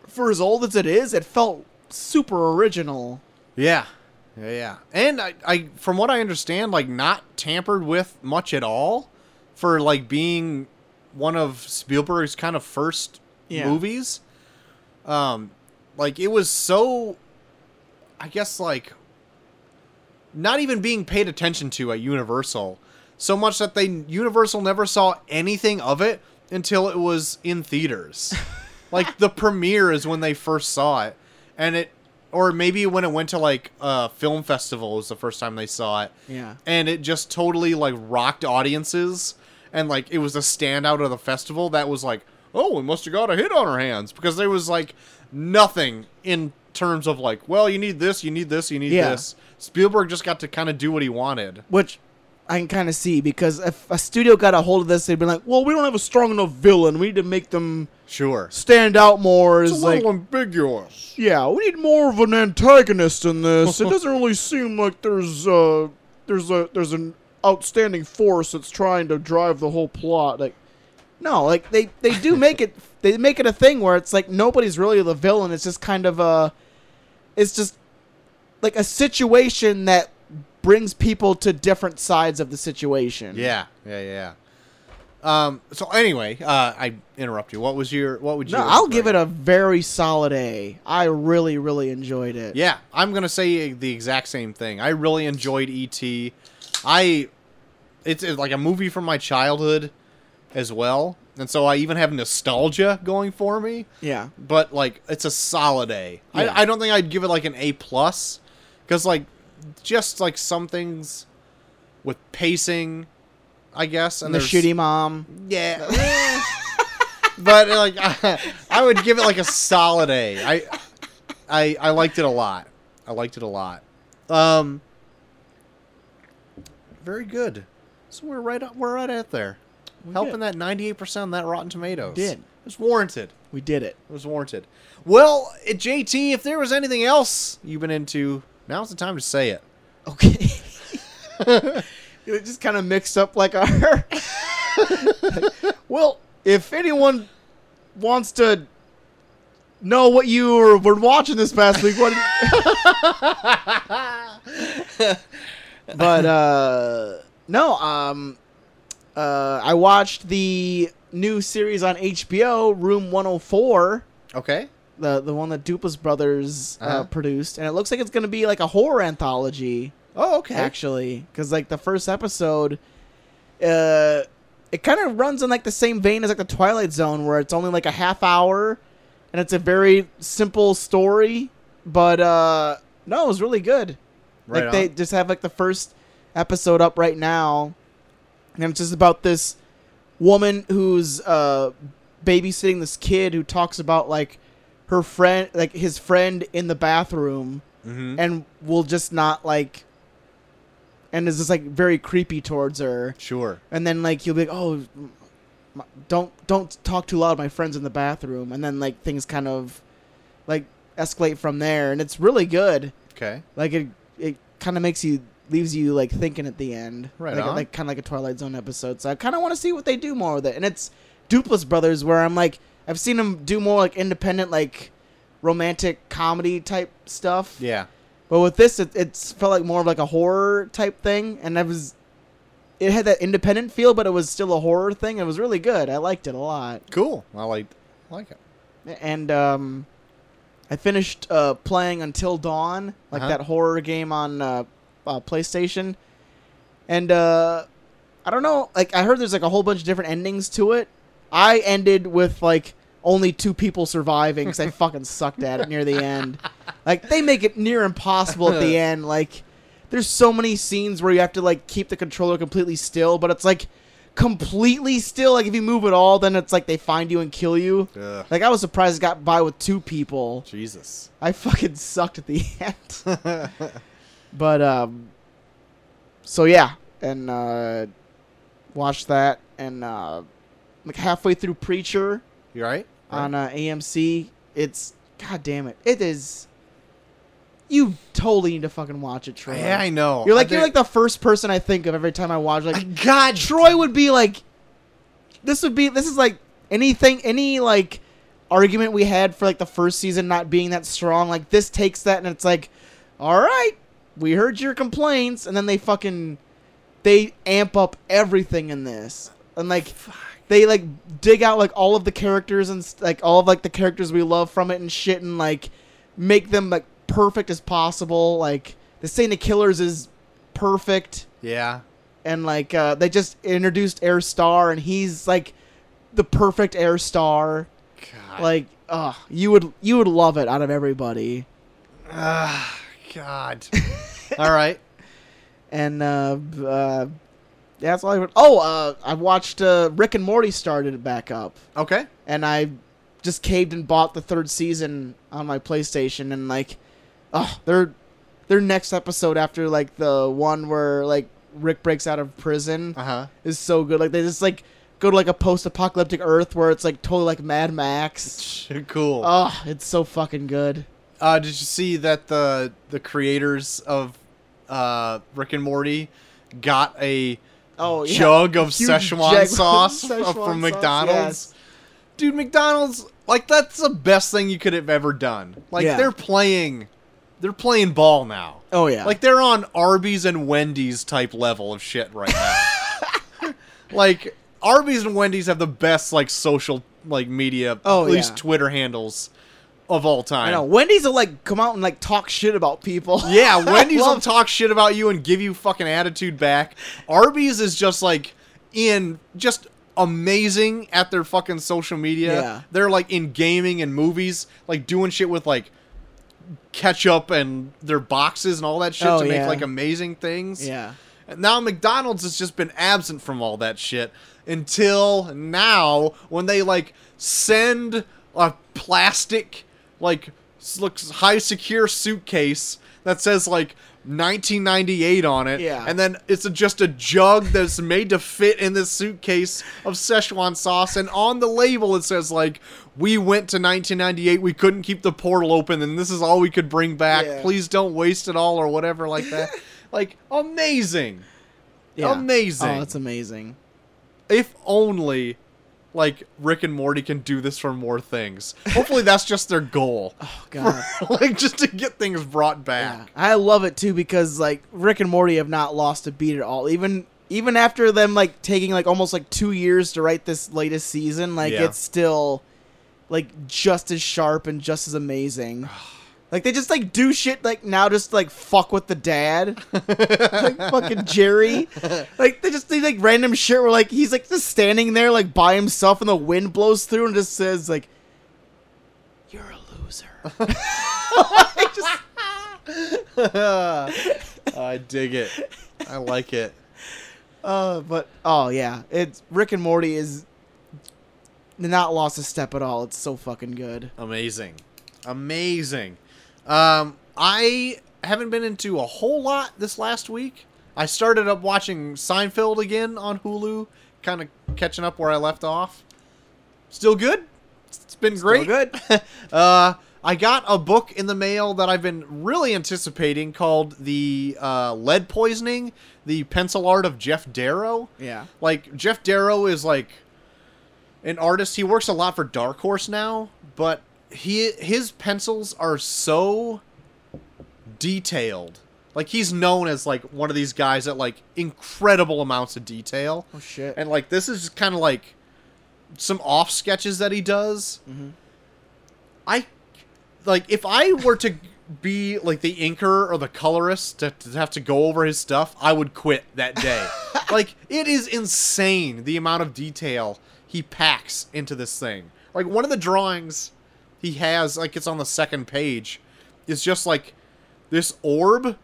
S1: for as old as it is, it felt super original.
S2: Yeah. Yeah, yeah. And I, I from what I understand, like not tampered with much at all for like being one of Spielberg's kind of first
S1: Yeah.
S2: movies. Um like it was so I guess like not even being paid attention to at Universal. So much that they Universal never saw anything of it until it was in theaters. like the premiere is when they first saw it, and it, or maybe when it went to like a film festival was the first time they saw it,
S1: Yeah.
S2: and it just totally like rocked audiences, and like it was a standout of the festival that was like, oh, we must have got a hit on our hands because there was like nothing in terms of like, well, you need this, you need this, you need
S1: Yeah.
S2: this. Spielberg just got to kind of do what he wanted.
S1: Which I can kind of see because if a studio got a hold of this, they'd be like, well, we don't have a strong enough villain. We need to make them
S2: Sure.
S1: stand out more.
S2: It's a
S1: As like,
S2: little ambiguous.
S1: yeah, we need more of an antagonist in this. It doesn't really seem like there's uh there's a there's an outstanding force that's trying to drive the whole plot. Like no, like they they do make it they make it a thing where it's like nobody's really the villain. It's just kind of a it's just like a situation that brings people to different sides of the situation.
S2: Yeah, yeah, yeah. yeah. Um. So anyway, uh, I interrupt you. What was your? What would you?
S1: No, I'll give it a very solid A. I really really enjoyed it.
S2: Yeah, I'm gonna say the exact same thing. I really enjoyed E.T. I, it's, it's like a movie from my childhood, as well, and so I even have nostalgia going for me.
S1: Yeah.
S2: But like, it's a solid A. I
S1: Yeah.
S2: I don't think I'd give it like an A plus, because like, just like some things, with pacing, I guess, and
S1: And the
S2: there's-
S1: shitty mom.
S2: Yeah. but like I, I would give it like a solid A. I I I liked it a lot. I liked it a lot. Um very good. So we're right up we're right at there. Helping
S1: did.
S2: that 98% on that Rotten Tomatoes.
S1: We did.
S2: It was warranted.
S1: We did it.
S2: It was warranted. Well, eh, JT, if there was anything else you've been into, now's the time to say it.
S1: Okay. it just kind of mixed up like our. well, if anyone wants to know what you were, were watching this past week, what? but uh, no, um, uh, I watched the new series on HBO, Room 104.
S2: Okay.
S1: the the one that Duplass Brothers uh
S2: Uh-huh.
S1: produced, and it looks like it's gonna be like a horror anthology
S2: Oh, okay.
S1: actually, because like the first episode, uh, it kind of runs in like the same vein as like the Twilight Zone, where it's only like a half hour, and it's a very simple story, but uh, no, it was really good.
S2: Right
S1: like they
S2: on.
S1: just have like the first episode up right now, and it's just about this woman who's uh babysitting this kid who talks about like her friend like his friend in the bathroom
S2: Mhm.
S1: and will just not like and is just like very creepy towards her
S2: Sure.
S1: and then like you'll be like oh my, don't don't talk too loud my friends in the bathroom and then like things kind of like escalate from there and it's really good
S2: Okay.
S1: like it it kind of makes you leaves you like thinking at the end
S2: Right
S1: like,
S2: on.
S1: like kind of like a twilight zone episode so i kind of want to see what they do more with it and it's duplass brothers where i'm like i've seen them do more like independent like romantic comedy type stuff
S2: Yeah.
S1: but with this, it, it's felt like more of like a horror type thing, and I was, it had that independent feel, but it was still a horror thing. It was really good. I liked it a lot.
S2: Cool. I like I like it.
S1: And um, I finished uh, playing Until Dawn, like
S2: Uh-huh.
S1: that horror game on uh, uh, PlayStation, and uh, I don't know, like I heard there's like a whole bunch of different endings to it. I ended with like only two people surviving because I fucking sucked at it near the end. Like they make it near impossible at the end. Like there's so many scenes where you have to like keep the controller completely still, but it's like completely still. Like if you move at all, then it's like they find you and kill you.
S2: Ugh.
S1: Like I was surprised it got by with two people.
S2: Jesus.
S1: I fucking sucked at the end. but um so yeah, and uh watched that and uh like halfway through Preacher
S2: You all right?
S1: on uh, AMC, it's god damn it. It is you totally need to fucking watch it, Troy.
S2: yeah, I know.
S1: You're like
S2: I
S1: you're like
S2: think-
S1: the first person I think of every time I watch like
S2: God.
S1: Troy would be like, this would be this is like anything any like argument we had for like the first season not being that strong. Like this takes that and it's like, all right, we heard your complaints, and then they fucking they amp up everything in this and like. They like dig out like all of the characters and s- like all of like the characters we love from it and shit and like make them like perfect as possible. Like the Saint of Killers is perfect
S2: Yeah.
S1: and like uh, they just introduced Air Star, and he's like the perfect Air Star.
S2: God.
S1: Like, uh, you would you would love it out of everybody.
S2: Ah, God. All right.
S1: And uh, b- uh, yeah, that's all I. Would, oh, uh, I watched uh, Rick and Morty started it back up,
S2: Okay.
S1: and I just caved and bought the third season on my PlayStation, and like, oh, their their next episode after like the one where like Rick breaks out of prison.
S2: Uh huh.
S1: is so good. Like they just like go to like a post-apocalyptic Earth where it's like totally like Mad Max.
S2: Cool.
S1: Oh, it's so fucking good.
S2: Uh, did you see that the the creators of uh, Rick and Morty got a
S1: Oh, yeah.
S2: jug of
S1: Huge
S2: Szechuan
S1: jug of
S2: sauce
S1: Szechuan
S2: uh,
S1: sauce,
S2: from McDonald's?
S1: yes.
S2: Dude, McDonald's like that's the best thing you could have ever done. Like
S1: Yeah.
S2: they're playing, they're playing ball now.
S1: Oh yeah.
S2: Like they're on Arby's and Wendy's type level of shit right now. like Arby's and Wendy's have the best like social like media,
S1: Oh,
S2: at least
S1: yeah.
S2: Twitter handles of all time.
S1: I know. Wendy's will like come out and like talk shit about people.
S2: Yeah, Wendy's will
S1: Love-
S2: talk shit about you and give you fucking attitude back. Arby's is just like in just amazing at their fucking social media.
S1: Yeah.
S2: They're like in gaming and movies, like doing shit with like ketchup and their boxes and all that shit
S1: Oh,
S2: to
S1: yeah.
S2: make like amazing things.
S1: Yeah.
S2: And now McDonald's has just been absent from all that shit until now when they like send a plastic like s- looks high secure suitcase that says like 1998 on it
S1: Yeah.
S2: and then it's a, just a jug that's made to fit in this suitcase of Szechuan sauce and on the label it says like we went to 1998 we couldn't keep the portal open and this is all we could bring back
S1: Yeah.
S2: please don't waste it all or whatever like that like amazing
S1: Yeah.
S2: Amazing.
S1: Oh, it's amazing.
S2: if only like Rick and Morty can do this for more things. Hopefully that's just their goal.
S1: Oh god.
S2: like just to get things brought
S1: Yeah.
S2: back.
S1: I love it too because like Rick and Morty have not lost a beat at all. Even even after them like taking like almost like two years to write this latest season, like
S2: Yeah.
S1: it's still like just as sharp and just as amazing. Like they just like do shit like now just like fuck with the dad, like fucking Jerry. Like they just do like random shit where like he's like just standing there like by himself and the wind blows through and just says like, "You're a loser." Like, just-
S2: I dig it. I like it.
S1: Uh, but oh yeah, it's Rick and Morty is not lost a step at all. It's so fucking good.
S2: Amazing. Amazing. Um, I haven't been into a whole lot this last week. I started up watching Seinfeld again on Hulu, kind of catching up where I left off. Still good. It's been great.
S1: good.
S2: uh, I got a book in the mail that I've been really anticipating called The uh, Lead Poisoning, The Pencil Art of Jeff Darrow.
S1: yeah.
S2: Like Jeff Darrow is like an artist. He works a lot for Dark Horse now, but he his pencils are so detailed. Like he's known as like one of these guys that like incredible amounts of detail.
S1: Oh shit.
S2: And like this is kind of like some off sketches that he does. I like if I were to be like the inker or the colorist to, to have to go over his stuff, I would quit that day. like it is insane the amount of detail he packs into this thing. Like one of the drawings he has, like it's on the second page, is just like this orb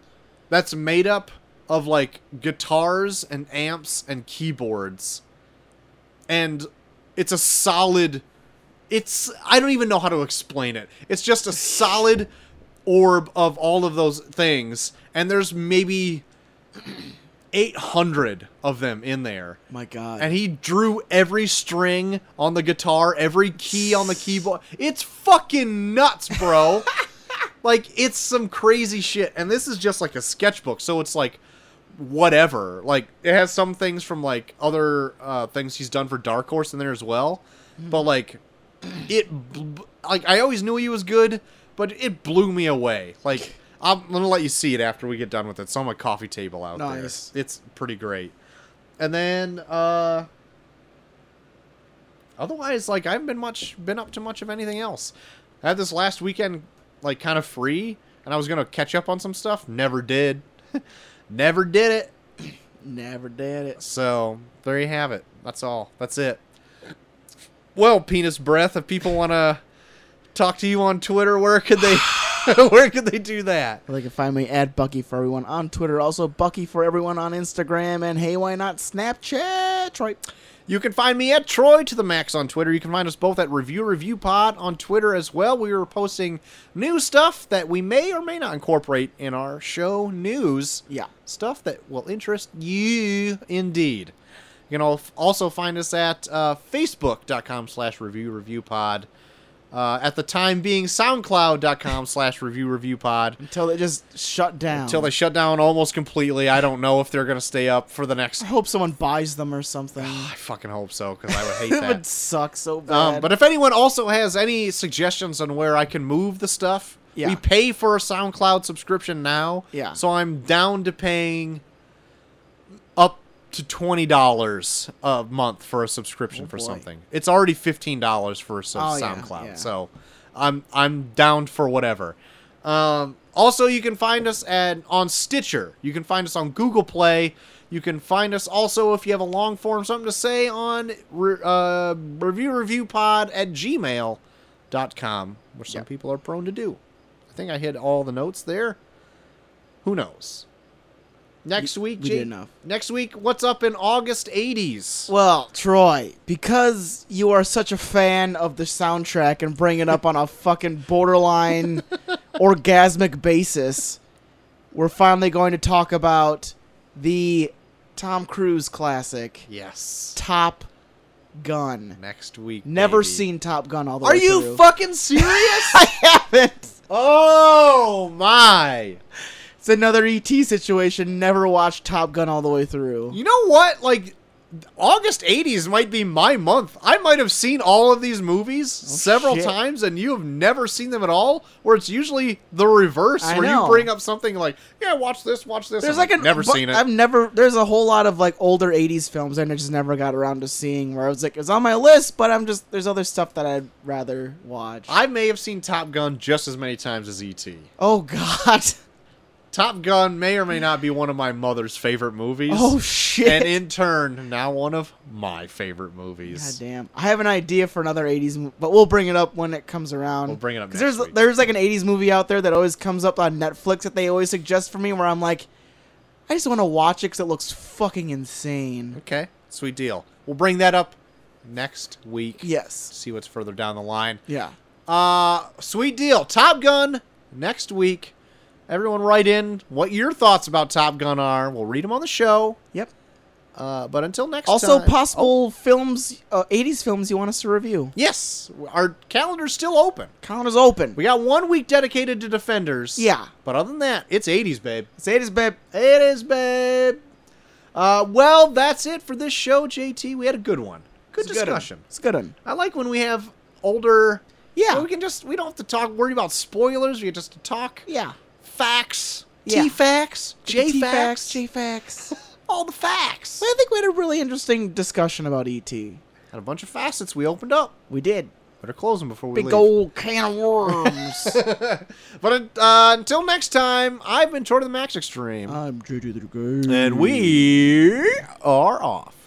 S2: that's made up of like guitars and amps and keyboards. And it's a solid it's I don't even know how to explain it. It's just a solid orb of all of those things and there's maybe 800 of them in there.
S1: My God.
S2: And he drew every string on the guitar, every key on the keyboard. It's fucking nuts, bro. like it's some crazy shit. And this is just like a sketchbook, so it's like whatever. Like it has some things from like other uh, things he's done for Dark Horse in there as well. But like it bl- like I always knew he was good, but it blew me away. Like I'm gonna let you see it after we get done with it. It's on my coffee table out
S1: Nice.
S2: there. It's pretty great. And then uh otherwise like I haven't been much been up to much of anything else. I had this last weekend like kind of free and I was gonna catch up on some stuff. Never did. Never did it.
S1: Never did it.
S2: So there you have it. That's all. That's it. Well, penis breath. If people want to talk to you on Twitter, where could they? where could they do that?
S1: Well, they can find me at Bucky for everyone on Twitter. Also, Bucky for everyone on Instagram, and hey, why not Snapchat? Right.
S2: You can find me at Troy to the Max on Twitter. You can find us both at Review Review Pod on Twitter as well. We are posting new stuff that we may or may not incorporate in our show news.
S1: Yeah.
S2: Stuff that will interest you indeed. You can al- also find us at uh, facebook.com slash review review pod. Uh, at the time being, soundcloud.com slash review review pod
S1: Until they just shut down.
S2: until they shut down almost completely. I don't know if they're going to stay up for the next.
S1: I hope someone buys them or something.
S2: I fucking hope so because I would hate
S1: it
S2: that.
S1: would suck so bad.
S2: Um, but if anyone also has any suggestions on where I can move the stuff,
S1: Yeah.
S2: we pay for a SoundCloud subscription now.
S1: Yeah.
S2: So I'm down to paying up to twenty dollars a month for a subscription
S1: Oh,
S2: for
S1: boy.
S2: something. It's already fifteen dollars for a sub-
S1: Oh, yeah,
S2: SoundCloud.
S1: yeah.
S2: So I'm I'm down for whatever. Um, also, you can find us at on Stitcher. You can find us on Google Play. You can find us also if you have a long form something to say on re- uh, review review pod at gmail.com, which some
S1: Yep.
S2: people are prone to do. I think I hit all the notes there. Who knows? Next week,
S1: we
S2: Jake-
S1: did enough.
S2: Next week, what's up in August 80s?
S1: well, Troy, because you are such a fan of the soundtrack and bring it up on a fucking borderline orgasmic basis, we're finally going to talk about the Tom Cruise classic.
S2: Yes.
S1: Top Gun.
S2: Next week.
S1: Never
S2: baby.
S1: seen Top Gun all the
S2: Are
S1: way
S2: you
S1: through.
S2: fucking serious?
S1: I haven't.
S2: oh my.
S1: E It's another ET situation. Never watched Top Gun all the way through.
S2: You know what? Like August 80s might be my month. I might have seen all of these movies several
S1: Oh, shit.
S2: times, and you have never seen them at all. Where it's usually the reverse,
S1: I
S2: where
S1: know.
S2: you bring up something like, "Yeah, watch this, watch this."
S1: There's
S2: I'm
S1: like an
S2: never
S1: bu-
S2: seen it.
S1: I've never. There's a whole lot of like older '80s films that I just never got around to seeing. Where I was like, it's on my list, but I'm just there's other stuff that I'd rather watch.
S2: I may have seen Top Gun just as many times as ET.
S1: oh God.
S2: Top Gun may or may not be one of my mother's favorite movies.
S1: Oh shit.
S2: and in turn, now one of my favorite
S1: God
S2: movies.
S1: damn! I have an idea for another '80s, mo- but we'll bring it up when it comes around.
S2: We'll bring it up
S1: 'Cause
S2: next
S1: there's
S2: week.
S1: there's like an '80s movie out there that always comes up on Netflix that they always suggest for me, where I'm like, I just want to watch it because it looks fucking insane.
S2: okay, sweet deal. We'll bring that up next week.
S1: Yes.
S2: See what's further down the line.
S1: Yeah.
S2: Uh, sweet deal. Top Gun next week. Everyone, write in what your thoughts about Top Gun are. We'll read them on the show.
S1: Yep.
S2: Uh, but until next
S1: Also,
S2: time-
S1: possible films, uh, '80s films you want us to review.
S2: Yes, our calendar's still open.
S1: Calendar's open.
S2: We got one week dedicated to Defenders.
S1: Yeah.
S2: But other than that, it's 80s, babe.
S1: Say it is, babe.
S2: It is, babe. Uh, well, that's it for this show, JT. We had a good one. Good
S1: It's a good one.
S2: discussion.
S1: It's a good one.
S2: I like when we have older.
S1: Yeah.
S2: where we can just we don't have to talk worry about spoilers. We just talk
S1: Yeah.
S2: facts,
S1: Yeah.
S2: T facts, J facts,
S1: J facts.
S2: all the facts.
S1: I think we had a really interesting discussion about E ET.
S2: Had a bunch of facets we opened up.
S1: We did.
S2: Better close them before we
S1: Big
S2: leave.
S1: old can of worms.
S2: But uh, until next time,
S1: Uh,
S2: I've been Tor to the Max Extreme,
S1: I'm JJ the Game.
S2: and we are off.